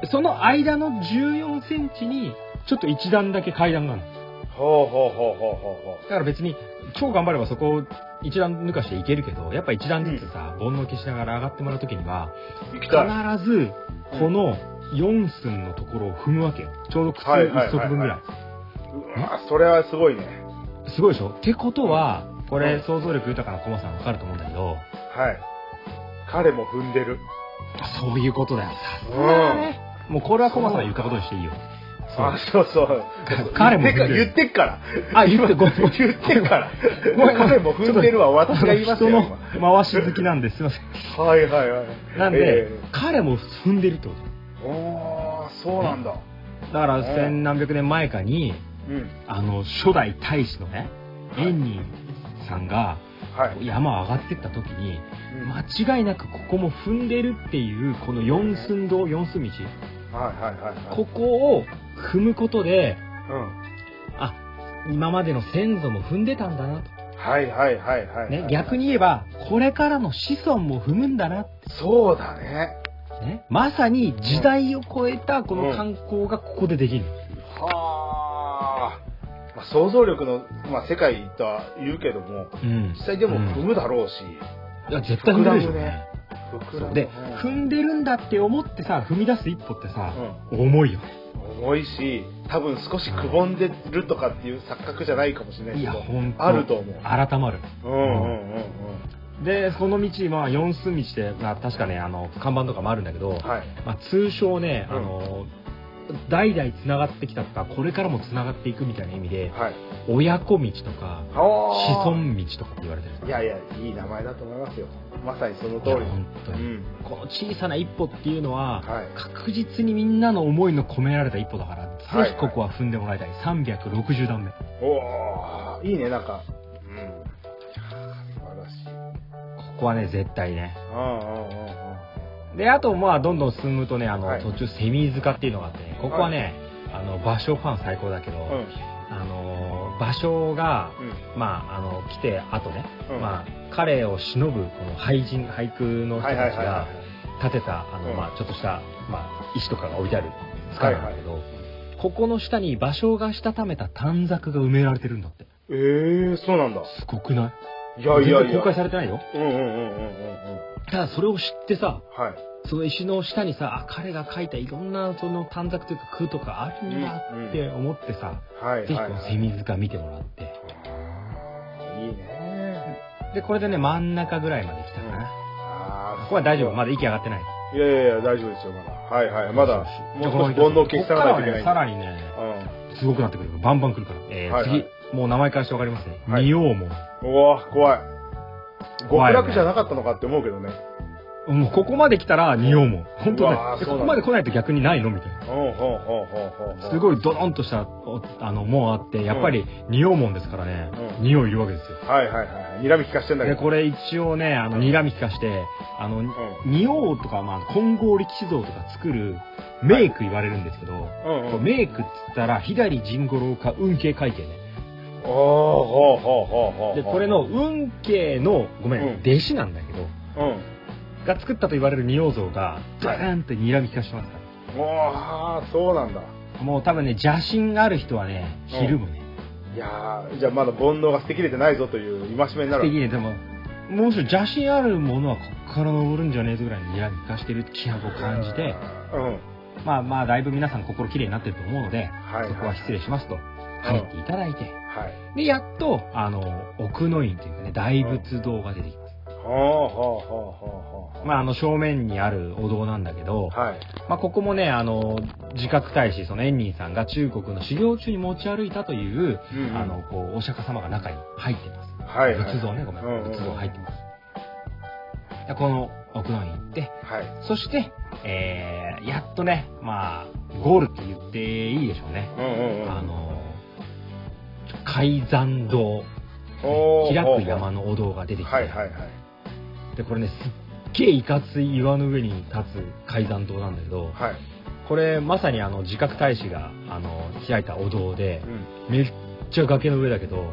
Speaker 3: ん。
Speaker 2: その間の14センチにちょっと一段だけ階段があるの
Speaker 3: ほうほうほうほうほうほ
Speaker 2: だから別に超頑張ればそこを一段抜かしていけるけどやっぱ一段ずつさ、煩悩消しながら上がってもらう時には
Speaker 3: う。行き
Speaker 2: 必
Speaker 3: たい。は
Speaker 2: ずこの4寸のところを踏むわけよちょうど靴1足分ぐら
Speaker 3: は
Speaker 2: い,、
Speaker 3: いはいはいはいうわそれはすごいね。
Speaker 2: すごいでしょってことはこ
Speaker 3: う
Speaker 2: れ
Speaker 3: ん
Speaker 2: 想像力豊かなコマさんわかると思うんだけど
Speaker 3: はい。彼も踏んでる。
Speaker 2: そういうことだよさ
Speaker 3: う
Speaker 2: すがだねもうこれはコマさんの言ったことにしていいよそう
Speaker 3: あ、そうそう。
Speaker 2: 彼も踏んでる
Speaker 3: 言ってっから。
Speaker 2: あ言ってごめん
Speaker 3: 言ってっ から。
Speaker 2: ごめん
Speaker 3: 彼も踏んでるわ。私が言いましたよ。
Speaker 2: 人の
Speaker 3: 今
Speaker 2: 回し好きなんですいません
Speaker 3: はいはいはい。
Speaker 2: なんで、
Speaker 3: え
Speaker 2: 彼も踏んでるってこと
Speaker 3: えおー、そうなんだ。
Speaker 2: だから
Speaker 3: ね
Speaker 2: 千何百年前かに
Speaker 3: うん。
Speaker 2: あの初代太子のね円仁さんが
Speaker 3: はい。
Speaker 2: 山を上がってった時に
Speaker 3: うんはい
Speaker 2: 間違いなくここも踏んでるっていうこの四寸道四寸道
Speaker 3: はいはいはい。
Speaker 2: ここを踏むことで
Speaker 3: うん。
Speaker 2: あ今までの先祖も踏んでたんだな
Speaker 3: はいはいはいはいはい。
Speaker 2: と、ね、逆に言えばこれからの子孫も踏むんだな
Speaker 3: そうだね。
Speaker 2: ね、まさに時代を超えたこの観光がここでできる、
Speaker 3: はあ。まあ、想像力の、まあ、世界とは言うけども、
Speaker 2: うん
Speaker 3: 実際でも踏むだろうし、
Speaker 2: いや絶対踏んでるでしょ
Speaker 3: 膨らむね膨らむね
Speaker 2: で踏んでるんだって思ってさ踏み出す一歩ってさ
Speaker 3: う、ん。
Speaker 2: 重いよ
Speaker 3: 重いし多分少しくぼんでるとかっていう錯覚じゃないかもしれない
Speaker 2: い
Speaker 3: け
Speaker 2: や
Speaker 3: ど
Speaker 2: 本当
Speaker 3: あると思う
Speaker 2: 改まる
Speaker 3: うんうんうんうん
Speaker 2: でこの道まあ四寸道で、まあ、確かねあの看板とかもあるんだけど、
Speaker 3: はい
Speaker 2: まあ、通称ね、
Speaker 3: うん
Speaker 2: あの代々つながってきたとかこれからもつながっていくみたいな意味で
Speaker 3: はい
Speaker 2: 親子道とか子
Speaker 3: あー
Speaker 2: 孫道とかって言われてる
Speaker 3: いやいやいい名前だと思いますよまさにその
Speaker 2: いや
Speaker 3: 通り
Speaker 2: 本当
Speaker 3: う
Speaker 2: に、
Speaker 3: ん
Speaker 2: この小さな一歩っていうのは、
Speaker 3: はい
Speaker 2: 確実にみんなの思いの込められた一歩だから、
Speaker 3: はい
Speaker 2: ぜひここは踏んでもらいたい360段目
Speaker 3: おおいいねなんかうん素晴らしい
Speaker 2: ここはね絶対ね
Speaker 3: うんうんうんうん
Speaker 2: であとまあどんどん進むとねあの、
Speaker 3: はい
Speaker 2: 途中セミ塚っていうのがあってねここはね、あの場所ファン最高だけど、
Speaker 3: うん
Speaker 2: あの場所がまああの来てあとね、
Speaker 3: うんうん
Speaker 2: まあ彼をしのぶこの俳人俳句の人
Speaker 3: は
Speaker 2: た
Speaker 3: いはい
Speaker 2: ちが、
Speaker 3: はいは
Speaker 2: 建てたあの、
Speaker 3: うん
Speaker 2: まあ、ちょっとした、まあ、石とかが置いてある塚なんだけど、ここの下に芭蕉がしたためた短冊が埋められてるんだって
Speaker 3: えー、そうなんだ。
Speaker 2: すごくない
Speaker 3: いやいやい
Speaker 2: 全然
Speaker 3: や。
Speaker 2: 公開されてないよ。
Speaker 3: うんうんうんうんうんうん。
Speaker 2: ただそれを知ってさ、
Speaker 3: はい。
Speaker 2: その石の下にさ、あ、彼が書いたいろんなその短冊というか空とかあるんだって思ってさ、
Speaker 3: はい。
Speaker 2: ぜひ
Speaker 3: は
Speaker 2: こ
Speaker 3: い
Speaker 2: の
Speaker 3: は
Speaker 2: セミ塚見てもらって。
Speaker 3: い。いいね。
Speaker 2: で、これでね、真ん中ぐらいまで来たかな。
Speaker 3: ああ、
Speaker 2: ここは大丈夫。まだ息上がってない。
Speaker 3: いやいやいや、大丈夫ですよ、まだ。はいはい。まだ、もう少し煩悩を消し去らないといけない。
Speaker 2: こっからはねさらにね、
Speaker 3: う
Speaker 2: すごくなってくるからバンバン来るから。えー
Speaker 3: はいはい
Speaker 2: 次、もう名前からしてわかりますね。
Speaker 3: はい
Speaker 2: 仁王門。
Speaker 3: ん。うわ怖い。
Speaker 2: 怖
Speaker 3: 極
Speaker 2: いよね
Speaker 3: 楽じゃなかったのかって思うけどね。
Speaker 2: もうここまで来たら仁王門。本当
Speaker 3: う
Speaker 2: ね
Speaker 3: わー。
Speaker 2: え
Speaker 3: そうな
Speaker 2: こ
Speaker 3: んだ
Speaker 2: こまで来ないと逆にないのみたいな。
Speaker 3: うん、ほんほんほんほんほん。
Speaker 2: す
Speaker 3: い。
Speaker 2: ごいドロンとした、おあの、門あって、やっぱり仁王門ですからね、
Speaker 3: うん
Speaker 2: 仁王いるわけですよ。
Speaker 3: はいはいはい。睨み利かしてんだけ
Speaker 2: で、
Speaker 3: ど。
Speaker 2: これ一応ね、あの、睨み利かして、あの、仁王とか、まあ、金剛力士像とか作るメイク言われるんですけど、
Speaker 3: うん。うん、うん。
Speaker 2: メイクっつったら、左陣五郎か運慶会計ね。
Speaker 3: おー、ほうほうほうほう。
Speaker 2: で、これの、運慶の、ごめん、
Speaker 3: うん
Speaker 2: 弟子なんだけど、
Speaker 3: うん。
Speaker 2: が作ったと言われる仁王像が、ドーンって睨み利かしてますか
Speaker 3: うわー、そうなんだ。
Speaker 2: ら。もう多分ね、邪神がある人はね、
Speaker 3: うん
Speaker 2: 昼もね、
Speaker 3: いやー、じゃあまだ煩悩が捨てきれてないぞという戒めになるわ
Speaker 2: 素敵
Speaker 3: け。
Speaker 2: にでも、もうちょい邪神あるものはこっから登るんじゃねえぞぐらいに睨み利かしてる気迫を感じて、
Speaker 3: うん。
Speaker 2: まあまあ、だいぶ皆さん心きれいになってると思うので、
Speaker 3: はい、はい。
Speaker 2: そこは失礼しますと、入っていただいて、
Speaker 3: はい。
Speaker 2: で、やっと、あの、奥の院というかね、大仏堂が出てきます。
Speaker 3: ほうほうほうほうほう。
Speaker 2: まあ、あの、正面にあるお堂なんだけど、
Speaker 3: はい。
Speaker 2: まあ、ここもね、あの、自覚大使、その円仁さんが中国の修行中に持ち歩いたという、
Speaker 3: うんうん
Speaker 2: あの、こう、お釈迦様が中に入ってます。
Speaker 3: はい、はい。
Speaker 2: 仏像ね、ごめん、
Speaker 3: うんうん
Speaker 2: 仏像入ってます。でこの奥の院行って、
Speaker 3: はい。
Speaker 2: そして、えー、やっとね、まあ、ゴールって言っていいでしょうね。
Speaker 3: うんうんうん。
Speaker 2: あの、海山堂、
Speaker 3: おー、
Speaker 2: 開く山のお堂が出てきて、
Speaker 3: はいはいはい。
Speaker 2: で、これね、すっげえいかつい岩の上に立つ海山堂なんだけど、
Speaker 3: はい。
Speaker 2: これまさにあの自覚大使があの開いたお堂で
Speaker 3: う、ん。
Speaker 2: めっちゃ崖の上だけど、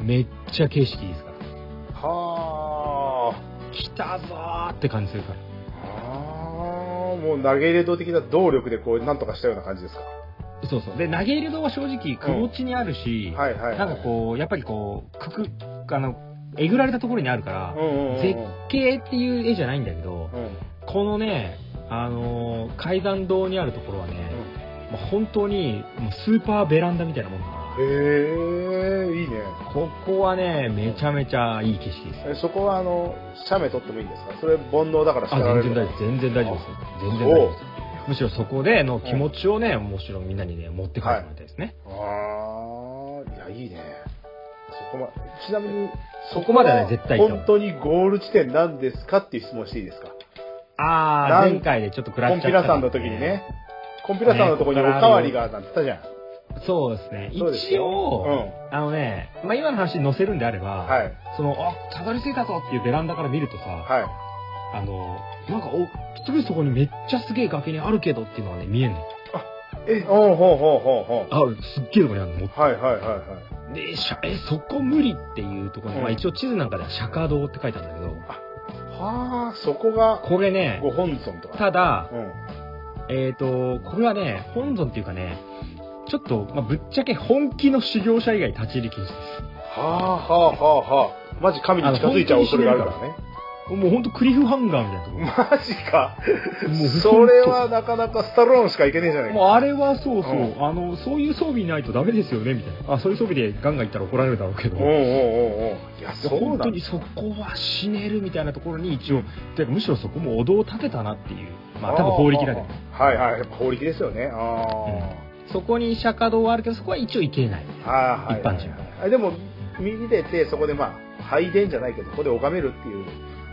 Speaker 3: うん。
Speaker 2: めっちゃ景色いいですから。
Speaker 3: はあ。
Speaker 2: 来たぞーって感じするから。
Speaker 3: あーもう投げ入れ動的な動力でこう、なんとかしたような感じですか。
Speaker 2: そうそう。で、投げ入れ堂は正直、くぼ地にあるし、
Speaker 3: はいはい、はい。
Speaker 2: なんかこう、やっぱりこう、くく、あの、えぐられたところにあるから、
Speaker 3: うんうんうんうん。
Speaker 2: 絶景っていう絵じゃないんだけど、
Speaker 3: うん。
Speaker 2: このね、あのー階段堂にあるところはね、もう本当にもうスーパーベランダみたいなもんだか
Speaker 3: へえ、いいね。
Speaker 2: ら、ここはね、めちゃめちゃいい景色ですよ。
Speaker 3: えそこはあの、写メ撮ってもいいんですかそれ煩悩だから
Speaker 2: あ、
Speaker 3: られ
Speaker 2: 全
Speaker 3: るの
Speaker 2: 然大丈夫、全然大丈夫ですよ。全然大丈夫です。むしろそこでの気持ちをね、むしろみんなにね、持って帰ってもらいたいですね。
Speaker 3: ああ、いや、いいね。そこま、ちなみに、
Speaker 2: そこまではね
Speaker 3: そこ
Speaker 2: 絶対行った
Speaker 3: 本当にゴール地点なんですかっていう質問していいですか
Speaker 2: あ
Speaker 3: な
Speaker 2: ー、
Speaker 3: ん
Speaker 2: 前回でちょっと食ら
Speaker 3: コ
Speaker 2: っ
Speaker 3: ン
Speaker 2: ちゃ
Speaker 3: ピ
Speaker 2: った、
Speaker 3: ラさんの時にね。、コンピラさんのところにおかわりがなんて言ったじゃん。
Speaker 2: そうですね。
Speaker 3: そうです
Speaker 2: 一
Speaker 3: よう
Speaker 2: 応、
Speaker 3: ん。
Speaker 2: あのね、まあ、今の話に載せるんであれば、
Speaker 3: はい。
Speaker 2: その、あ、たどり着いたぞっていうベランダから見るとさ、
Speaker 3: はい。
Speaker 2: あの、なんか、お、すぐそこにめっちゃすげえ崖にあるけどっていうのがね、見えんの。
Speaker 3: え、おうほうほうほうほう。
Speaker 2: あ、すっげえとこにあるの。も
Speaker 3: はいはいはいはい。
Speaker 2: うで、しゃえ、そこ無理っていうところに、
Speaker 3: うん
Speaker 2: まあ一応地図なんかでは釈迦堂って書いてあるんだけど、
Speaker 3: はあ、そこが
Speaker 2: これね、
Speaker 3: ご本尊とか。
Speaker 2: ただ、
Speaker 3: うん。
Speaker 2: えっ、と、これはね、本尊っていうかね、ちょっと、まあ、ぶっちゃけ本気の修行者以外立ち入り禁止です。
Speaker 3: はあはあはあはあ。マジ神に近づいちゃう恐れがあるからね。
Speaker 2: もうほんとクリフハンガーみたいなところ。
Speaker 3: マジか。
Speaker 2: もう
Speaker 3: それはなかなかスタローンしかいけねえじゃねえか。
Speaker 2: もうあれはそうそう、
Speaker 3: うん
Speaker 2: あの、そういう装備ないとダメですよね、みたいな。あ、そういう装備でガンガンいったら怒られるだろうけど。
Speaker 3: うんうんうんうん。いや、そう
Speaker 2: 本
Speaker 3: な
Speaker 2: 当
Speaker 3: んだ
Speaker 2: に。そこは死ねるみたいなところに一応、てかむしろそこもお堂を建てたなっていう、まあ多分法力だけど、
Speaker 3: あー。はいはい、法力ですよね。ああ。
Speaker 2: そこに釈迦堂はあるけど、そこは一応行けない。
Speaker 3: あーはい
Speaker 2: 一般人
Speaker 3: あでも、見れて、そこでまあ、拝殿じゃないけど、ここで拝めるっていう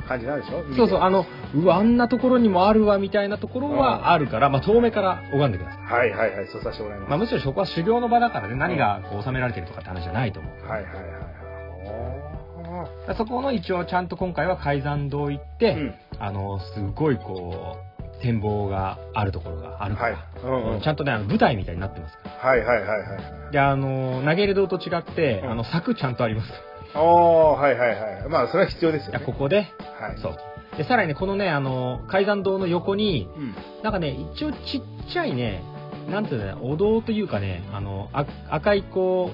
Speaker 3: 感じなんでしょ
Speaker 2: そうそう、
Speaker 3: は
Speaker 2: あの、うわ、あんなところにもあるわみたいなところはあるから、まあ遠目から拝んでください。
Speaker 3: いはいはい、そうさせてもらいます。
Speaker 2: まあむしろそこは修行の場だからね、何がこう収められてるとかって話じゃないと思う。
Speaker 3: はいはいはいはい。
Speaker 2: だからそこの一応ちゃんと今回は海山堂行っ
Speaker 3: お
Speaker 2: て、
Speaker 3: ーうん。
Speaker 2: あの、すごいこう、展望があるところがあるか
Speaker 3: はい
Speaker 2: ら、。
Speaker 3: うんうん。
Speaker 2: ちゃんとね、あの舞台みたいになってますから。
Speaker 3: はいはいはいはい。
Speaker 2: で、あの、投げる道と違って、
Speaker 3: うん
Speaker 2: あの、柵ちゃんとあります。
Speaker 3: おー、はいはいはい。まあ、それは必要ですよ
Speaker 2: いや、
Speaker 3: ね。
Speaker 2: ここで、
Speaker 3: はい。
Speaker 2: そう。で、さらにねこのね、あの、階段堂の横に、
Speaker 3: うん。
Speaker 2: なんかね、一応ちっちゃいね、なんていうのね、お堂というかね、あの、あ赤いこ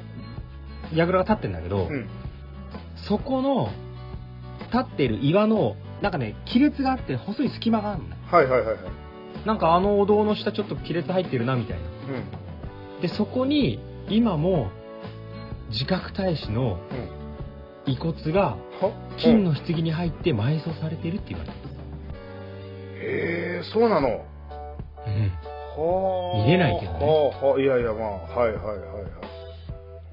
Speaker 2: う、櫓が立ってるんだけど、
Speaker 3: うん。
Speaker 2: そこの立ってる岩のなんかね亀裂があって細い隙間があるんだ
Speaker 3: はいはいはいはい。
Speaker 2: なんかあのお堂の下ちょっと亀裂入ってるなみたいな
Speaker 3: うん。
Speaker 2: でそこに今も自覚大使
Speaker 3: う
Speaker 2: の
Speaker 3: ん。
Speaker 2: 遺骨が
Speaker 3: は
Speaker 2: 金の棺に入って埋葬されてるって言われて
Speaker 3: へえ、そうなの。
Speaker 2: る、
Speaker 3: はあ。
Speaker 2: 見れないけど
Speaker 3: はあ、
Speaker 2: ね
Speaker 3: はあ、いやいや、まあ、はいはいはいはい。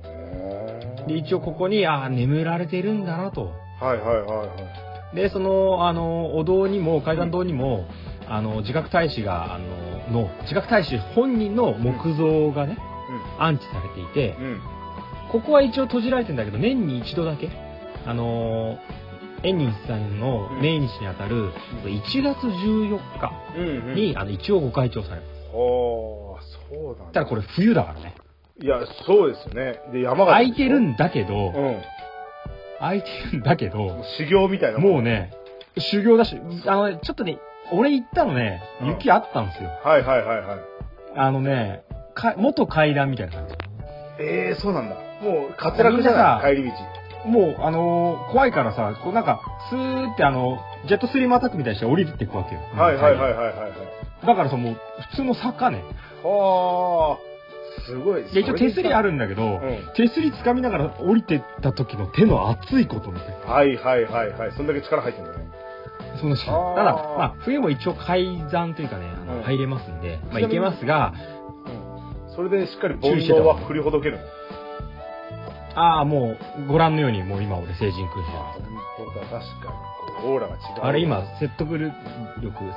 Speaker 3: へ
Speaker 2: で
Speaker 3: ー
Speaker 2: 一応ここにああ眠られてるんだなと
Speaker 3: はいはいはいはい。
Speaker 2: でそのあのお堂にも階段堂にも、あの自覚大使があのの自覚大使本人の木像がね、安置されていて
Speaker 3: うん。うん。
Speaker 2: ここは一応閉じられてんだけど年に一度だけあの円仁さんの命日にあたる1月14日
Speaker 3: うん、うん。
Speaker 2: に、あの一応ご開帳されます
Speaker 3: はあ、そうなん
Speaker 2: ただこれ冬だからね
Speaker 3: いや、そうですよね。で、山が。
Speaker 2: 空いてるんだけ
Speaker 3: う
Speaker 2: ど
Speaker 3: ん。
Speaker 2: 空いてるんだけど
Speaker 3: 修行みたいな。
Speaker 2: もう。ね修行だしあのねちょっとね俺行ったのね
Speaker 3: うん
Speaker 2: 雪あったんですよ
Speaker 3: はいはいはいはい。
Speaker 2: あのね、か元階段みたいな感じ。
Speaker 3: ええそうなんだ。もう、滑落じゃない帰り道。
Speaker 2: もう、あのー怖いからさ、こうなんか、スーってあの、ジェットストリームアタックみたいにして降りていくわけよ。
Speaker 3: はいはいはい
Speaker 2: い。
Speaker 3: はいはい。
Speaker 2: だからさ、もう、普通の坂ね。
Speaker 3: はあ、すごい。
Speaker 2: で、一応手すりあ
Speaker 3: る。
Speaker 2: るんだけ
Speaker 3: う
Speaker 2: ど、
Speaker 3: ん。
Speaker 2: 手すり掴みながら降りてった時の手の熱いことみたいな。
Speaker 3: はいはいはいはい。そんだけ力入ってるんだね。
Speaker 2: そんなした。
Speaker 3: あー
Speaker 2: ただ、まあ、冬も一応階段というかね、あ
Speaker 3: うん
Speaker 2: の入れますんで、
Speaker 3: ち
Speaker 2: まあ、
Speaker 3: なみに
Speaker 2: 行けますが、
Speaker 3: うん。それでしっかり煩悩は振りほどけるの。
Speaker 2: ああ、もう、ご覧のように、もう今俺成人君じゃん。
Speaker 3: 本当だ、確かに。こうオーラが違う。
Speaker 2: あれ今、説得力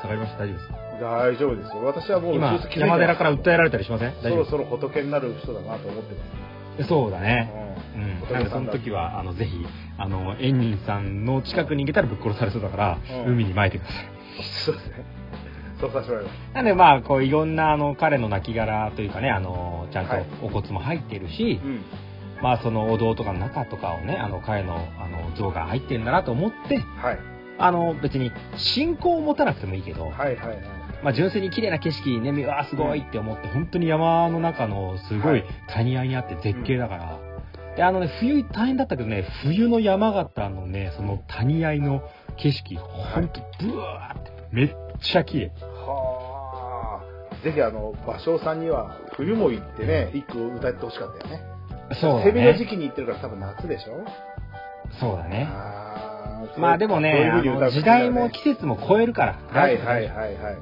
Speaker 2: 下がりました大丈夫ですか
Speaker 3: 大丈夫ですよ。私はもう、
Speaker 2: 今
Speaker 3: ずっと、気づいてま
Speaker 2: 山
Speaker 3: す
Speaker 2: 寺から訴えられたりしません
Speaker 3: そ
Speaker 2: 大丈夫
Speaker 3: ろそろ仏になる人だなと思ってます。
Speaker 2: そうだ
Speaker 3: う
Speaker 2: ね。
Speaker 3: ん
Speaker 2: うん。なんかその時は、あの、ぜひ、あの、エンさんの近くに逃げたらぶっ殺されそうだから、
Speaker 3: うん
Speaker 2: 海に撒いてください。
Speaker 3: そうですね。そうさせてもらいます。
Speaker 2: なんでまあ、こう、いろんな、あの、彼の亡骸というかね、あの、ちゃん
Speaker 3: はい
Speaker 2: とお骨も入ってるし、
Speaker 3: うん。
Speaker 2: まあ、そのお堂とかの中とかをね、あの、彼の、あの、像が入ってるんだなと思って、
Speaker 3: はい。
Speaker 2: あの、別に、信仰を持たなくてもいいけど、
Speaker 3: はいはいはい。
Speaker 2: まあ、純粋に綺麗な景色、ね、見うわーすごいって思って、本当に山の中のすごい谷合いにあって絶景だから。で、あのね、冬大変だったけどね、冬の山形のね、その谷合いの景色、ほんとブワーって、めっちゃ綺麗。
Speaker 3: はあ。ぜひあの、芭蕉さんには、冬も行ってね、一句歌ってほしかったよね。
Speaker 2: そうだ
Speaker 3: セミの時
Speaker 2: ね。
Speaker 3: 期に行ってるから多分夏でしょ
Speaker 2: そうだね。
Speaker 3: あー
Speaker 2: まあでもね、
Speaker 3: そう
Speaker 2: あ
Speaker 3: いう風に歌う
Speaker 2: の時代も季節も超えるから。
Speaker 3: はいはいはいはい。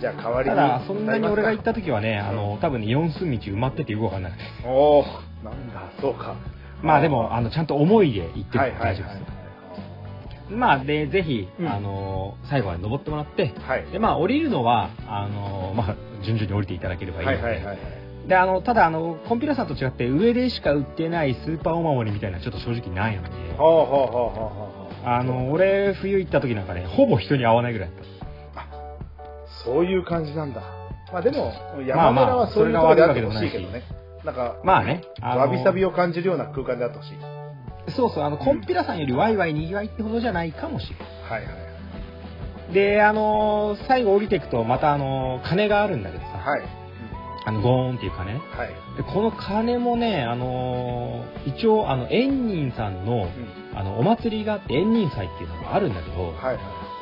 Speaker 3: じゃあ代わり
Speaker 2: た
Speaker 3: に。
Speaker 2: だ、そんなに俺が行った時はね、
Speaker 3: ん
Speaker 2: あの、多分ね、四寸道埋まっててよくわかんなくて。
Speaker 3: た。おおなんだ、そうか。
Speaker 2: まあでも、あの、ちゃんと思いで行って
Speaker 3: は
Speaker 2: る
Speaker 3: い
Speaker 2: から
Speaker 3: はい
Speaker 2: 大丈夫
Speaker 3: は
Speaker 2: で
Speaker 3: い
Speaker 2: すよ。まあ、で、ぜひ、
Speaker 3: うん
Speaker 2: あの、最後まで登ってもらって、
Speaker 3: はい。
Speaker 2: で、まあ、降りるのは、あの、まあ、順々に降りていただければいいの
Speaker 3: はい
Speaker 2: で、
Speaker 3: はいはい。
Speaker 2: で、あの、ただ、あの、コンピューターさんと違って、上でしか売ってないスーパーお守りみたいな、ちょっと正直ないので、
Speaker 3: はあはあはあはあはあ。
Speaker 2: あの、俺、冬行った時なんかね、ほぼ人に会わないぐらいだった。
Speaker 3: そういう感じなんだ。まあでも、
Speaker 2: まあ
Speaker 3: 山
Speaker 2: まあ
Speaker 3: 寺はそういうところであってほしいけど
Speaker 2: それ
Speaker 3: ね。なんか、
Speaker 2: まあね、あの
Speaker 3: わびさびを感じるような空間であってほしい。はい
Speaker 2: そうそう、あの、コンピューターさんよりワイワイにぎわいってほどじゃないかもしれな
Speaker 3: はいはい。
Speaker 2: い。で、あの、最後降りていくと、また、あの、鐘があるんだけどさ、
Speaker 3: はい。
Speaker 2: あの、ゴーンっていう鐘。
Speaker 3: はい。
Speaker 2: でこの鐘もね、あのー一応、あの、円仁さん
Speaker 3: う
Speaker 2: の、
Speaker 3: ん
Speaker 2: あの、お祭りがあって、円仁祭っていうのがあるんだけど、
Speaker 3: はいはい。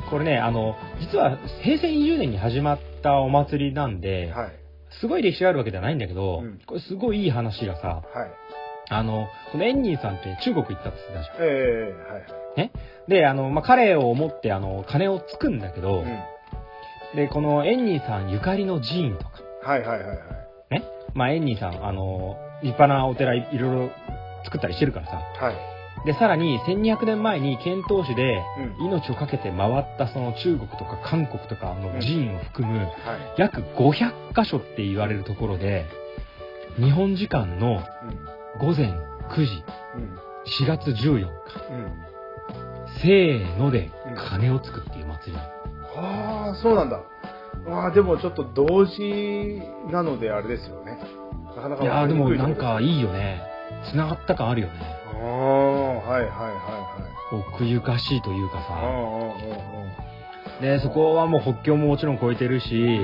Speaker 2: これね、あの、実は平成20年に始まったお祭りなんで、
Speaker 3: はい。
Speaker 2: すごい歴史があるわけではないんだけど、
Speaker 3: うん
Speaker 2: これすごいいい話がさ、
Speaker 3: はい。
Speaker 2: あの、この円仁さんって中国行ったって言ってたじゃん。
Speaker 3: ええはい。
Speaker 2: で、あの、まあ、彼を思って、あの、鐘をつくんだけど、
Speaker 3: うん
Speaker 2: で、この円仁さんゆかりの寺院とか、
Speaker 3: はいはいはいはい。
Speaker 2: まあ、円仁さん、あの、立派なお寺いいろいろ作ったりしてるからさ、
Speaker 3: はい。
Speaker 2: で、さらに1200年前に遣唐使で
Speaker 3: うん。
Speaker 2: 命を懸けて回ったその中国とか韓国とかの寺院を含む
Speaker 3: はい。
Speaker 2: 約500カ所って言われるところで、日本時間の午
Speaker 3: う
Speaker 2: 前9
Speaker 3: ん。うん。
Speaker 2: 時、4月14日、
Speaker 3: うん。
Speaker 2: せーので鐘をつくっていう祭り。
Speaker 3: はあ、そうなんだ。まあでもちょっと同時なのであれですよね。なかなか
Speaker 2: いやーでも
Speaker 3: 分りにくいとこ
Speaker 2: なんかいいよね。繋がった感あるよね。
Speaker 3: ああ、はいはいはいはい。
Speaker 2: 奥ゆかしいというか
Speaker 3: あ
Speaker 2: さ。
Speaker 3: あ、
Speaker 2: で、そこはもう北境ももちろん越えてるし、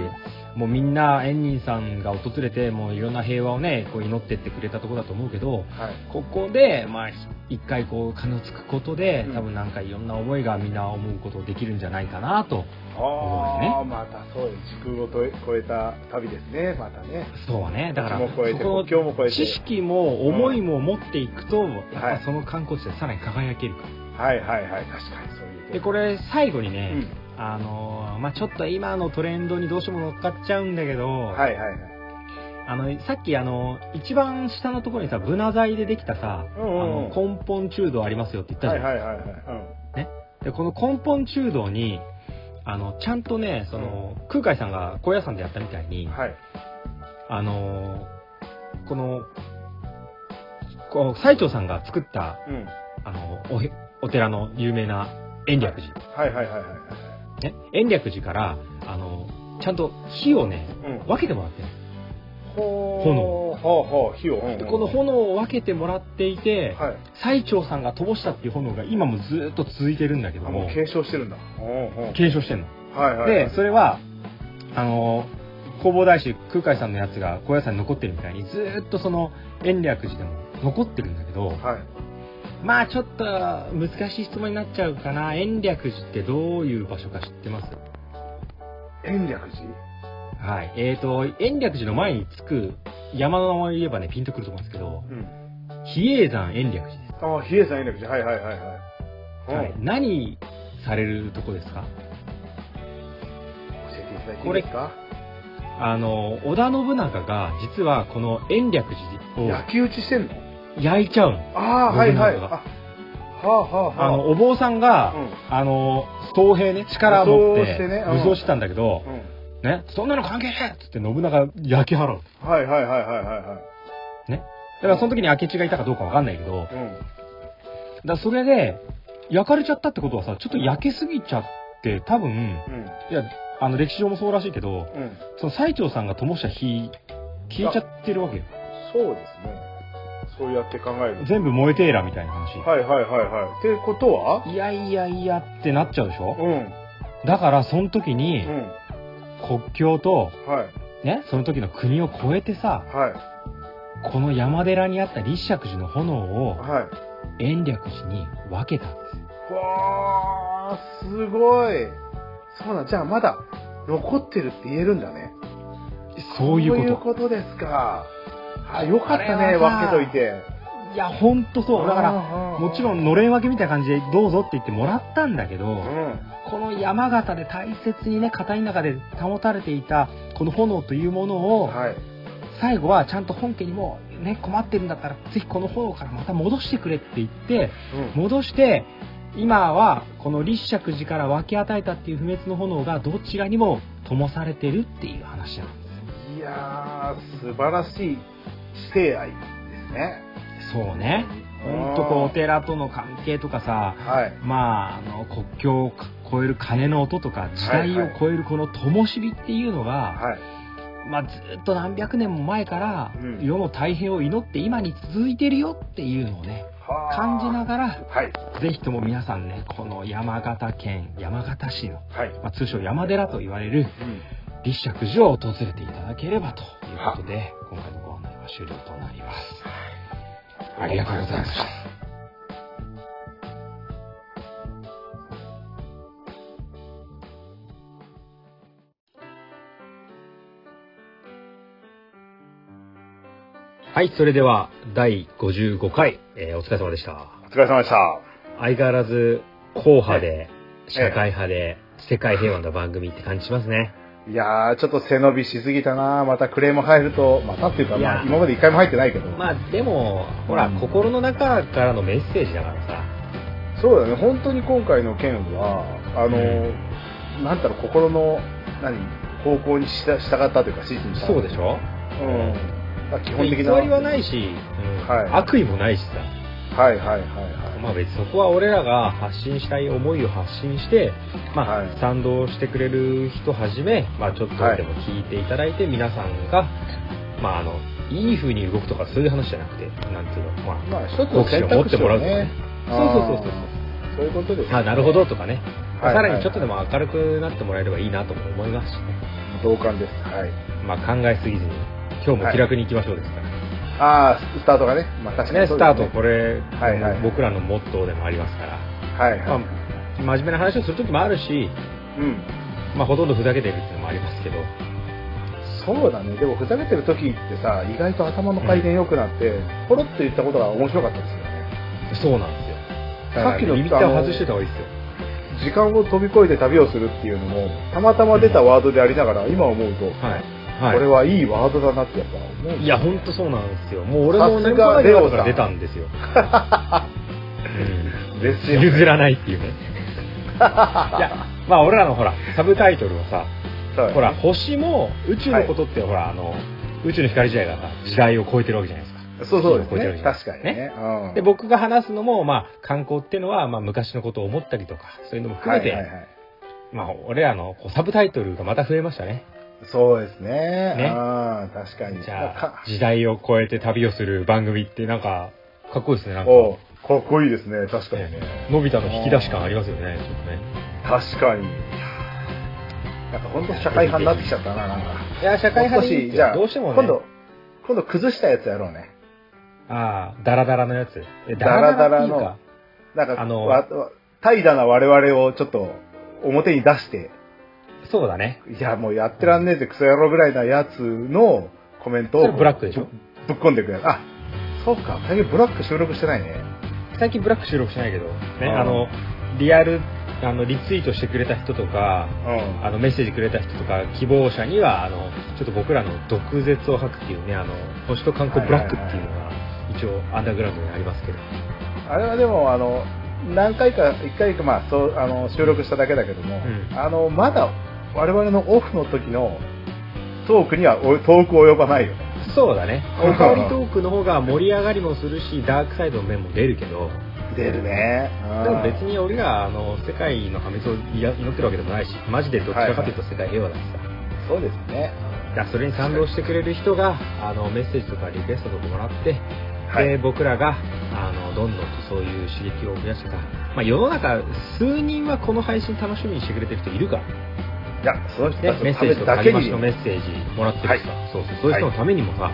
Speaker 2: もうみんなエンニンさんが訪れてもういろんな平和をねこう祈ってってくれたところだと思うけど
Speaker 3: はい。
Speaker 2: ここでまあひ一回こう鐘をつくことで
Speaker 3: うん
Speaker 2: 多分なんかいろんな思いがみんな思うことできるんじゃないかなと
Speaker 3: ああ、またそうです。時空をとえ超えた旅ですね、またね。
Speaker 2: そうはねだから
Speaker 3: も超えて、
Speaker 2: そこ
Speaker 3: 今日も超え
Speaker 2: 知
Speaker 3: て。
Speaker 2: 識も思いも持っていくと、やっ
Speaker 3: は
Speaker 2: ぱ
Speaker 3: い
Speaker 2: その観光地でさらに輝けるから。
Speaker 3: はいはいはい、確かにそういう。
Speaker 2: で、これ最後にね、
Speaker 3: うん。
Speaker 2: あのーまあちょっと今のトレンドにどうしても乗っかっちゃうんだけど、
Speaker 3: はいはいはい。
Speaker 2: あの、さっきあの、一番下のところにさ、ブナ材でできたさ、
Speaker 3: うんうんうん
Speaker 2: あの、根本中道ありますよって言ったじ
Speaker 3: は
Speaker 2: ゃ
Speaker 3: い
Speaker 2: ん。
Speaker 3: はいはいはい。
Speaker 2: で、この根本中道に、あの、ちゃんとね、その、空海さんが高野山でやったみたいに、
Speaker 3: うん。はい。
Speaker 2: あのーこの、こう、最澄さんが作った、
Speaker 3: うん。
Speaker 2: あの、おへお寺の有名な延暦寺。
Speaker 3: はいはいはいはい。
Speaker 2: ね、延暦寺から、あの、ちゃんと火をね、
Speaker 3: うん。
Speaker 2: 分けてもらってる
Speaker 3: ほ
Speaker 2: 炎
Speaker 3: う。ほうほう、火を。
Speaker 2: でこの
Speaker 3: ほ
Speaker 2: 炎を分けてもらっていて、
Speaker 3: はい。
Speaker 2: 最澄さんが灯したっていう炎が今もずーっと続いてるんだけど
Speaker 3: あ、も
Speaker 2: も
Speaker 3: う継承してるんだ。うんうん。
Speaker 2: 継承してんの。
Speaker 3: はいはい。
Speaker 2: で、それは、あのー、弘法大師空海さんのやつが高野山に残ってるみたいにずーっとその延暦寺でも残ってるんだけど、
Speaker 3: はい。
Speaker 2: まあちょっと難しい質問になっちゃうかな延暦寺ってどういう場所か知ってます
Speaker 3: 延暦
Speaker 2: はいえー、と延暦寺の前につく山の名前を言えばねピンとくると思うんですけど
Speaker 3: 寺うん。
Speaker 2: 比叡山延暦寺です、
Speaker 3: ああ、比叡山延暦寺。はいはいはいはい。うん
Speaker 2: はい、何されるとこですか
Speaker 3: 教えていただいていいですか
Speaker 2: あの、織田信長が、実はこの延暦寺
Speaker 3: 焼き打ちしてんの
Speaker 2: を焼いちゃうの。
Speaker 3: ああ、はいはい。あ
Speaker 2: 信長
Speaker 3: は
Speaker 2: が
Speaker 3: あはあ
Speaker 2: あ
Speaker 3: は
Speaker 2: の、お坊さん
Speaker 3: あ。う
Speaker 2: が、
Speaker 3: ん。
Speaker 2: あの、僧兵ね、力を持っ
Speaker 3: 武装して
Speaker 2: て
Speaker 3: ね、うん
Speaker 2: 武装してたんだけど、
Speaker 3: う
Speaker 2: ね、そんなの関係ねえっつって信長焼き払う。
Speaker 3: ん。はいはいはいはいはいはい。
Speaker 2: だからその時に明智がいたかどうかわかんないけど、だか
Speaker 3: うん。
Speaker 2: らそれで、焼かれちゃったってことはさ、ちょっと焼けすぎちゃって、多分、
Speaker 3: うん。
Speaker 2: いや、あの、歴史上もそうらしいけど、
Speaker 3: うん。
Speaker 2: その最澄さんが灯した火、消えちゃってるわけよ。
Speaker 3: そうですね。そうやって考える。
Speaker 2: 全部燃えてえらみたいな話。
Speaker 3: はいはいはいはい。ってことはい
Speaker 2: やいやいやってなっちゃうでしょ
Speaker 3: うん。
Speaker 2: だから、その時に
Speaker 3: う、ん。
Speaker 2: 国境と、
Speaker 3: はい。
Speaker 2: ね、その時の国を越えてさ、
Speaker 3: はい。
Speaker 2: この山寺にあった立石寺の炎を
Speaker 3: はい。
Speaker 2: 延暦寺に分けたんです。
Speaker 3: わあ、すごい。そうなん、じゃあまだ残ってるって言えるんだね。
Speaker 2: そういうこと。
Speaker 3: そ
Speaker 2: い
Speaker 3: ういうことですか。あ、よかった
Speaker 2: こ
Speaker 3: ね、
Speaker 2: れはさ
Speaker 3: 分けといて。
Speaker 2: や、ほんとそう。だから、
Speaker 3: ら
Speaker 2: もちろ
Speaker 3: ん。
Speaker 2: んのれん分けみたいな感じでどうぞって言ってもらったんだけ
Speaker 3: う
Speaker 2: ど、
Speaker 3: ん。
Speaker 2: この山形で大切にね、型の中で保たれていた、この炎というものを、
Speaker 3: はい。
Speaker 2: 最後はちゃんと本家にも、ね、困ってるんだったら、ぜひこの炎からまた戻してくれって言って、
Speaker 3: うん。
Speaker 2: 戻して今はこの立石寺から分け与えたっていう不滅の炎がどちらにも灯されてるっていう話なんで
Speaker 3: いやー、素晴らしい師弟愛ですね。
Speaker 2: すそうねほんとこうお寺との関係とかさ
Speaker 3: はい。
Speaker 2: まああの国境を越える鐘の音とか時代を超えるこの灯火っていうのが、
Speaker 3: はい。
Speaker 2: まあ、ずっと何百年も前から
Speaker 3: うん
Speaker 2: 世の太平を祈って今に続いてるよっていうのをね
Speaker 3: はー
Speaker 2: 感じながら
Speaker 3: はい。
Speaker 2: ぜひとも皆さんねこの山形県山形市の、
Speaker 3: はい。
Speaker 2: まあ、通称山寺と言われる
Speaker 3: うん。
Speaker 2: 立石寺を訪れていただければということで、今回のご案内は終了となります。ありがとうございました。はい、それでは第55回、えーお疲れ様でした。
Speaker 3: お疲れ様でした。
Speaker 2: 相変わらず、硬派で、社会派で、世界平和な番組って感じしますね。
Speaker 3: いやー、ちょっと背伸びしすぎたなまたクレーム入ると、またっていうか、
Speaker 2: いや
Speaker 3: まあ、今まで一回も入ってないけど。
Speaker 2: まあでも、ほら、
Speaker 3: うん
Speaker 2: 心の中からのメッセージだからさ。
Speaker 3: そうだね、本当に今回の件は、あの、なんたら心の、何、方向にした従ったというか、指示にした。
Speaker 2: そうでしょ
Speaker 3: うん。まあ基本的な。
Speaker 2: 偽りは
Speaker 3: はい
Speaker 2: ないし、うん
Speaker 3: はい
Speaker 2: 悪意もないしさ。
Speaker 3: はいはいはい。
Speaker 2: まあ別にそこは俺らが発信したい思いを発信して、まあ、
Speaker 3: はい
Speaker 2: 賛同してくれる人はじめ、まあちょっとでも聞いていただいて、皆さんが、まああの、いい風に動くとかそういう話じゃなくて、なんていうの、まあ、
Speaker 3: まあ、一つの選択肢をね。
Speaker 2: そうそうそうそう
Speaker 3: あーそういうことです、
Speaker 2: あなるほどとかね、
Speaker 3: はい
Speaker 2: さらにちょっとでも明るくなってもらえればいいなとも思いますしね、
Speaker 3: うん。
Speaker 1: 同感です。はい。
Speaker 2: まあ考えすぎずに、今日も気楽に行きましょうですから。
Speaker 1: ああ、スタートがね。まあ確か
Speaker 2: ね、
Speaker 1: にそ
Speaker 2: ス
Speaker 1: うです
Speaker 2: タ
Speaker 1: ね、
Speaker 2: ート、これ、
Speaker 1: はいはい
Speaker 2: 僕らのモットーでもありますから、
Speaker 1: はいはい。
Speaker 2: まあ、真面目な話をする時もあるし、
Speaker 1: うん。
Speaker 2: まあ、ほとんどふざけてるっていうのもありますけど、
Speaker 1: そうだね。でもふざけてる時ってさ、意外と頭の回転良くなって、ポロッと言ったことが面白かったですよね。
Speaker 2: そうなんですよ。
Speaker 1: さっきの
Speaker 2: リミッター外してた方がいいですよ。
Speaker 1: 時間を飛び越えて旅をするっていうのも、たまたま出たワードでありながら、今思うと、
Speaker 2: はい。はい。
Speaker 1: これはいいワードだなってやっぱ思う。
Speaker 2: いや、ほんとそうなんですよ。もう俺も
Speaker 1: さ
Speaker 2: 年
Speaker 1: すが
Speaker 2: 間
Speaker 1: レ
Speaker 2: レ
Speaker 1: オさ
Speaker 2: オか
Speaker 1: ん
Speaker 2: ら出たんですよ。うん
Speaker 1: ですよ。
Speaker 2: 譲らないっ ていうね。いや、まあ俺らのほら、サブタイトルをさ、
Speaker 1: そう
Speaker 2: ほら、星も宇宙のことってほら、あの、宇宙の光時代がさ、時代を超えてるわけじゃないですか。
Speaker 1: そうそうです
Speaker 2: こちらに
Speaker 1: ね。確かにね。うん
Speaker 2: で、僕が話すのも、まあ、観光っていうのは、まあ、昔のことを思ったりとか、そういうのも含めて、
Speaker 1: はいはいはい
Speaker 2: まあ、俺らのこうサブタイトルがまた増えましたね。
Speaker 1: そうですね。
Speaker 2: ね
Speaker 1: ああ、確かに。
Speaker 2: じゃあ
Speaker 1: か、
Speaker 2: 時代を超えて旅をする番組って、なんか、かっこいいですね、なんか。
Speaker 1: おうかっこいいですね。確かにね。
Speaker 2: のび太の引き出し感ありますよね、ちょっとね。
Speaker 1: 確かに。なんか本当社会派になってきちゃったな、なんか。
Speaker 2: いや、社会
Speaker 1: もう
Speaker 2: 派
Speaker 1: 少
Speaker 2: でいい
Speaker 1: し、
Speaker 2: って
Speaker 1: じゃあ、
Speaker 2: どうしてもね、
Speaker 1: 今度、今度崩したやつやろうね。
Speaker 2: ああ、ダラダラのやつ。え
Speaker 1: ダラダラの
Speaker 2: ダっていうか
Speaker 1: なんか、
Speaker 2: あの
Speaker 1: わわ怠惰な我々をちょっと表に出して、
Speaker 2: そうだね。
Speaker 1: いや、もうやってらんねえぜ、クソ野郎ぐらいなやつのコメント
Speaker 2: そ
Speaker 1: を
Speaker 2: れブラックでしょ
Speaker 1: ぶっ込んでくれる。あ、そうか、最近ブラック収録してないね。
Speaker 2: 最近ブラック収録しないけど、ね、
Speaker 1: ああ
Speaker 2: あの、リアル、あの、リツイートしてくれた人とか、
Speaker 1: うん。
Speaker 2: あの、メッセージくれた人とか、希望者には、あの、ちょっと僕らの毒舌を吐くっていうね、あの、星と観光ブラックっていうのが、一応、アンダーグラウンドにありますけど。
Speaker 1: あれはでも、あの、何回か、一回か、まあ、そう、あの、収録しただけだけども、
Speaker 2: うん
Speaker 1: あの、まだ、我々のオフの時のトークにはお遠く及ばないよね。
Speaker 2: そうだね。おかわりトークの方が盛り上がりもするし、ダークサイドの面も出るけど、
Speaker 1: 出るね。うん
Speaker 2: でも別に俺らあの世界の破滅を祈ってるわけでもないしマジでどちらかというと世界平和だしさ、
Speaker 1: そうですね。
Speaker 2: だからそれに賛同してくれる人があのメッセージとかリクエストとかもらって、
Speaker 1: はい
Speaker 2: で僕らがあのどんどんとそういう刺激を増やしてた、まあ、世の中数人はこの配信楽しみにしてくれてる人いるから、
Speaker 1: いや、その人た
Speaker 2: ね
Speaker 1: ち、
Speaker 2: メ
Speaker 1: の
Speaker 2: ッ
Speaker 1: た
Speaker 2: セー
Speaker 1: め
Speaker 2: ジとか
Speaker 1: だ
Speaker 2: 励
Speaker 1: け
Speaker 2: ま
Speaker 1: に
Speaker 2: しのメッセージもらってるしさ、そうそうそういう人のためにもさ、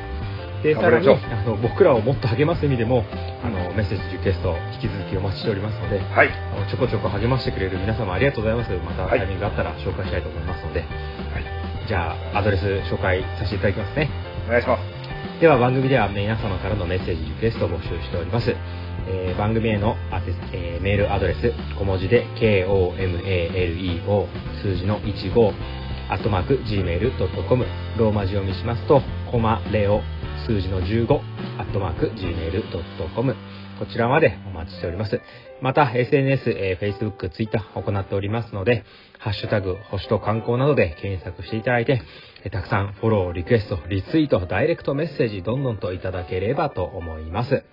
Speaker 2: でさ
Speaker 1: 頑張
Speaker 2: ら
Speaker 1: り
Speaker 2: に
Speaker 1: ましょう
Speaker 2: あの僕らをもっと励ます意味でもあのメッセージリクエスト引き続きお待ちしておりますので
Speaker 1: はい。
Speaker 2: あのちょこちょこ励ましてくれる皆様ありがとうございます。また
Speaker 1: はい
Speaker 2: タイミングがあったら紹介したいと思いますので、じゃあアドレス紹介させていただきますね。
Speaker 1: お願いします。
Speaker 2: では番組では皆様からのメッセージリクエストを募集しております。えー番組へのアテス、えーメールアドレス小文字で KOMALEO 数字の15アットマーク gmail.com ローマ字読みしますとコマレオ数字の15アットマーク gmail.com こちらまでお待ちしております。また SNS、えー Facebook、Twitter 行っておりますので、ハッシュタグ、星と観光などで検索していただいて、えーたくさんフォロー、リクエスト、リツイート、ダイレクトメッセージ、どんどんといただければと思います。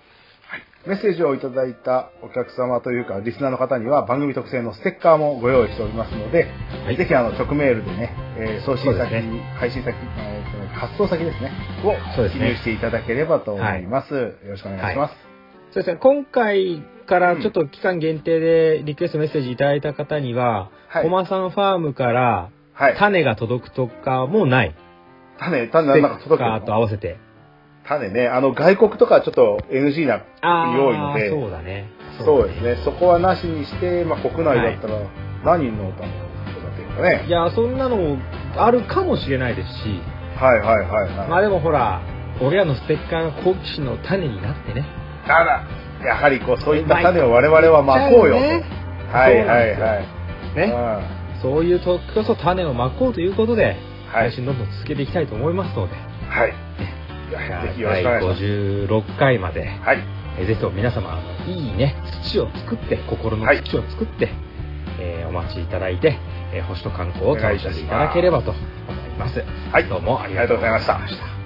Speaker 1: メッセージをいただいたお客様というか、リスナーの方には番組特製のステッカーもご用意しておりますので、
Speaker 2: はい
Speaker 1: ぜひあの直メールでね、えー送信
Speaker 2: そう
Speaker 1: 先、
Speaker 2: ですね
Speaker 1: 配信先、えー発送先ですね、
Speaker 2: そ
Speaker 1: を
Speaker 2: うです
Speaker 1: 記
Speaker 2: ね
Speaker 1: 入していただければと思います。よろしくお願いします。
Speaker 2: そうですね、今回からちょっと期間限定でリクエストメッセージいただいた方には、
Speaker 1: はい
Speaker 2: コマさんファームから
Speaker 1: はい。
Speaker 2: 種が届くとかもない。
Speaker 1: 種、種、なんか届く
Speaker 2: ステッカーと合
Speaker 1: の
Speaker 2: わせて。
Speaker 1: 種ね、あの外国とかはちょっと NG な
Speaker 2: あ
Speaker 1: 用意の
Speaker 2: ー
Speaker 1: で、
Speaker 2: そうだね。
Speaker 1: そうですね、そこはなしにして、まあ、国内だったら何の歌のことだっていうかね。
Speaker 2: いや、そんなのもあるかもしれないですし、
Speaker 1: はいはいはいはい。
Speaker 2: まあでもほら、俺らのステッカーが好奇心の種になってね。
Speaker 1: ただ、やはりこう、そういった種を我々はまこうよと。
Speaker 2: ね
Speaker 1: はいはいはい。うん
Speaker 2: ね。そういう時こそ種をまこうということで、
Speaker 1: はい
Speaker 2: 配信どんどん続けていきたいと思いますので、
Speaker 1: はい。
Speaker 2: じゃあ
Speaker 1: ぜひよろし
Speaker 2: 第
Speaker 1: くお願いします。
Speaker 2: 56回まで、
Speaker 1: はい。
Speaker 2: えーぜひとも皆様、あのいいね、土を作って、心の土を作って、えーお待ちいただいて、えー星と観光を楽しんでいただければと思います。
Speaker 1: はい
Speaker 2: どうもありがとうございまし
Speaker 1: お
Speaker 2: た
Speaker 1: 願いいたしま。